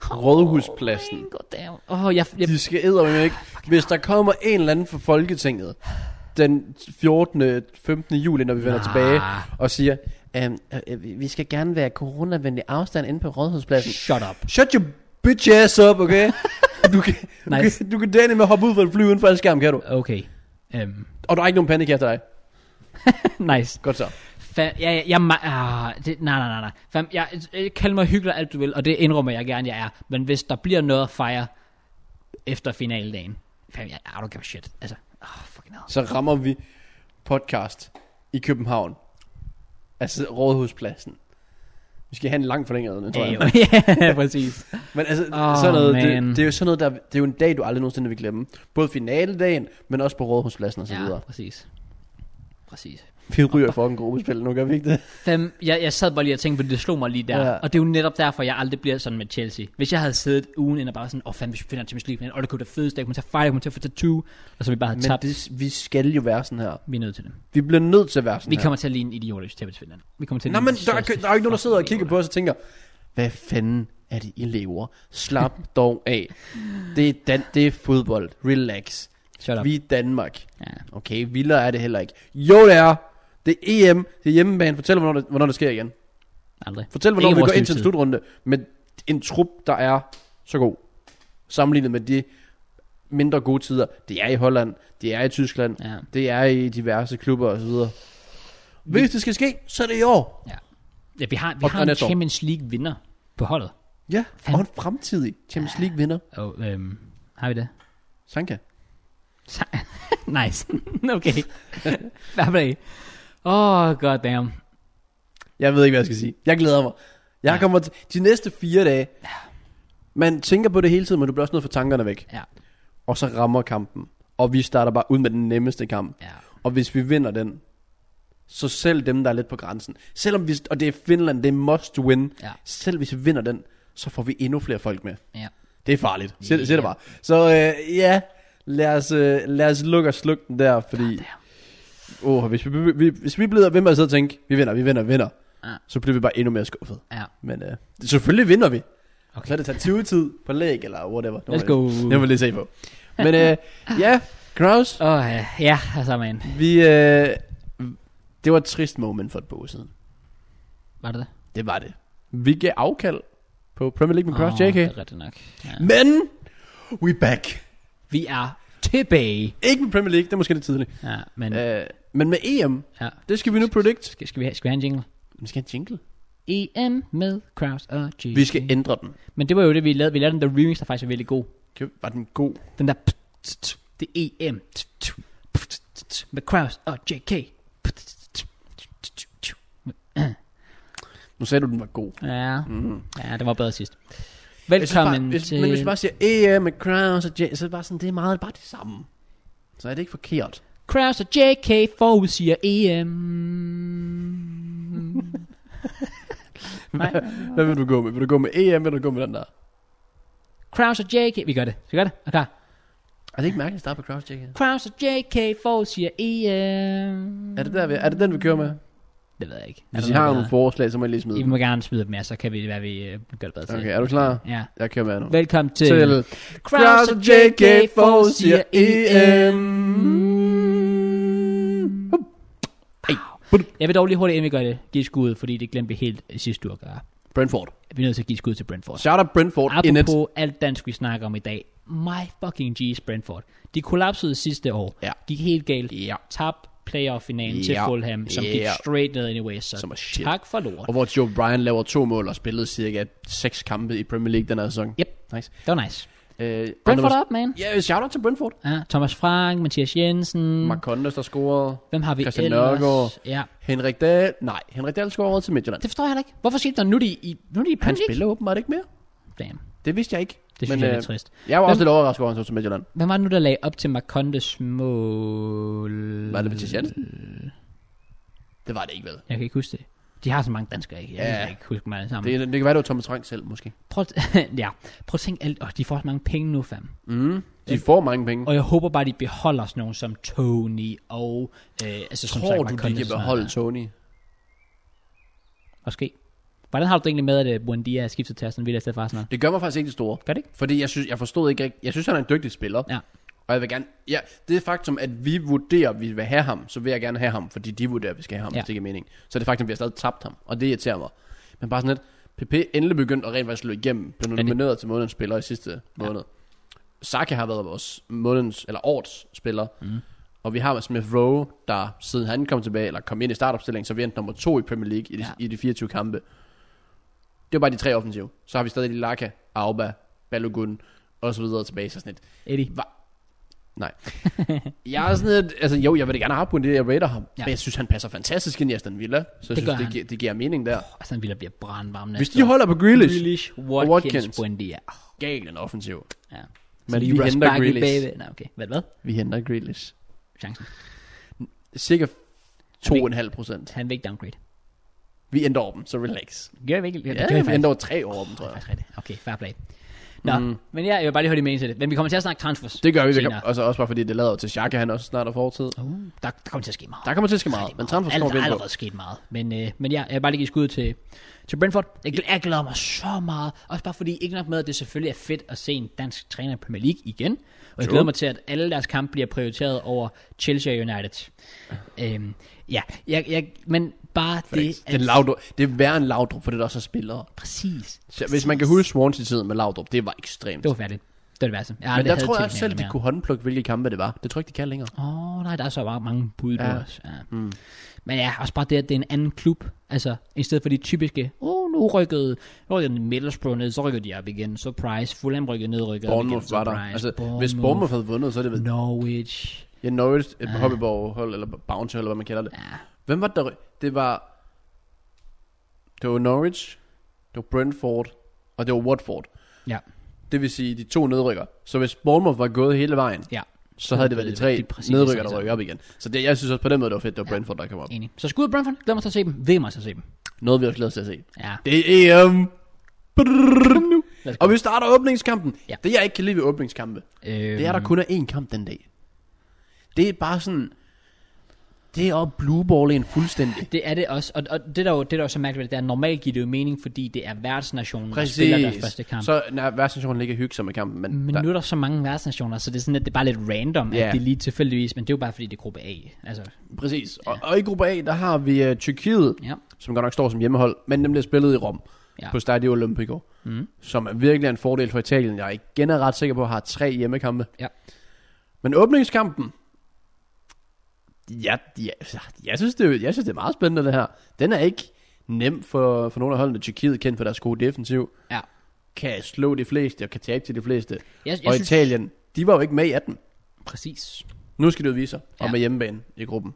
Speaker 2: Rådhuspladsen.
Speaker 1: Oh, god damn. Åh, jeg, jeg,
Speaker 2: De skal eddermame ikke. Hvis der kommer en eller anden fra Folketinget den 14. 15. juli, når vi vender
Speaker 1: Ah.
Speaker 2: tilbage, og siger, "Øhm, øh, øh, vi- vi skal gerne være coronavenlig afstand inde på Rådhuspladsen.
Speaker 1: shut up.
Speaker 2: Shut your bitch ass up, okay? du kan,
Speaker 1: Nice.
Speaker 2: nice. du, kan, du kan denne med hoppe ud fra et fly uden for en skærm, kan du?
Speaker 1: Okay. Um,
Speaker 2: Og der er ikke nogen panik efter dig.
Speaker 1: nice.
Speaker 2: Godt så.
Speaker 1: Fa- ja, ja, jeg, ma- ah, det, nej, nej, nej, nej. Fam, jeg, øh, kald mig hyggelig alt du vil, og det indrømmer jeg gerne, jeg er. Men hvis der bliver noget at fejre efter finaledagen, fam, jeg, I don't give a shit. Altså, oh, fucking hell.
Speaker 2: Så rammer vi podcast i København. Altså Rådhuspladsen. Vi skal have en lang forlængere, den, tror jeg.
Speaker 1: Ja, jo. præcis.
Speaker 2: Men altså,
Speaker 1: Åh,
Speaker 2: oh, sådan noget,
Speaker 1: man.
Speaker 2: det, det, er jo sådan noget, der, det er jo en dag, du aldrig nogensinde vil glemme. Både finaledagen, men også på Rådhuspladsen og så
Speaker 1: ja,
Speaker 2: videre.
Speaker 1: præcis. præcis.
Speaker 2: Vi ryger for en gruppespil, nu gør vi ikke det.
Speaker 1: Fem, jeg, jeg sad bare lige og tænkte på det, det slog mig lige der.
Speaker 2: Ja.
Speaker 1: Ja. Og det er jo netop derfor, jeg aldrig bliver sådan med Chelsea. Hvis jeg havde siddet ugen ind og bare sådan, åh oh, fanden, hvis vi finder en Champions League, og det kunne det fedeste, jeg kunne tage fejl, jeg kunne tage for tage 20, og så vi bare havde
Speaker 2: Men
Speaker 1: tabt.
Speaker 2: det, vi skal jo være sådan her.
Speaker 1: Vi er nødt til det.
Speaker 2: Vi bliver nødt til at være sådan
Speaker 1: Vi
Speaker 2: her.
Speaker 1: kommer til at ligne en idiotisk til Finland. Vi kommer til at
Speaker 2: Nå,
Speaker 1: ligne
Speaker 2: men
Speaker 1: de
Speaker 2: der, er,
Speaker 1: største
Speaker 2: der er jo ikke nogen, der sidder og
Speaker 1: fucking
Speaker 2: kigger på os og tænker, hvad fanden er det, I lever? Slap dog af. Det er, dan- det er fodbold. Relax.
Speaker 1: idioter. Shut up.
Speaker 2: Vi er Danmark.
Speaker 1: Ja.
Speaker 2: Okay, vildere er det heller ikke. Jo, det er. Det er EM. Det er hjemmebane. Fortæl, hvornår det, hvornår det sker igen.
Speaker 1: Aldrig.
Speaker 2: Fortæl, hvornår
Speaker 1: Ikke
Speaker 2: vi
Speaker 1: vores
Speaker 2: går ind til en
Speaker 1: livstid.
Speaker 2: slutrunde med en trup, der er så god. Sammenlignet med de mindre gode tider. Det er i Holland. Det er i Tyskland.
Speaker 1: Ja.
Speaker 2: Det er i diverse klubber osv. Hvis det skal ske, så er det i år.
Speaker 1: ja vi har, vi
Speaker 2: Og-
Speaker 1: har
Speaker 2: og
Speaker 1: en
Speaker 2: næste år.
Speaker 1: Champions League vinder på holdet.
Speaker 2: Ja,
Speaker 1: Fandme.
Speaker 2: og en fremtidig Champions League vinder.
Speaker 1: Og, øhm, har vi det?
Speaker 2: Sanka.
Speaker 1: Så- nice. okay. Fair play. Åh, oh, goddamn.
Speaker 2: Jeg ved ikke, hvad jeg skal sige. Jeg glæder mig. Jeg
Speaker 1: Ja.
Speaker 2: kommer til de næste fire dage. Man tænker på det hele tiden, men du bliver også nødt for tankerne væk.
Speaker 1: Ja.
Speaker 2: Og så rammer kampen. Og vi starter bare ud med den nemmeste kamp.
Speaker 1: Ja.
Speaker 2: Og hvis vi vinder den, så selv dem, der er lidt på grænsen. Selvom vi, og det er Finland, det er must win.
Speaker 1: Ja.
Speaker 2: Selv hvis vi vinder den, så får vi endnu flere folk med.
Speaker 1: Ja.
Speaker 2: Det er farligt. Sig, yeah.
Speaker 1: Ja.
Speaker 2: sig det bare. Så øh, ja, lad os, øh, lad os lukke og slukke den der, fordi... Åh, hvis vi, vi, hvis vi bliver ved med at sidde og tænke, vi vinder, vi vinder, vi vinder,
Speaker 1: Ja.
Speaker 2: så bliver vi bare endnu mere skuffet.
Speaker 1: Ja.
Speaker 2: Men øh, selvfølgelig vinder vi. Okay.
Speaker 1: Okay.
Speaker 2: Så er det tager 20 tid på læg, eller whatever. Det må
Speaker 1: Let's
Speaker 2: vi-
Speaker 1: go.
Speaker 2: Det må vi lige se på. Men øh, ja, Kraus,
Speaker 1: Åh, oh, ja. ja, altså, man.
Speaker 2: vi, øh, det var et trist moment for et par uger siden.
Speaker 1: Var det det?
Speaker 2: Det var det. Vi gav afkald på Premier League med Kraus
Speaker 1: Åh,
Speaker 2: JK.
Speaker 1: Det er rigtigt nok. Ja.
Speaker 2: Men, we back.
Speaker 1: Vi er tilbage.
Speaker 2: Ikke med Premier League, det er måske lidt tidligt.
Speaker 1: Ja, men...
Speaker 2: Øh, men med EM,
Speaker 1: Ja.
Speaker 2: det skal vi nu predict.
Speaker 1: Skal, skal, vi have, skal vi have en jingle?
Speaker 2: Vi skal have en jingle.
Speaker 1: EM med Kraus og G.
Speaker 2: Vi skal ændre den.
Speaker 1: Men det var jo det, vi lavede. Vi lavede den der remix, der faktisk er virkelig god.
Speaker 2: Kan- Var den god?
Speaker 1: Den der... p- t- t- Det er EM. t- t- p- t- t- Med Kraus og JK. P- t- t- t- t- t-
Speaker 2: Nu sagde du, den var god.
Speaker 1: Ja,
Speaker 2: Mm.
Speaker 1: ja, det var bedre sidst.
Speaker 2: Jeg synes
Speaker 1: Velkommen
Speaker 2: bare, hvis,
Speaker 1: til...
Speaker 2: Men hvis man bare siger EM med Crowns og Jay, så er det bare sådan, det er meget bare det samme. Så er det ikke forkert.
Speaker 1: Kraus og JK forudsiger E EM. Nej.
Speaker 2: Hvad vil du gå med? Vil du gå med EM, vil du gå med den der?
Speaker 1: Kraus og JK... Vi gør det. Vi gør det. Er du klar?
Speaker 2: Er det ikke mærkeligt at starte på Crowns, Jay?
Speaker 1: Kraus og JK forudsiger E EM.
Speaker 2: Er det, der, vi, er det den, vi kører med?
Speaker 1: Det ved jeg ikke. Er
Speaker 2: Hvis
Speaker 1: der
Speaker 2: I
Speaker 1: noget
Speaker 2: har
Speaker 1: bedre?
Speaker 2: nogle forslag, så må I lige smide
Speaker 1: I
Speaker 2: dem.
Speaker 1: må gerne smide dem, ja, så kan vi være, vi øh, gør det bedre til.
Speaker 2: Okay, er du klar?
Speaker 1: Ja.
Speaker 2: Jeg kører med nu.
Speaker 1: Velkommen til...
Speaker 2: Til Kraus og JK forudsiger
Speaker 1: E
Speaker 2: EM. E
Speaker 1: Wow. Jeg vil dog lige hurtigt, inden vi gør det, give et skud, fordi det glemte vi helt øh, sidste uge at gøre.
Speaker 2: Brentford.
Speaker 1: Vi er nødt til at give et skud til Brentford.
Speaker 2: Shout out Brentford in it.
Speaker 1: Apropos alt dansk, vi snakker om i dag. My fucking G's Brentford. De kollapsede sidste år.
Speaker 2: Ja.
Speaker 1: Gik helt galt.
Speaker 2: Ja.
Speaker 1: Tab playoff-finalen til
Speaker 2: Ja.
Speaker 1: Fulham, som gik
Speaker 2: Ja.
Speaker 1: straight ned anyway. Så
Speaker 2: Som er shit.
Speaker 1: tak for lort.
Speaker 2: Og hvor Joe Bryan laver to mål og spillede cirka seks kampe i Premier League den her sæson.
Speaker 1: Yep,
Speaker 2: Nice.
Speaker 1: det var nice.
Speaker 2: Øh,
Speaker 1: Brentford
Speaker 2: og-
Speaker 1: op, man.
Speaker 2: Ja, shout out til Brentford.
Speaker 1: Ja, Thomas Frank, Mathias Jensen.
Speaker 2: Mm. Marcondes, der scorede.
Speaker 1: Hvem har vi
Speaker 2: Christian
Speaker 1: ellers?
Speaker 2: Nørgaard.
Speaker 1: Ja.
Speaker 2: Henrik Dahl. Nej, Henrik Dahl scorede til Midtjylland.
Speaker 1: Det forstår jeg heller ikke. Hvorfor skete der nu, de i, nu de i Premier
Speaker 2: Han
Speaker 1: League?
Speaker 2: spiller åbenbart ikke mere.
Speaker 1: Damn,
Speaker 2: Det vidste jeg ikke.
Speaker 1: det synes
Speaker 2: Men,
Speaker 1: jeg er
Speaker 2: øh,
Speaker 1: lidt trist.
Speaker 2: Jeg var
Speaker 1: Hvem-
Speaker 2: også lidt overrasket over, at han tog til Midtjylland.
Speaker 1: Hvem var det nu, der lagde op til Marcondes mål?
Speaker 2: Var det Mathias Jensen? Øh, Mm. Det var det ikke, vel?
Speaker 1: Jeg kan ikke huske det. De har så mange danskere, ikke? Jeg
Speaker 2: Ja.
Speaker 1: ja. kan ikke huske mig alle sammen.
Speaker 2: Det, det kan være, det var Thomas Frank selv, måske.
Speaker 1: Prøv, ja, prøv at tænke alt. Oh, de får så mange penge nu, fam.
Speaker 2: Mm. De får mange penge.
Speaker 1: Og jeg håber bare, de beholder sådan nogen som Tony og... Øh, altså, som
Speaker 2: Tror
Speaker 1: sagt,
Speaker 2: du, de
Speaker 1: Marcondes
Speaker 2: kan
Speaker 1: og sådan
Speaker 2: beholde
Speaker 1: noget der.
Speaker 2: Tony?
Speaker 1: Måske. Hvordan har du det egentlig med, at uh, Buendia er skiftet til Aston Villa i stedet for Arsenal?
Speaker 2: Det gør mig faktisk ikke det store.
Speaker 1: Gør det ikke?
Speaker 2: Fordi jeg synes, jeg forstod ikke rigtigt. Jeg synes, han er en dygtig spiller.
Speaker 1: Ja.
Speaker 2: Og jeg vil gerne... Ja, det er faktum, at vi vurderer, at vi vil have ham, så vil jeg gerne have ham, fordi de vurderer, at vi skal have ham, ja.
Speaker 1: Ja.
Speaker 2: hvis det ikke er mening. Så det er faktum, at vi har stadig tabt ham, og det irriterer mig. Men bare sådan lidt, PP endelig begyndt at rent faktisk slå igennem, blev
Speaker 1: det-
Speaker 2: nomineret til månedens spiller i sidste ja. måned. Saka har været vores månedens, eller årets spiller, mm. og vi har Smith Rowe, der siden han kom tilbage, eller kom ind i startopstillingen, så er vi endte nummer to i Premier League i de,
Speaker 1: Ja.
Speaker 2: ja. i de 24 kampe. Det var bare de tre offensive. Så har vi stadig Laka, Auba, Balogun, og så videre tilbage. Så sådan lidt,
Speaker 1: Eddie.
Speaker 2: Nej. jeg er sådan lidt, altså jo, jeg vil da gerne have på det, jeg rater ham. Ja.
Speaker 1: Ja.
Speaker 2: Men jeg synes, han passer fantastisk ind i Aston Villa. Så
Speaker 1: Det
Speaker 2: jeg det
Speaker 1: gør
Speaker 2: synes, det,
Speaker 1: han.
Speaker 2: gi- det giver mening der.
Speaker 1: Aston Villa bliver brandvarm
Speaker 2: Hvis
Speaker 1: næste
Speaker 2: de holder på Grealish,
Speaker 1: Grealish,
Speaker 2: og
Speaker 1: Watkins,
Speaker 2: Watkins.
Speaker 1: Watkins. Buendia.
Speaker 2: gal en offensiv.
Speaker 1: Ja.
Speaker 2: Men vi
Speaker 1: Ross
Speaker 2: henter
Speaker 1: Barkley,
Speaker 2: Grealish.
Speaker 1: baby. Nej, okay. Hvad, hvad?
Speaker 2: Vi henter Grealish.
Speaker 1: Chancen.
Speaker 2: Cirka
Speaker 1: Vi-
Speaker 2: 2,5 procent.
Speaker 1: Han vil ikke downgrade.
Speaker 2: Vi ændrer over dem, så relax.
Speaker 1: Gør vi ikke? Ja, det gør
Speaker 2: Ja, vi
Speaker 1: faktisk.
Speaker 2: ændrer over tre over dem, tror
Speaker 1: Det er
Speaker 2: jeg.
Speaker 1: faktisk rigtigt. Okay, fair play. Nå, mm. men ja, jeg vil bare lige høre din mening til det. Men vi kommer til at snakke transfers.
Speaker 2: Det gør vi, det
Speaker 1: Senere.
Speaker 2: og så også bare fordi det lader til Xhaka, han også snart er fortid.
Speaker 1: Uh, der, der kommer til at ske meget.
Speaker 2: Der kommer til at ske
Speaker 1: Rigtig
Speaker 2: meget, men transfer
Speaker 1: Alt-
Speaker 2: kommer vi
Speaker 1: Der er
Speaker 2: ind på.
Speaker 1: allerede sket meget. Men, øh, men ja, jeg vil bare lige give skud til, til Brentford. Jeg, gl- jeg glæder mig så meget. Også bare fordi, ikke nok med, at det selvfølgelig er fedt at se en dansk træner i Premier League igen. Og jeg
Speaker 2: Jo.
Speaker 1: glæder mig til, at alle deres kampe bliver prioriteret over Chelsea og United. Øhm, ja, jeg, jeg, men bare det,
Speaker 2: Det, er Laudrup. det er værre end Laudrup, for det er også er spillere.
Speaker 1: Præcis.
Speaker 2: Så Hvis man kan huske Swansea-tiden med Laudrup, det var ekstremt.
Speaker 1: Det var færdigt. Det var det værste. Jeg
Speaker 2: Men
Speaker 1: aldrig
Speaker 2: der
Speaker 1: havde
Speaker 2: tror jeg
Speaker 1: tænkt
Speaker 2: også
Speaker 1: mere
Speaker 2: selv, de
Speaker 1: mere.
Speaker 2: kunne håndplukke, hvilke kampe det var. Det tror jeg ikke, de kan længere.
Speaker 1: Åh, oh, nej, der er så bare mange bud ja.
Speaker 2: Ja.
Speaker 1: også. Ja. Mm. Men ja, også bare det, at det er en anden klub. Altså, i stedet for de typiske, åh, oh, nu rykkede, nu rykkede Middlesbrough ned, så rykkede de op igen. Så Price, Fulham rykkede ned, rykkede op igen.
Speaker 2: Bournemouth
Speaker 1: Så
Speaker 2: var der.
Speaker 1: Price,
Speaker 2: Altså, hvis Bournemouth havde vundet, så er det ved...
Speaker 1: Norwich.
Speaker 2: Ja, Norwich, et hobbyborg-hold, eller bounty, eller hvad man kalder det.
Speaker 1: Ja,
Speaker 2: Hvem var det, der... ry- Det var... Det var Norwich, det var Brentford, og det var Watford.
Speaker 1: ja,
Speaker 2: Det vil sige, de to nedrykker. Så hvis Bournemouth var gået hele vejen,
Speaker 1: ja.
Speaker 2: så havde det været de tre
Speaker 1: Det er præcis
Speaker 2: nedrykker,
Speaker 1: det
Speaker 2: der
Speaker 1: samme.
Speaker 2: rykker op igen. Så det, jeg synes også på den måde, det var fedt, det var Brentford, der kom op.
Speaker 1: Enig. Så skud Brentford, glæder mig til at se dem. Ved mig til at se dem.
Speaker 2: Noget, vi også glæder os til at se.
Speaker 1: Ja.
Speaker 2: Det er EM. Brrrr, nu.
Speaker 1: Lad os
Speaker 2: Og vi starter åbningskampen.
Speaker 1: Ja.
Speaker 2: Det, jeg ikke kan lide ved åbningskampe,
Speaker 1: Øhm,
Speaker 2: det er, der kun er én kamp den dag. Det er bare sådan... Det er at blueballe en fuldstændig.
Speaker 1: Det er det også, og, og det, der jo, det der jo er så mærkeligt, ved det er, at normalt giver det jo mening, fordi det er værtsnationen, der spiller deres første kamp.
Speaker 2: Så nej, værtsnationen ligger hygge sig med kampen, men,
Speaker 1: Men
Speaker 2: der,
Speaker 1: nu er der så mange værtsnationer, så det er sådan, at det er bare lidt random, yeah.
Speaker 2: Ja.
Speaker 1: at det lige tilfældigvis, men det er jo bare fordi, det er gruppe A. Altså,
Speaker 2: præcis. Og, og, i gruppe A, der har vi uh, Tyrkiet,
Speaker 1: ja.
Speaker 2: som godt nok står som hjemmehold, men dem bliver spillet i Rom
Speaker 1: Ja.
Speaker 2: ja. på Stadio Olimpico,
Speaker 1: Mm.
Speaker 2: som er virkelig en fordel for Italien. Jeg er igen er ret sikker på, at har tre hjemmekampe.
Speaker 1: Ja.
Speaker 2: Men åbningskampen, ja, ja, jeg, synes, det, er- jeg synes, det er meget spændende, det her. Den er ikke nem for, for nogle af holdene. Tyrkiet er kendt for deres gode defensiv.
Speaker 1: Ja.
Speaker 2: Kan slå de fleste og kan tabe til de fleste.
Speaker 1: Jeg,
Speaker 2: og Italien, de var jo ikke med i 18.
Speaker 1: Præcis.
Speaker 2: Nu skal det jo vise sig, om
Speaker 1: Ja.
Speaker 2: er hjemmebane i gruppen.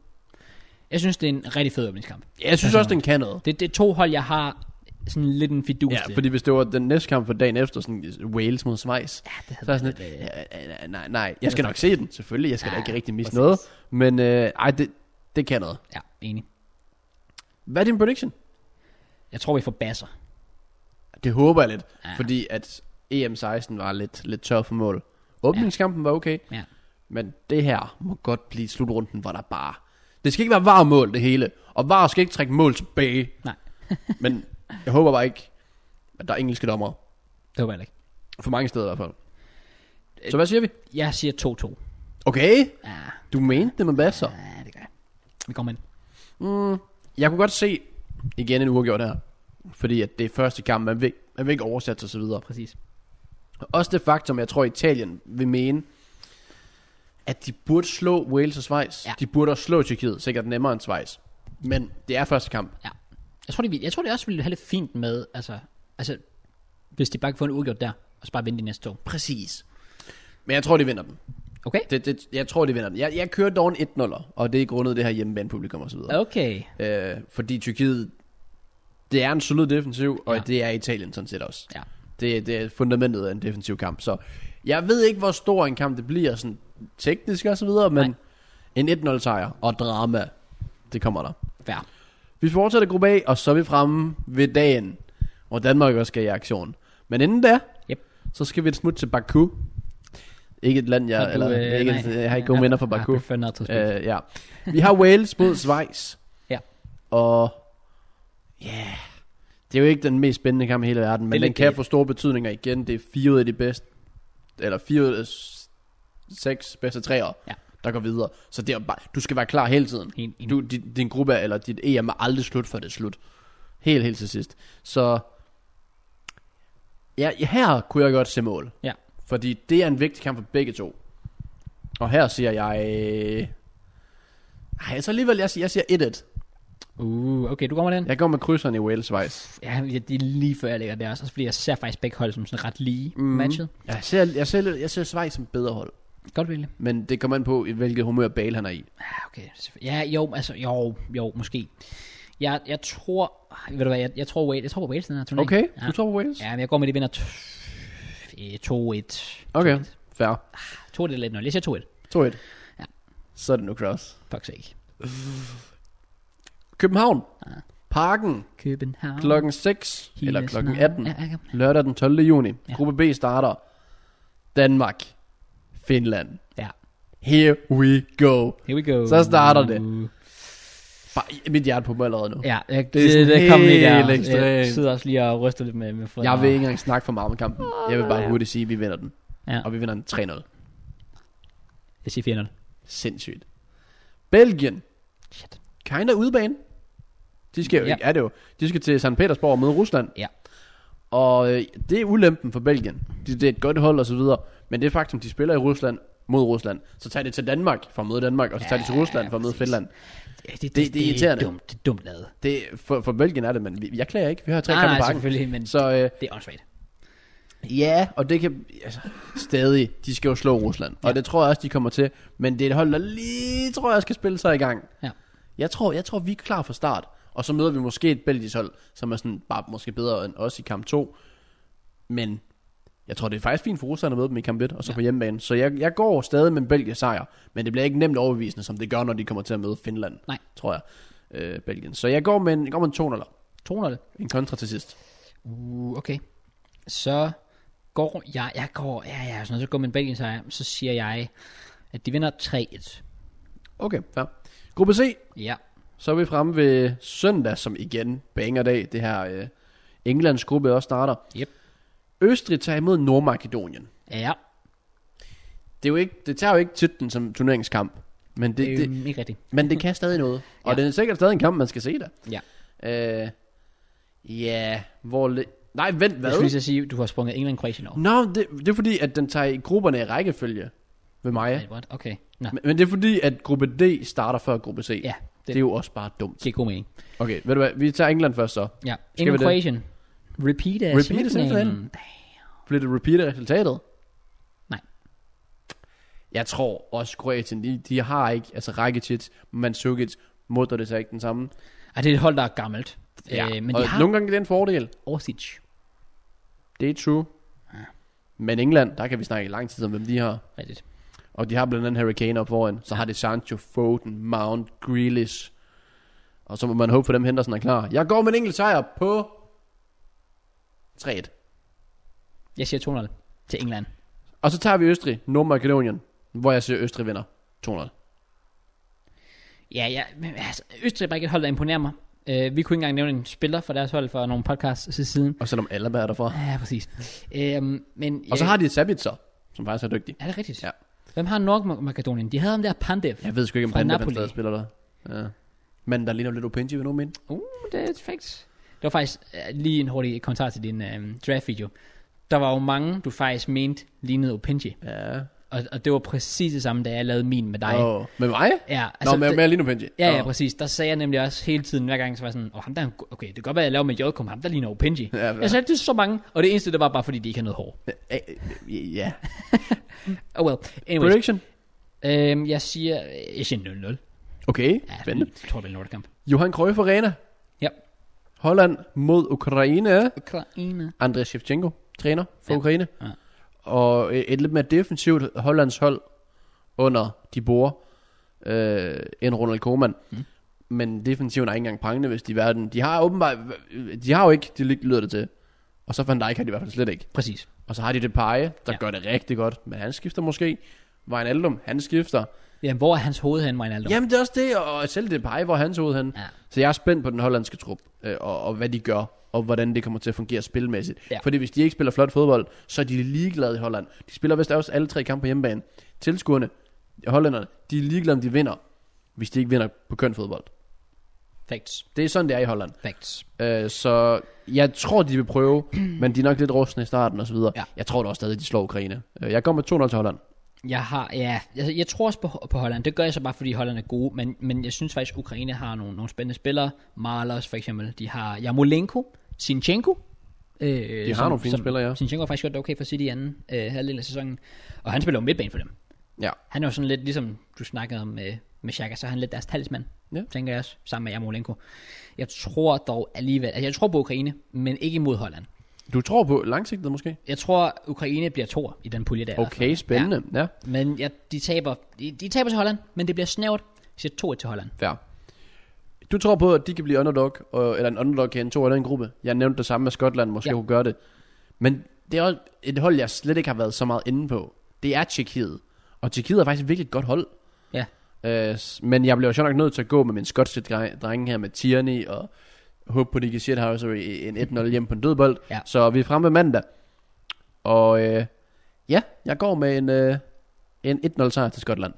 Speaker 1: Jeg synes, det er en rigtig fed åbningskamp.
Speaker 2: Jeg synes
Speaker 1: Altså,
Speaker 2: også, den kan noget.
Speaker 1: Det, det er to hold, jeg har sådan lidt en fidus
Speaker 2: Ja,
Speaker 1: til.
Speaker 2: fordi hvis det var den næste kamp for dagen efter, sådan Wales mod Schweiz,
Speaker 1: ja, det havde
Speaker 2: Så er jeg sådan lidt, ja, ja, nej, nej, jeg skal nok se den, selvfølgelig, jeg skal da
Speaker 1: Ja,
Speaker 2: ikke rigtig misse
Speaker 1: præcis.
Speaker 2: noget, men øh, ej, det, det kan noget.
Speaker 1: ja, enig.
Speaker 2: Hvad er din prediction?
Speaker 1: Jeg tror, vi får basser.
Speaker 2: Det håber jeg lidt,
Speaker 1: Ja.
Speaker 2: ja. fordi at EM16 var lidt, lidt tør for mål. Åbningskampen var okay,
Speaker 1: Ja.
Speaker 2: men det her må godt blive slutrunden, hvor der bare... Det skal ikke være var mål, det hele, og var skal ikke trække mål tilbage,
Speaker 1: Nej,
Speaker 2: men jeg håber bare ikke, at der er engelske dommer,
Speaker 1: det håber jeg ikke.
Speaker 2: for mange steder i hvert fald.
Speaker 1: Øh,
Speaker 2: Så hvad siger vi?
Speaker 1: Jeg siger 2-2.
Speaker 2: Okay,
Speaker 1: Ja,
Speaker 2: du mente det med basser.
Speaker 1: ja, det gør jeg. Vi kommer ind.
Speaker 2: Jeg kunne godt se igen en uafgjort her. Fordi at det er første kamp, man vil, man vil ikke oversætte sig og så videre.
Speaker 1: Præcis.
Speaker 2: Også det faktum, jeg tror Italien vil mene, at de burde slå Wales og Schweiz.
Speaker 1: Ja.
Speaker 2: Ja. De burde også slå Tyrkiet, sikkert nemmere end Schweiz. Men det er første kamp.
Speaker 1: Ja. Jeg tror, det, jeg tror, det også ville have det fint med, altså, altså, hvis de bare kan få en uafgjort der, og så bare vinde de næste to.
Speaker 2: Præcis. Men jeg tror, de vinder den.
Speaker 1: Okay?
Speaker 2: Det, det, jeg tror, de vinder den. Jeg, jeg kører dog en 1-0'er, og det er grundet det her hjemmebanepublikum og så videre.
Speaker 1: Okay.
Speaker 2: Ja. Øh, fordi Tyrkiet, det er en solid defensiv, og
Speaker 1: Ja.
Speaker 2: ja. det er Italien sådan set også.
Speaker 1: Ja.
Speaker 2: Det, det er fundamentet af en defensiv kamp. Så jeg ved ikke, hvor stor en kamp det bliver sådan teknisk og så videre, men en 1-0 sejr og drama, det kommer der.
Speaker 1: Fair.
Speaker 2: Vi fortsætter gruppe A, og så er vi fremme ved dagen, hvor Danmark også skal i aktion. Men inden da,
Speaker 1: Yep.
Speaker 2: så skal vi et smut til Baku. Ikke et land, jeg,
Speaker 1: Har du,
Speaker 2: eller,
Speaker 1: øh,
Speaker 2: ikke,
Speaker 1: nej.
Speaker 2: jeg har ikke gode minder fra
Speaker 1: Ah,
Speaker 2: Baku.
Speaker 1: det er fandme noget tidspunkt.
Speaker 2: Øh, ja. Vi har Wales mod Schweiz.
Speaker 1: Ja.
Speaker 2: Og ja, yeah, det er jo ikke den mest spændende kamp i hele verden,
Speaker 1: Det er
Speaker 2: men den
Speaker 1: lidt
Speaker 2: kan
Speaker 1: det.
Speaker 2: få store betydninger igen. Det er fire ud af de bedste, eller fire ud af s- seks bedste træer,
Speaker 1: Ja.
Speaker 2: der går videre. Så det er jo bare, du skal være klar hele tiden.
Speaker 1: En- en-
Speaker 2: Du, din, din gruppe er- eller dit EM er aldrig slut, før det er slut. Helt, helt til sidst. Så ja, her kunne jeg godt se mål.
Speaker 1: Ja.
Speaker 2: Fordi det er en vigtig kamp for begge to. Og her siger jeg... Ej, så alligevel, jeg siger, jeg siger 1-1. Øh.
Speaker 1: Uh, okay, du kommer den. Ja.
Speaker 2: Jeg går med krydseren i Wales Schweiz.
Speaker 1: ja, det er lige før jeg lægger der også, også fordi jeg ser faktisk begge hold som sådan ret lige
Speaker 2: Mhm.
Speaker 1: mm. matchet.
Speaker 2: Jeg ser, jeg, ser, lidt- jeg ser Schweiz som bedre hold.
Speaker 1: Godt virkelig.
Speaker 2: Men det kommer an på, i hvilket humør Bale han er i.
Speaker 1: Ja, okay. selvfø- Ja, jo, altså, jo, jo, måske. Jeg, jeg tror, ej, ved du hvad, jeg, jeg tror Wales, jeg tror på Wales i den her turnering.
Speaker 2: Okay,
Speaker 1: Ja,
Speaker 2: du tror på Wales?
Speaker 1: ja men jeg går med, de vinder t- øh, 2-1.
Speaker 2: Okay, fair.
Speaker 1: 2-1 eller 1-0. Jeg siger 2-1.
Speaker 2: 2-1. Ja. Så er det nu cross.
Speaker 1: Fuck sake.
Speaker 2: København.
Speaker 1: Ja.
Speaker 2: Parken
Speaker 1: København.
Speaker 2: klokken 6 eller
Speaker 1: Hiles
Speaker 2: klokken
Speaker 1: navn.
Speaker 2: 18.
Speaker 1: Ja, ja, ja.
Speaker 2: Lørdag den 12. juni.
Speaker 1: Ja.
Speaker 2: Gruppe B starter. Danmark. Finland.
Speaker 1: ja.
Speaker 2: Here we go.
Speaker 1: Here we go. Uh.
Speaker 2: Så starter det. Bare, mit hjerte på mig allerede nu.
Speaker 1: Ja, jeg, det,
Speaker 2: er sådan
Speaker 1: det, det kom lige
Speaker 2: helt
Speaker 1: der. Jeg
Speaker 2: ekstremt.
Speaker 1: sidder også lige og ryster lidt med, med fødderne.
Speaker 2: Jeg vil ikke engang snakke for meget om kampen. Jeg vil bare
Speaker 1: Ja.
Speaker 2: hurtigt sige, at vi vinder den.
Speaker 1: Ja.
Speaker 2: Og vi vinder den 3-0.
Speaker 1: Jeg siger 4-0.
Speaker 2: Sindssygt. Belgien.
Speaker 1: Shit.
Speaker 2: Kinda udebane. De skal jo
Speaker 1: Ja.
Speaker 2: ja. er det jo. De skal til St. Petersborg og møde Rusland.
Speaker 1: Ja.
Speaker 2: Og øh, det er ulempen for Belgien. Det, det er et godt hold og så videre. Men det faktum, de spiller i Rusland mod Rusland, så tager de til Danmark for at møde Danmark, og så tager de til
Speaker 1: Ja,
Speaker 2: Rusland for at møde
Speaker 1: præcis.
Speaker 2: Finland.
Speaker 1: Det,
Speaker 2: det er irriterende.
Speaker 1: dumt, det er dumt lavet.
Speaker 2: Det, for, for Belgien er det, men vi- jeg klager ikke. Vi har tre
Speaker 1: Nej,
Speaker 2: kampe i
Speaker 1: nej,
Speaker 2: pakken.
Speaker 1: selvfølgelig, men
Speaker 2: Så øh,
Speaker 1: det er åndssvagt.
Speaker 2: Ja, og det kan... Altså, stadig, de skal jo slå Rusland. Og det tror jeg også, de kommer til. Men det er et hold, der lige tror jeg skal spille sig i gang.
Speaker 1: Ja.
Speaker 2: Jeg tror, jeg tror vi er klar fra start. Og så møder vi måske et belgisk hold, som er sådan bare måske bedre end os i kamp 2. Men jeg tror, det er faktisk fint for Rusland at møde dem i kamp 1, og så ja. på hjemmebane. Så jeg, jeg går stadig med en belgisk sejr. Men det bliver ikke nemt overbevisende, som det gør, når de kommer til at møde Finland.
Speaker 1: Nej.
Speaker 2: Tror jeg. Øh, Belgien. Så jeg går med en, jeg går med en 2 eller
Speaker 1: 200.
Speaker 2: en kontra til sidst.
Speaker 1: Uh, okay. Så går jeg, jeg går, ja, ja, sådan noget, så går min Belgien sejr, så siger jeg, at de vinder 3-1.
Speaker 2: Okay, fair. Gruppe C,
Speaker 1: Ja,
Speaker 2: Så er vi fremme ved søndag, som igen banger dag. Det her øh, Englands gruppe også starter.
Speaker 1: Yep.
Speaker 2: Østrig tager imod Nordmakedonien.
Speaker 1: ja,
Speaker 2: Det, er jo ikke, det tager jo ikke titlen som turneringskamp, men det,
Speaker 1: det,
Speaker 2: det,
Speaker 1: øhm, ikke rigtigt.
Speaker 2: men det kan stadig noget. Og
Speaker 1: Ja.
Speaker 2: det er sikkert stadig en kamp, man skal se der.
Speaker 1: Ja.
Speaker 2: Øh, ja, hvor... Le- Nej, vent,
Speaker 1: Jeg skulle lige
Speaker 2: hvad?
Speaker 1: så sige, at du har sprunget England Croatien over.
Speaker 2: Nå, det, det er fordi, at den tager i grupperne i rækkefølge ved mig.
Speaker 1: Wait, what? Okay, nå,
Speaker 2: Men, men det er fordi, at gruppe D starter før gruppe C.
Speaker 1: ja,
Speaker 2: det,
Speaker 1: det,
Speaker 2: det er jo også bare dumt.
Speaker 1: giver god mening.
Speaker 2: Okay, ved du hvad? Vi tager England først så.
Speaker 1: Ja,
Speaker 2: vi
Speaker 1: England
Speaker 2: det?
Speaker 1: Croatien, repeat af
Speaker 2: Repeat af
Speaker 1: semifinalen.
Speaker 2: semifinalen. Bliver det repeat af resultatet?
Speaker 1: Nej.
Speaker 2: Jeg tror også, Kroatien, de, de har ikke, altså Rakitic, Mandzukic, Modric er ikke den samme.
Speaker 1: Ej, det er et hold, der er gammelt. Ja, øh, men
Speaker 2: og
Speaker 1: de har
Speaker 2: nogle gange er det en fordel.
Speaker 1: Orsic.
Speaker 2: Det er true. Men England, der kan vi snakke i lang tid om, hvem de har.
Speaker 1: Rigtigt.
Speaker 2: Og de har blandt andet Harry Kane op foran. Så har det Sancho, Foden, Mount, Grealish. Og så må man håbe for dem, Henderson er klar. Jeg går med en enkelt sejr på 3
Speaker 1: Jeg siger 200 til England.
Speaker 2: Og så tager vi Østrig, Nordmakedonien, hvor jeg siger Østrig vinder 200.
Speaker 1: Ja, ja, men altså, Østrig er bare ikke et hold, der imponerer mig. Øh, vi kunne ikke engang nævne en spiller fra deres hold for nogle podcasts siden.
Speaker 2: Og selvom Alaba er derfra.
Speaker 1: Ja, præcis. Øhm, men,
Speaker 2: Og så har de Sabitzer, som faktisk er dygtig.
Speaker 1: Er det rigtigt?
Speaker 2: Ja.
Speaker 1: Hvem har Nordmakedonien? De havde ham der Pandev.
Speaker 2: Jeg ved sgu ikke, om
Speaker 1: Fra
Speaker 2: han er
Speaker 1: Napoli.
Speaker 2: stadig spiller der. Ja. Men der ligner lidt Opinji, vil nogen mene.
Speaker 1: Uh, det er fakt. Det var faktisk øh, lige en hurtig kommentar til din øh, draft-video. Der var jo mange, du faktisk mente lignede Opinji.
Speaker 2: Ja.
Speaker 1: Og, og det var præcis det samme, da jeg lavede min med dig.
Speaker 2: Og, med mig?
Speaker 1: Ja,
Speaker 2: Altså, Nå, med,
Speaker 1: det-
Speaker 2: med Lino Opinji.
Speaker 1: Ja, ja, præcis. Der sagde jeg nemlig også hele tiden, hver gang, så var jeg sådan, åh, ham der, er en go- okay, det kan godt være, jeg laver med Jodkum, ham der ligner Opinji.
Speaker 2: Ja,
Speaker 1: Jeg sagde, det er så mange, og det eneste, det var bare, fordi de ikke havde noget hår.
Speaker 2: ja.
Speaker 1: Oh well, anyways.
Speaker 2: Prediction.
Speaker 1: Øhm, jeg siger, øh, jeg siger 0-0.
Speaker 2: Okay,
Speaker 1: Ja,
Speaker 2: spændende.
Speaker 1: Jeg tror, det er en lortekamp.
Speaker 2: Johan Cruyff Arena.
Speaker 1: Ja.
Speaker 2: Holland mod Ukraine.
Speaker 1: Ukraine.
Speaker 2: André Shevchenko, træner for
Speaker 1: Ja.
Speaker 2: Ukraine.
Speaker 1: Ja.
Speaker 2: Og øh, et, et lidt mere defensivt Hollands hold under de bor øh, end Ronald Koeman.
Speaker 1: Mm.
Speaker 2: Mm. Men defensiven er ikke engang prangende, hvis de er verden. De har åbenbart, øh, de har jo ikke, de lig- lyder det til. Og så Van Dijk har de i hvert fald slet ikke.
Speaker 1: Præcis.
Speaker 2: Og så har de det pege, der
Speaker 1: Ja.
Speaker 2: ja. gør det rigtig godt. Men han skifter måske. Wijnaldum, han skifter.
Speaker 1: Jamen, hvor er hans hoved hen, Wijnaldum?
Speaker 2: Jamen det er også det, og selv det pege, hvor er hans hoved han.
Speaker 1: Ja.
Speaker 2: Så jeg er spændt på den hollandske trup, øh, og, og hvad de gør, og hvordan det kommer til at fungere spilmæssigt.
Speaker 1: Ja.
Speaker 2: Ja. Fordi hvis de ikke spiller flot fodbold, så er de ligeglade i Holland. De spiller vist også alle tre kampe på hjemmebane. Tilskuerne, hollænderne, de er ligeglade, om de vinder, hvis de ikke vinder på køn fodbold.
Speaker 1: Facts.
Speaker 2: Det er sådan, det er i Holland.
Speaker 1: Facts.
Speaker 2: Øh, så jeg tror, de vil prøve, men de er nok lidt rustne i starten osv.
Speaker 1: Ja.
Speaker 2: Ja. Jeg tror da også stadig, de slår Ukraine. Øh, jeg går med 2-0 til Holland.
Speaker 1: Jeg har, ja, jeg, jeg tror også på, på Holland. Det gør jeg så bare, fordi Holland er gode, men, men jeg synes faktisk, Ukraine har nogle, nogle spændende spillere. Marlos for eksempel. De har Jamolenko, Sinchenko. Øh, de
Speaker 2: har nogle fine spillere, ja.
Speaker 1: Sinchenko har faktisk gjort det okay for City i anden øh, halvdel af sæsonen. Og han spiller jo midtbane for dem.
Speaker 2: Ja.
Speaker 1: Han er jo sådan lidt, ligesom du snakkede om øh, med Shaka, så er han lidt deres talsmand.
Speaker 2: Ja.
Speaker 1: Tænker jeg også, sammen med Jamolenko. Jeg tror dog alligevel, altså jeg tror på Ukraine, men ikke imod Holland.
Speaker 2: Du tror på langsigtet måske?
Speaker 1: Jeg tror, Ukraine bliver toer i den pulje der. i hvert fald.
Speaker 2: Okay, spændende. Ja, ja
Speaker 1: Ja, men ja, de, taber, de, de taber til Holland, men det bliver snævert. Jeg siger 2-1 til Holland.
Speaker 2: fair. Du tror på, at de kan blive underdog, og, eller en underdog kan to eller en gruppe. Jeg nævnte det samme med Skotland, måske
Speaker 1: Ja.
Speaker 2: ja. kunne gøre det. Men det er også et hold, jeg slet ikke har været så meget inde på. Det er Tjekkiet. Og Tjekkiet er faktisk et virkelig et godt hold.
Speaker 1: Ja.
Speaker 2: Øh, s- men jeg bliver jo sjovt nok nødt til at gå med min skotske dre- drenge her med Tierney og håbe på, at de kan shit house en 1-0 hjem på en dødbold.
Speaker 1: Ja.
Speaker 2: Så vi er fremme ved mandag. Og øh, ja, jeg går med en, øh, en 1-0 sejr til Skotland.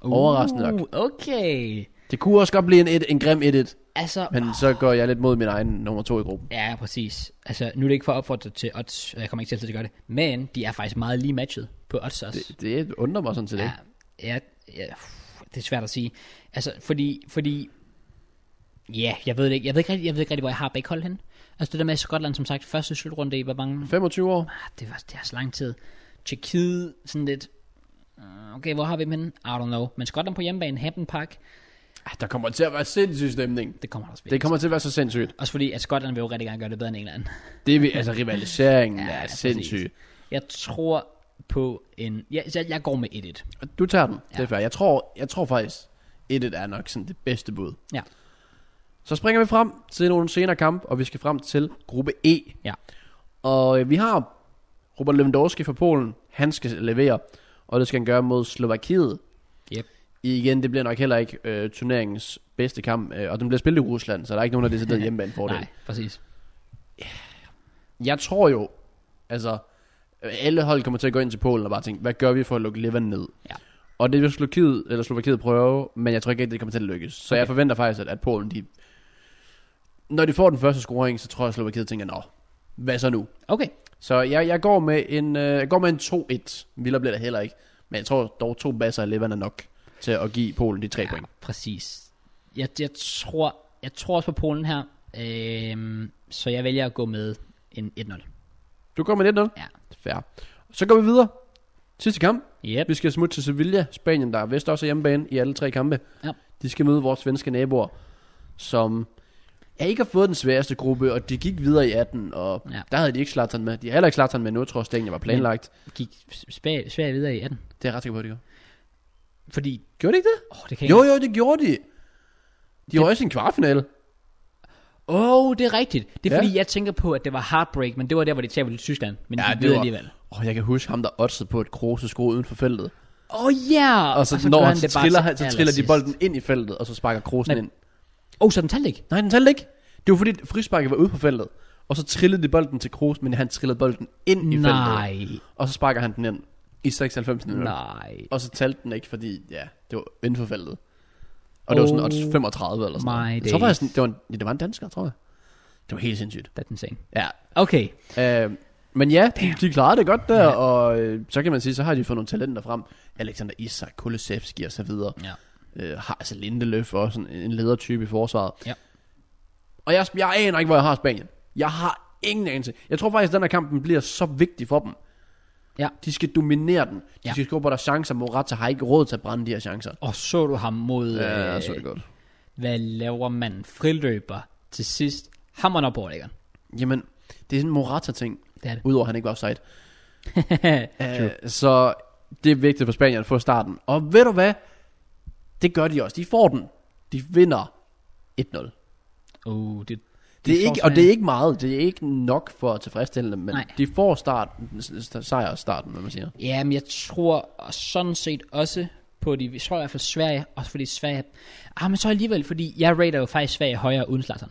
Speaker 2: Overraskende nok.
Speaker 1: Uh, Okay.
Speaker 2: Det kunne også godt blive en, et, en grim 1-1,
Speaker 1: Altså,
Speaker 2: men så går jeg lidt mod min egen nummer to i gruppen.
Speaker 1: ja, præcis. Altså, nu er det ikke for at opfordre til odds, og jeg kommer ikke selv til at gøre det, men de er faktisk meget lige matchet på odds også.
Speaker 2: Det, det undrer mig sådan set
Speaker 1: ja,
Speaker 2: ikke.
Speaker 1: ja, ja, uff, det er svært at sige. Altså, fordi, fordi ja, jeg ved det ikke. Jeg ved ikke rigtig, jeg ved ikke rigtig hvor jeg har begge hold hen. Altså det der med Skotland, som sagt, første slutrunde i, hvor mange...
Speaker 2: 25 år.
Speaker 1: Ah, det var det er så lang tid. Tjekkiet, sådan lidt... ah, Okay, hvor har vi dem henne? I don't know. Men Skotland på hjemmebane, Hampden Park,
Speaker 2: Ah, Der kommer til at være sindssyg stemning.
Speaker 1: det kommer der også
Speaker 2: Det kommer til at være så sindssygt.
Speaker 1: Også fordi, at Skotland vil jo rigtig gerne gøre det bedre end England.
Speaker 2: Det er, vi- altså rivaliseringen
Speaker 1: Ja,
Speaker 2: ja, er
Speaker 1: præcis.
Speaker 2: sindssyg.
Speaker 1: Jeg tror på en... Ja, jeg, jeg går med 1-1.
Speaker 2: Og Du tager den, det
Speaker 1: Ja.
Speaker 2: er fair. Jeg tror, jeg tror faktisk, 1-1 er nok sådan det bedste bud.
Speaker 1: Ja.
Speaker 2: Så springer vi frem til nogle senere kamp, og vi skal frem til gruppe E.
Speaker 1: Ja.
Speaker 2: Og øh, vi har Robert Lewandowski fra Polen. Han skal levere, og det skal han gøre mod Slovakiet.
Speaker 1: Yep.
Speaker 2: Igen, det bliver nok heller ikke øh, turneringens bedste kamp, øh, og den bliver spillet i Rusland, så der er ikke nogen, der decideret hjemmebane fordel.
Speaker 1: Nej, præcis.
Speaker 2: Jeg tror jo, altså, alle hold kommer til at gå ind til Polen og bare tænke, hvad gør vi for at lukke Levan ned?
Speaker 1: Ja.
Speaker 2: Og det vil Slovakiet, eller Slovakiet prøve, men jeg tror ikke, at det kommer til at lykkes. Så okay. jeg forventer faktisk, at, at Polen, de... Når de får den første scoring, så tror jeg, at Slovakiet tænker, nå, hvad så nu?
Speaker 1: Okay.
Speaker 2: Så jeg, jeg, går med en, øh, jeg går med en 2-1. Vildere bliver det heller ikke. Men jeg tror dog, to basser af Levan er nok til at give Polen de tre ja. point.
Speaker 1: Præcis. Jeg, jeg, tror, jeg tror også på Polen her, øhm, så jeg vælger at gå med en 1-0.
Speaker 2: Du går med 1-0?
Speaker 1: Ja.
Speaker 2: Fair. Så går vi videre. Sidste kamp.
Speaker 1: Yep.
Speaker 2: Vi skal smutte til Sevilla, Spanien, der er vist også er hjemmebane i alle tre kampe.
Speaker 1: Ja.
Speaker 2: De skal møde vores svenske naboer, som ja, ikke har fået den sværeste gruppe, og de gik videre i 18, og
Speaker 1: Ja.
Speaker 2: ja. der havde de ikke Zlatan med. De har heller ikke Zlatan med nu, tror jeg, Stængen var planlagt.
Speaker 1: Gik svært svær videre i 18.
Speaker 2: Det er jeg ret sikker på, de gjorde.
Speaker 1: Fordi,
Speaker 2: Gjorde de ikke det?
Speaker 1: åh, oh, det kan
Speaker 2: Jo,
Speaker 1: jeg
Speaker 2: jo, det gjorde de. De var også i en kvartfinale.
Speaker 1: Åh, oh, det er rigtigt. Det er ja.
Speaker 2: Ja.
Speaker 1: fordi, jeg tænker på, at det var heartbreak, men det var der, hvor de tabte til Tyskland. Men ja, de
Speaker 2: Ja, det
Speaker 1: gik videre
Speaker 2: var-
Speaker 1: alligevel.
Speaker 2: Åh, oh, jeg kan huske ham, der oddsede på et Kruse sko uden for feltet.
Speaker 1: Åh, oh, ja!
Speaker 2: Og så, og så når
Speaker 1: gør
Speaker 2: han, så
Speaker 1: det bare
Speaker 2: triller,
Speaker 1: til
Speaker 2: han, så triller de
Speaker 1: allersidst.
Speaker 2: bolden ind i feltet, og så sparker Krosen
Speaker 1: Men-
Speaker 2: ind.
Speaker 1: Åh, oh, så den talte ikke?
Speaker 2: Nej, den talte ikke. Det var fordi frisparket var ude på feltet, og så trillede de bolden til Kroos, men han trillede bolden ind i feltet.
Speaker 1: Nej,
Speaker 2: Og så sparker han den ind i 96 minutter.
Speaker 1: nej.
Speaker 2: Og så talte den ikke, fordi ja, det var inden for feltet. Og det var sådan
Speaker 1: Oh
Speaker 2: odds 35 eller sådan
Speaker 1: my
Speaker 2: noget. Jeg
Speaker 1: days.
Speaker 2: tror faktisk, det var, en, ja, det var en dansker, tror jeg. Det var helt sindssygt.
Speaker 1: That's insane.
Speaker 2: Ja.
Speaker 1: Okay,
Speaker 2: Øh, men ja, de, de klarede det godt der,
Speaker 1: Ja.
Speaker 2: ja. og øh, så kan man sige, så har de fået nogle talenter frem. Alexander Isak, Kulusevski og så videre.
Speaker 1: ja.
Speaker 2: øh, har, altså Lindeløf også en, en ledertype i forsvaret.
Speaker 1: Ja.
Speaker 2: Og jeg, jeg aner ikke, hvor jeg har Spanien. Jeg har ingen anelse. Jeg tror faktisk, at den her kamp den bliver så vigtig for dem.
Speaker 1: Ja.
Speaker 2: De skal dominere den. De
Speaker 1: Ja.
Speaker 2: ja. skal score på deres chancer. Morata har ikke råd til at brænde de her chancer.
Speaker 1: Og så du ham mod...
Speaker 2: Ja,
Speaker 1: øh,
Speaker 2: jeg så det godt.
Speaker 1: Hvad laver man? Friløber til sidst. Hammeren op over lækkeren.
Speaker 2: Jamen, det er sådan en Morata-ting.
Speaker 1: Det er det.
Speaker 2: Udover at han ikke var offside. Øh, så det er vigtigt for Spanien at få starten. Og ved du hvad? Det gør de også. De får den. De vinder 1-0.
Speaker 1: Uh, det, det,
Speaker 2: Det er
Speaker 1: får
Speaker 2: ikke, og
Speaker 1: sådan
Speaker 2: det er
Speaker 1: en-
Speaker 2: ikke meget, det er ikke nok for at tilfredsstille dem, men
Speaker 1: Nej.
Speaker 2: Nej. de får start, sejr og starten, hvad man siger.
Speaker 1: Ja, men jeg tror og sådan set også på de... Jeg tror i hvert fald Sverige, også fordi Sverige... Ah, men så alligevel, fordi jeg rater jo faktisk Sverige højere uden Zlatan.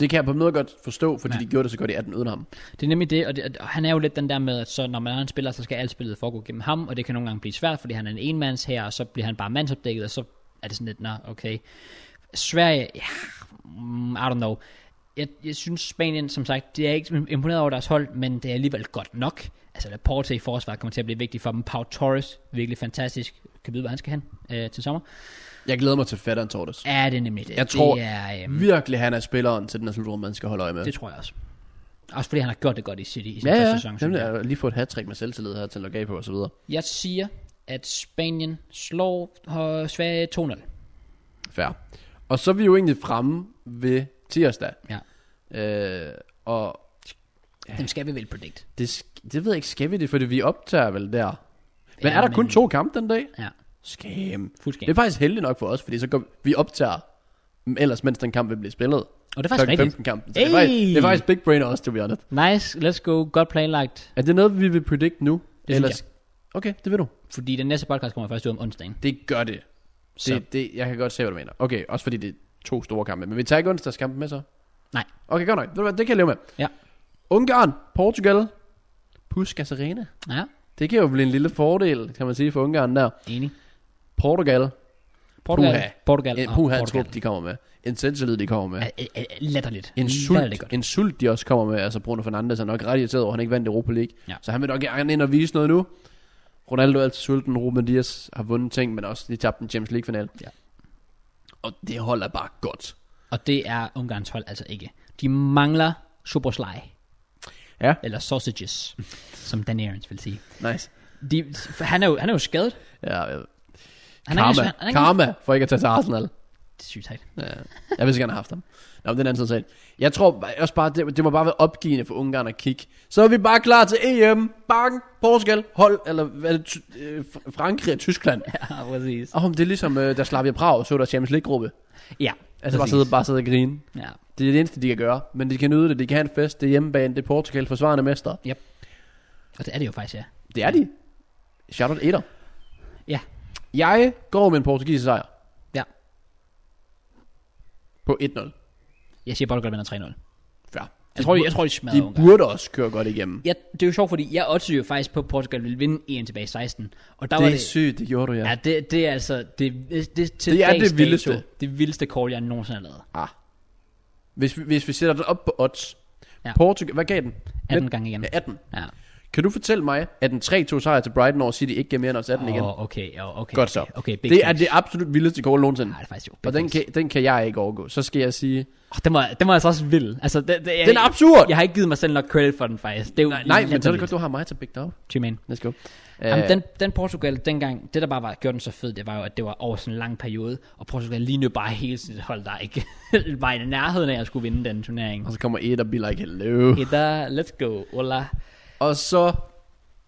Speaker 2: Det kan jeg på noget godt forstå, fordi
Speaker 1: Ja.
Speaker 2: ja. de gjorde det så godt i 18 uden ham.
Speaker 1: Det er nemlig det, og, det, og han er jo lidt den der med, at så, når man er en spiller, så skal alt spillet foregå gennem ham, og det kan nogle gange blive svært, fordi han er en enmands her, og så bliver han bare mandsopdækket, og så er det sådan lidt, nå, okay. Sverige, ja, mm, I don't know. Jeg, jeg synes Spanien, som sagt, det er ikke imponeret over deres hold, men det er alligevel godt nok. Altså Laporte i forsvaret kommer til at blive vigtig for dem. Pau Torres, virkelig fantastisk. Kan vide, hvor han skal hen øh, til sommer.
Speaker 2: Jeg glæder mig til Fatteren Torres. Ja.
Speaker 1: Ja, det er nemlig det.
Speaker 2: Jeg tror-
Speaker 1: det, er, øh,
Speaker 2: Virkelig, han er spilleren til den her slutrunde, man skal holde øje med.
Speaker 1: det tror jeg også. Også fordi han har gjort det godt i City i sin
Speaker 2: ja,
Speaker 1: første
Speaker 2: ja,
Speaker 1: sæson. synes
Speaker 2: nemlig,
Speaker 1: jeg.
Speaker 2: jeg har lige fået et hat med selvtillid her til at lukke af på og så videre.
Speaker 1: Jeg siger, at Spanien slår øh, Sverige 2-0.
Speaker 2: Fair. Og så er vi jo egentlig fremme ved tirsdag.
Speaker 1: Ja.
Speaker 2: Øh, og
Speaker 1: Dem skal vi vel predict.
Speaker 2: det, sk- det ved jeg ikke, skal vi det, fordi vi optager vel der. Men
Speaker 1: Ja,
Speaker 2: ja, er der
Speaker 1: men-
Speaker 2: kun to kampe den dag?
Speaker 1: Ja.
Speaker 2: Skam.
Speaker 1: Fuldskab.
Speaker 2: Det er faktisk heldigt nok for os, fordi så går vi, vi optager mm, ellers, mens den kamp vil blive spillet.
Speaker 1: Og det er faktisk rigtigt.
Speaker 2: 15 kampen. Så det, er faktisk,
Speaker 1: Ey!
Speaker 2: det er faktisk big brain også, to be honest.
Speaker 1: Nice, let's go, godt planlagt.
Speaker 2: Er det noget, vi vil predict nu?
Speaker 1: synes
Speaker 2: Okay, det vil du.
Speaker 1: Fordi den næste podcast kommer først ud om onsdagen.
Speaker 2: Det gør det.
Speaker 1: Så.
Speaker 2: det, det jeg kan godt se, hvad du mener. Okay, også fordi det er to store kampe. Men vi tager ikke onsdagskampen med så?
Speaker 1: Nej.
Speaker 2: Okay, godt nok. Ved du hvad, Det kan jeg leve med.
Speaker 1: Ja.
Speaker 2: Ungarn, Portugal, Puskas Arena.
Speaker 1: Ja,
Speaker 2: Det kan jo blive en lille fordel, kan man sige, for Ungarn der.
Speaker 1: enig.
Speaker 2: Portugal.
Speaker 1: Portugal.
Speaker 2: Puha.
Speaker 1: Portugal.
Speaker 2: En
Speaker 1: og
Speaker 2: puha
Speaker 1: Portugal.
Speaker 2: trup, de kommer med. En selvtillid, de kommer med.
Speaker 1: Ja, ja, ja, Latterligt.
Speaker 2: En
Speaker 1: Latterligt
Speaker 2: sult,
Speaker 1: godt.
Speaker 2: en sult, de også kommer med. Altså Bruno Fernandes er nok ret irriteret over, at han ikke vandt Europa League.
Speaker 1: Ja.
Speaker 2: Så han vil nok gerne ind og vise noget nu. Ronaldo er altid sulten. Ruben Dias har vundet ting, men også de tabte en Champions League-final.
Speaker 1: Ja.
Speaker 2: Og det holder bare godt.
Speaker 1: Og det er Ungarns hold altså ikke. De mangler supersly.
Speaker 2: Ja.
Speaker 1: Eller sausages, som Dan Aarons vil sige.
Speaker 2: Nice.
Speaker 1: De, han, er jo, han er jo skadet.
Speaker 2: Ja, jeg ved.
Speaker 1: Han
Speaker 2: karma.
Speaker 1: Er ikke, han, han er
Speaker 2: han,
Speaker 1: ikke,
Speaker 2: karma for ikke at tage til Arsenal.
Speaker 1: Det er sygt sejt.
Speaker 2: Ja. Jeg vil så gerne have haft ham. Nå, men den anden side Jeg tror bare- også bare, det, det må bare være opgivende for Ungarn at kigge. Så er vi bare klar til EM. Bang. Portugal. Hold. Eller hvad er det, Ty- øh, Fr- Frankrig og Tyskland.
Speaker 1: Ja, præcis.
Speaker 2: Åh, oh, det er ligesom, øh, der Slavia Prag så der Champions League-gruppe.
Speaker 1: Ja,
Speaker 2: Altså bare
Speaker 1: præcis.
Speaker 2: sidde, bare sidde og grine.
Speaker 1: Ja.
Speaker 2: Det er det eneste, de kan gøre. Men de kan nyde det. De kan have en fest. Det er hjemmebane. Det er Portugal. Forsvarende mester.
Speaker 1: Og det er det jo faktisk, ja.
Speaker 2: Det er de. Shout out etter.
Speaker 1: Ja.
Speaker 2: Jeg går med en portugisisk sejr.
Speaker 1: Ja.
Speaker 2: På 1-0.
Speaker 1: Jeg siger Portugal vinder 3-0.
Speaker 2: Ja.
Speaker 1: Jeg tror, de, Altså, jeg tror, de smadrer
Speaker 2: de
Speaker 1: Ungarn.
Speaker 2: burde også køre godt igennem.
Speaker 1: Ja, det er jo sjovt, fordi jeg oddsede jo faktisk på, at Portugal ville vinde EM tilbage i 16. Og der
Speaker 2: Det
Speaker 1: var
Speaker 2: er
Speaker 1: det,
Speaker 2: sygt, det gjorde du, ja.
Speaker 1: Ja, det, det er altså det, det, det, til
Speaker 2: Det er
Speaker 1: dags
Speaker 2: det vildeste.
Speaker 1: Dato, det vildeste call, jeg nogensinde har lavet.
Speaker 2: Ah. Hvis, vi, hvis vi sætter det op på odds.
Speaker 1: Ja.
Speaker 2: Ja. Portugal, hvad gav den?
Speaker 1: 18 gange igen.
Speaker 2: Ja, 18.
Speaker 1: Ja.
Speaker 2: Kan du fortælle mig, at den 3-2 sejr til Brighton over City ikke gav mere end odds 18 igen?
Speaker 1: Åh, okay, oh, okay.
Speaker 2: Godt så.
Speaker 1: Okay, okay big
Speaker 2: Det er
Speaker 1: thanks.
Speaker 2: det absolut vildeste call nogensinde.
Speaker 1: Nej, det er faktisk jo.
Speaker 2: Og den kan, den kan jeg ikke overgå. Så skal jeg sige...
Speaker 1: oh, den, var, den var altså også vild. Altså, det, det, jeg,
Speaker 2: Den er absurd!
Speaker 1: Jeg har ikke givet mig selv nok credit for den, faktisk. Det er jo
Speaker 2: Nej, nej men så er det godt, du har mig til at big dog.
Speaker 1: G-man.
Speaker 2: Let's go.
Speaker 1: Jamen,
Speaker 2: Øh,
Speaker 1: den, den Portugal dengang, det der bare var, gjorde den så fed, det var jo, at det var over sådan en lang periode, og Portugal lige nu bare hele sit hold, der ikke var i nærheden af at skulle vinde den turnering.
Speaker 2: Og så kommer et og be like, hello.
Speaker 1: Eda, let's go, Ola.
Speaker 2: Og så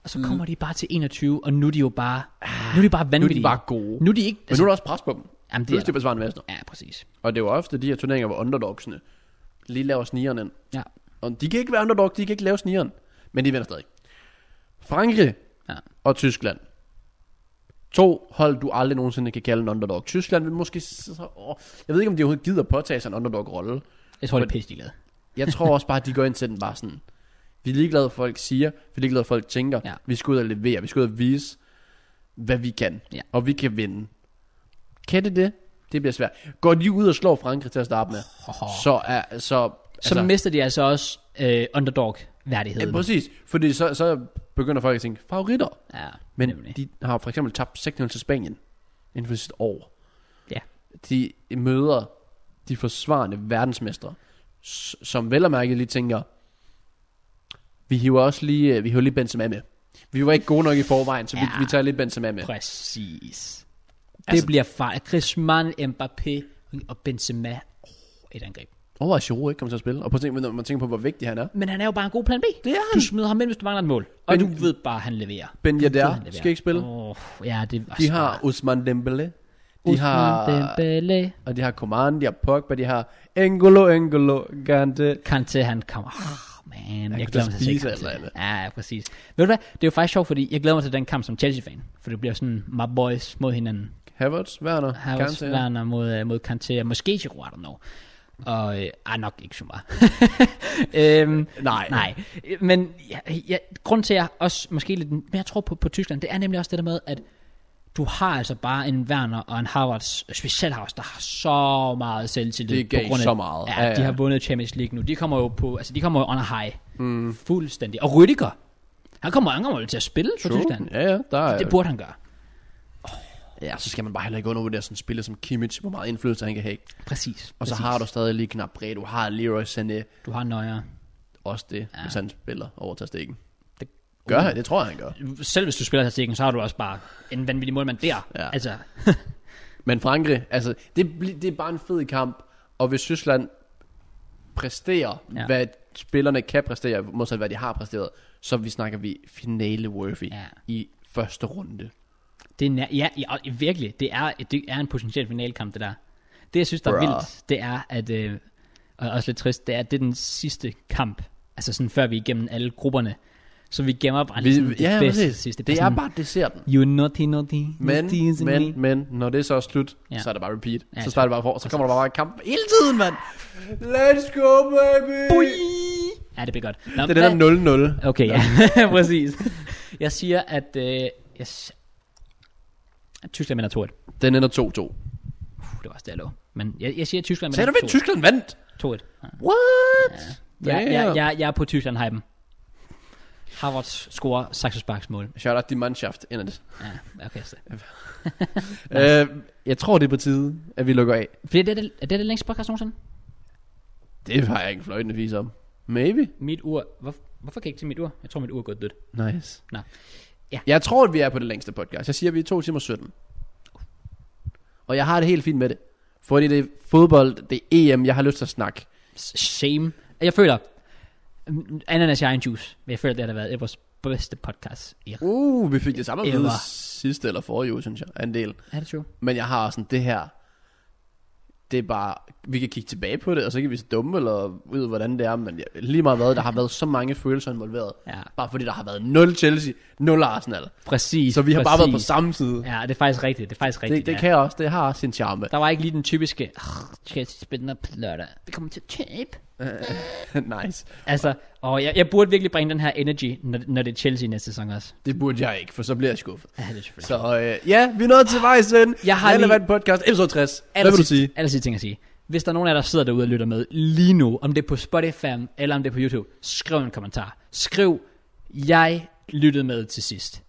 Speaker 1: Og så kommer de bare til 21, og nu er de jo bare, Ah, nu er de bare
Speaker 2: nu er
Speaker 1: vanvittige.
Speaker 2: de bare gode.
Speaker 1: Nu er de ikke...
Speaker 2: Men nu er der også pres på dem.
Speaker 1: jamen, det
Speaker 2: Nu
Speaker 1: er
Speaker 2: skal de
Speaker 1: der.
Speaker 2: forsvare en Vester.
Speaker 1: Ja, præcis.
Speaker 2: Og det er jo ofte de her turneringer, hvor underdogsene lige laver snigeren ind.
Speaker 1: Ja.
Speaker 2: Og de kan ikke være underdog, de kan ikke lave snigeren. Men de vinder stadig. Frankrig
Speaker 1: Ja.
Speaker 2: og Tyskland. To hold, du aldrig nogensinde kan kalde en underdog. Tyskland vil måske... Så, åh, jeg ved ikke, om de overhovedet gider påtage sig en underdog-rolle.
Speaker 1: Jeg tror, det er pisse, de er glade.
Speaker 2: Jeg tror også bare, at de går ind til den bare sådan... Vi er ligeglade, hvad folk siger. Vi er ligeglade, hvad folk tænker.
Speaker 1: Ja.
Speaker 2: Vi skal ud og levere. Vi skal ud og vise, hvad vi kan.
Speaker 1: Ja.
Speaker 2: Og vi kan vinde. Kan det det? Det bliver svært. Går de ud og slår Frankrig til at starte med,
Speaker 1: Hoho.
Speaker 2: så er... Så,
Speaker 1: Så altså, mister de altså også øh, underdog-værdigheden.
Speaker 2: Ja, præcis. Fordi så, så begynder folk at tænke, favoritter.
Speaker 1: Ja,
Speaker 2: Men
Speaker 1: nemlig.
Speaker 2: de har for eksempel tabt 6-0 til Spanien inden for sidste år.
Speaker 1: Ja.
Speaker 2: De møder de forsvarende verdensmestre, s- som vel og mærket lige tænker, vi hiver også lige, øh, vi hiver lige Benzema med. Vi var ikke gode nok i forvejen, så vi,
Speaker 1: Ja.
Speaker 2: vi tager lige Benzema med.
Speaker 1: Præcis. Altså, det
Speaker 2: Altså-
Speaker 1: bliver far. Griezmann, Mbappé og Benzema. Oh, et angreb.
Speaker 2: Overvej, at Giroud ikke kommer til at spille. Og på tænk, når man tænker på, hvor vigtig han er.
Speaker 1: Men han er jo bare en god plan B.
Speaker 2: Det er
Speaker 1: Du smider ham ind, hvis du mangler et mål. Og
Speaker 2: Men-
Speaker 1: du ved bare, at han leverer.
Speaker 2: Ben
Speaker 1: Du ved,
Speaker 2: Yedder
Speaker 1: han leverer.
Speaker 2: skal ikke spille.
Speaker 1: Oh, ja, det er
Speaker 2: De har Usman Dembele. De har,
Speaker 1: Dembele.
Speaker 2: og de har Coman, de har Pogba, de har Engolo, Engolo, Gante.
Speaker 1: Kante, han kommer. Oh, man, jeg, glæder
Speaker 2: kunne da
Speaker 1: mig til at se
Speaker 2: spise
Speaker 1: Kante.
Speaker 2: alt af det.
Speaker 1: Ja, ja, præcis. Ved du hvad? Det er jo faktisk sjovt, fordi jeg glæder mig til den kamp som Chelsea-fan. For det bliver sådan my boys mod hinanden.
Speaker 2: Havertz, Werner,
Speaker 1: Havertz,
Speaker 2: Kante.
Speaker 1: Werner mod, øh, mod Kanté, og måske Giroud, I don't know. Og, øh, ah, nok ikke så meget. øhm,
Speaker 2: Nej.
Speaker 1: Nej, men ja, ja, grund til, at jeg også måske lidt mere tror på, på Tyskland, det er nemlig også det der med, at du har altså bare en Werner og en Havertz, specielt Havertz, der har så meget selvtillid.
Speaker 2: Det gav
Speaker 1: på grund af,
Speaker 2: så meget.
Speaker 1: Ja,
Speaker 2: Ja, ja.
Speaker 1: de har vundet Champions League nu. De kommer jo på, altså de kommer jo on a high. Mm. Fuldstændig. Og Rüdiger, han kommer, han kommer jo til at spille for
Speaker 2: True.
Speaker 1: Tyskland.
Speaker 2: Ja, ja, der er,
Speaker 1: Det burde han gøre.
Speaker 2: ja, så skal man bare heller ikke undervurdere sådan en spiller som Kimmich, hvor meget indflydelse han kan have.
Speaker 1: Præcis.
Speaker 2: Og så
Speaker 1: præcis.
Speaker 2: har du stadig lige knap bredt. Du har Leroy Sané
Speaker 1: Du har nøjere.
Speaker 2: også det, ja. hvis han spiller over til stikken.
Speaker 1: Det-
Speaker 2: Gør han? Det tror jeg, han gør.
Speaker 1: selv hvis du spiller statistikken, så har du også bare en vanvittig målmand der.
Speaker 2: Ja.
Speaker 1: Altså,
Speaker 2: Men Frankrig, altså, det, bli- det er bare en fed kamp. Og hvis Tyskland præsterer,
Speaker 1: Ja.
Speaker 2: ja. hvad spillerne kan præstere, modsat hvad de har præsteret, så vi snakker vi finale worthy
Speaker 1: Ja.
Speaker 2: i første runde.
Speaker 1: Det er nær, ja, ja, og virkelig. Det er, det er en potentiel finalkamp, det der. Det, jeg synes, der er
Speaker 2: Bruh.
Speaker 1: vildt, det er, at, øh, og også lidt trist, det er, at det er den sidste kamp, altså sådan før vi er igennem alle grupperne, så vi gemmer bare
Speaker 2: Vi,
Speaker 1: ligesom det
Speaker 2: ja,
Speaker 1: bedste
Speaker 2: præcis.
Speaker 1: sidste.
Speaker 2: Det er
Speaker 1: sådan,
Speaker 2: bare desserten.
Speaker 1: You naughty, naughty,
Speaker 2: Men,
Speaker 1: naughty is
Speaker 2: men,
Speaker 1: me.
Speaker 2: men, når det så er slut,
Speaker 1: Ja.
Speaker 2: ja. så er det bare repeat.
Speaker 1: Ja,
Speaker 2: Ja, så
Speaker 1: tak.
Speaker 2: starter det bare for, og så kommer der bare en kamp hele tiden, mand. Let's go, baby!
Speaker 1: Bui! Ja, det bliver godt. Nå,
Speaker 2: Det er
Speaker 1: hvad-
Speaker 2: den der 0-0.
Speaker 1: Okay, ja, præcis. Jeg siger, at... Øh, jeg, s- at Tyskland vinder 2-1. Uh,
Speaker 2: Den ender 2-2.
Speaker 1: det var også det, jeg lå. Men jeg, jeg siger, at Tyskland
Speaker 2: Sagde
Speaker 1: vinder
Speaker 2: du, at Tyskland vandt?
Speaker 1: 2-1. Ja.
Speaker 2: What?
Speaker 1: Ja,
Speaker 2: Damn.
Speaker 1: ja, ja, jeg er på Tyskland-hypen. Harvard scorer Saxo Sparks mål.
Speaker 2: Shout out de Mannschaft, ender det.
Speaker 1: Ja, okay. Så.
Speaker 2: Øh, jeg tror, det er på tide, at vi lukker af.
Speaker 1: Bliver det, det, er det det længste podcast nogensinde?
Speaker 2: Det har jeg ikke en fløjtende vis om. Maybe.
Speaker 1: Mit ur... Hvor, hvorfor kan jeg ikke til mit ur? Jeg tror, mit ur er gået dødt.
Speaker 2: Nice.
Speaker 1: Nå. Ja.
Speaker 2: Jeg tror, at vi er på det længste podcast. Jeg siger, at vi er 2 timer 17. Og jeg har det helt fint med det. Fordi det er fodbold, det er EM, jeg har lyst til at snakke.
Speaker 1: S- Shame. Jeg føler... mm, Ananas i egen juice. Men Jeg føler, det har da været vores bedste podcast. i-
Speaker 2: Uh, vi fik det samme
Speaker 1: Ever.
Speaker 2: med sidste eller forrige uge, synes jeg, er en del.
Speaker 1: Er det true?
Speaker 2: Men jeg har sådan det her, det er bare, vi kan kigge tilbage på det, og så kan vi se dumme, eller ud hvordan det er, men jeg, lige meget hvad, der har været så mange følelser involveret.
Speaker 1: Ja,
Speaker 2: Bare fordi der har været 0 Chelsea, 0 Arsenal.
Speaker 1: præcis.
Speaker 2: Så vi har
Speaker 1: præcis.
Speaker 2: bare været på samme side.
Speaker 1: Ja, det er faktisk rigtigt. Det er faktisk rigtigt.
Speaker 2: Det, det
Speaker 1: ja.
Speaker 2: kan jeg også, det har sin charme.
Speaker 1: Der var ikke lige den typiske, "Argh, Chelsea spiller på lørdag. Vi kommer til tape.
Speaker 2: nice.
Speaker 1: Altså, og jeg, jeg burde virkelig bringe den her energy, når, når det er Chelsea næste sæson også.
Speaker 2: Det burde jeg ikke, for så bliver jeg skuffet.
Speaker 1: Ja, det er selvfølgelig.
Speaker 2: Så øh, ja, vi er nået til vejs ende.
Speaker 1: Jeg har lige-
Speaker 2: Relevant podcast, episode 60. Hvad vil du sige?
Speaker 1: Allersidste ting at sige. Hvis der er nogen af jer, der sidder derude og lytter med lige nu, om det er på Spotify eller om det er på YouTube, skriv en kommentar. Skriv, jeg lyttede med til sidst.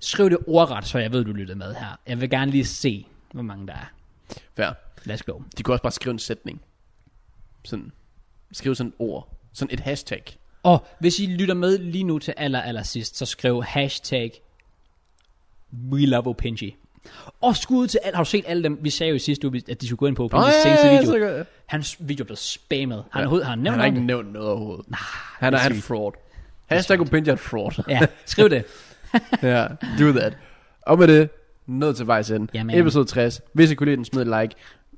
Speaker 1: Skriv det ordret, så jeg ved, du lyttede med her. Jeg vil gerne lige se, hvor mange der er.
Speaker 2: Fair.
Speaker 1: Let's go.
Speaker 2: De kunne også bare skrive en sætning. Sådan. Skrive sådan et ord. Sådan et hashtag.
Speaker 1: Og hvis I lytter med lige nu til aller, aller sidst, så skriv hashtag We love Opinji. Og skud til alt. Har du set alle dem? Vi sagde jo i sidste uge, at de skulle gå ind på Opinji's oh, seneste video.
Speaker 2: godt.
Speaker 1: Hans video blev spammet. Har
Speaker 2: Ja.
Speaker 1: han, ja. har han nævnt noget?
Speaker 2: han har ikke nævnt noget overhovedet. Nah, han er han er en fraud. Hashtag Opinji er en fraud.
Speaker 1: Ja, skriv det.
Speaker 2: ja, do that. Og med det, nået til vejs ende.
Speaker 1: Jamen.
Speaker 2: Episode 60. Hvis I kunne lide den, smid et like.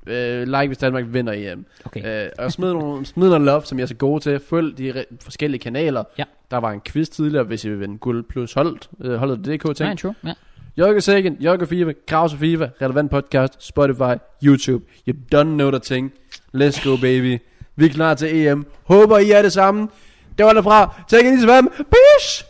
Speaker 2: Øh, like, hvis Danmark vinder hjem.
Speaker 1: Okay.
Speaker 2: Øh, og smid, nogle, smid noget love, som jeg er så god til. Følg de re- forskellige kanaler.
Speaker 1: Ja.
Speaker 2: Der var en quiz tidligere, hvis I vil vinde guld plus holdet. Øh, holdet DK
Speaker 1: Nej,
Speaker 2: ting.
Speaker 1: true. Ja.
Speaker 2: Jørgen Sækken, Jørgen Fiva, Kraus og Fiva, Relevant Podcast, Spotify, YouTube. You don't know the thing. Let's go, baby. E Vi er klar til EM. Håber, I er det samme. Det var derfra. Tak, Elisabeth. Peace!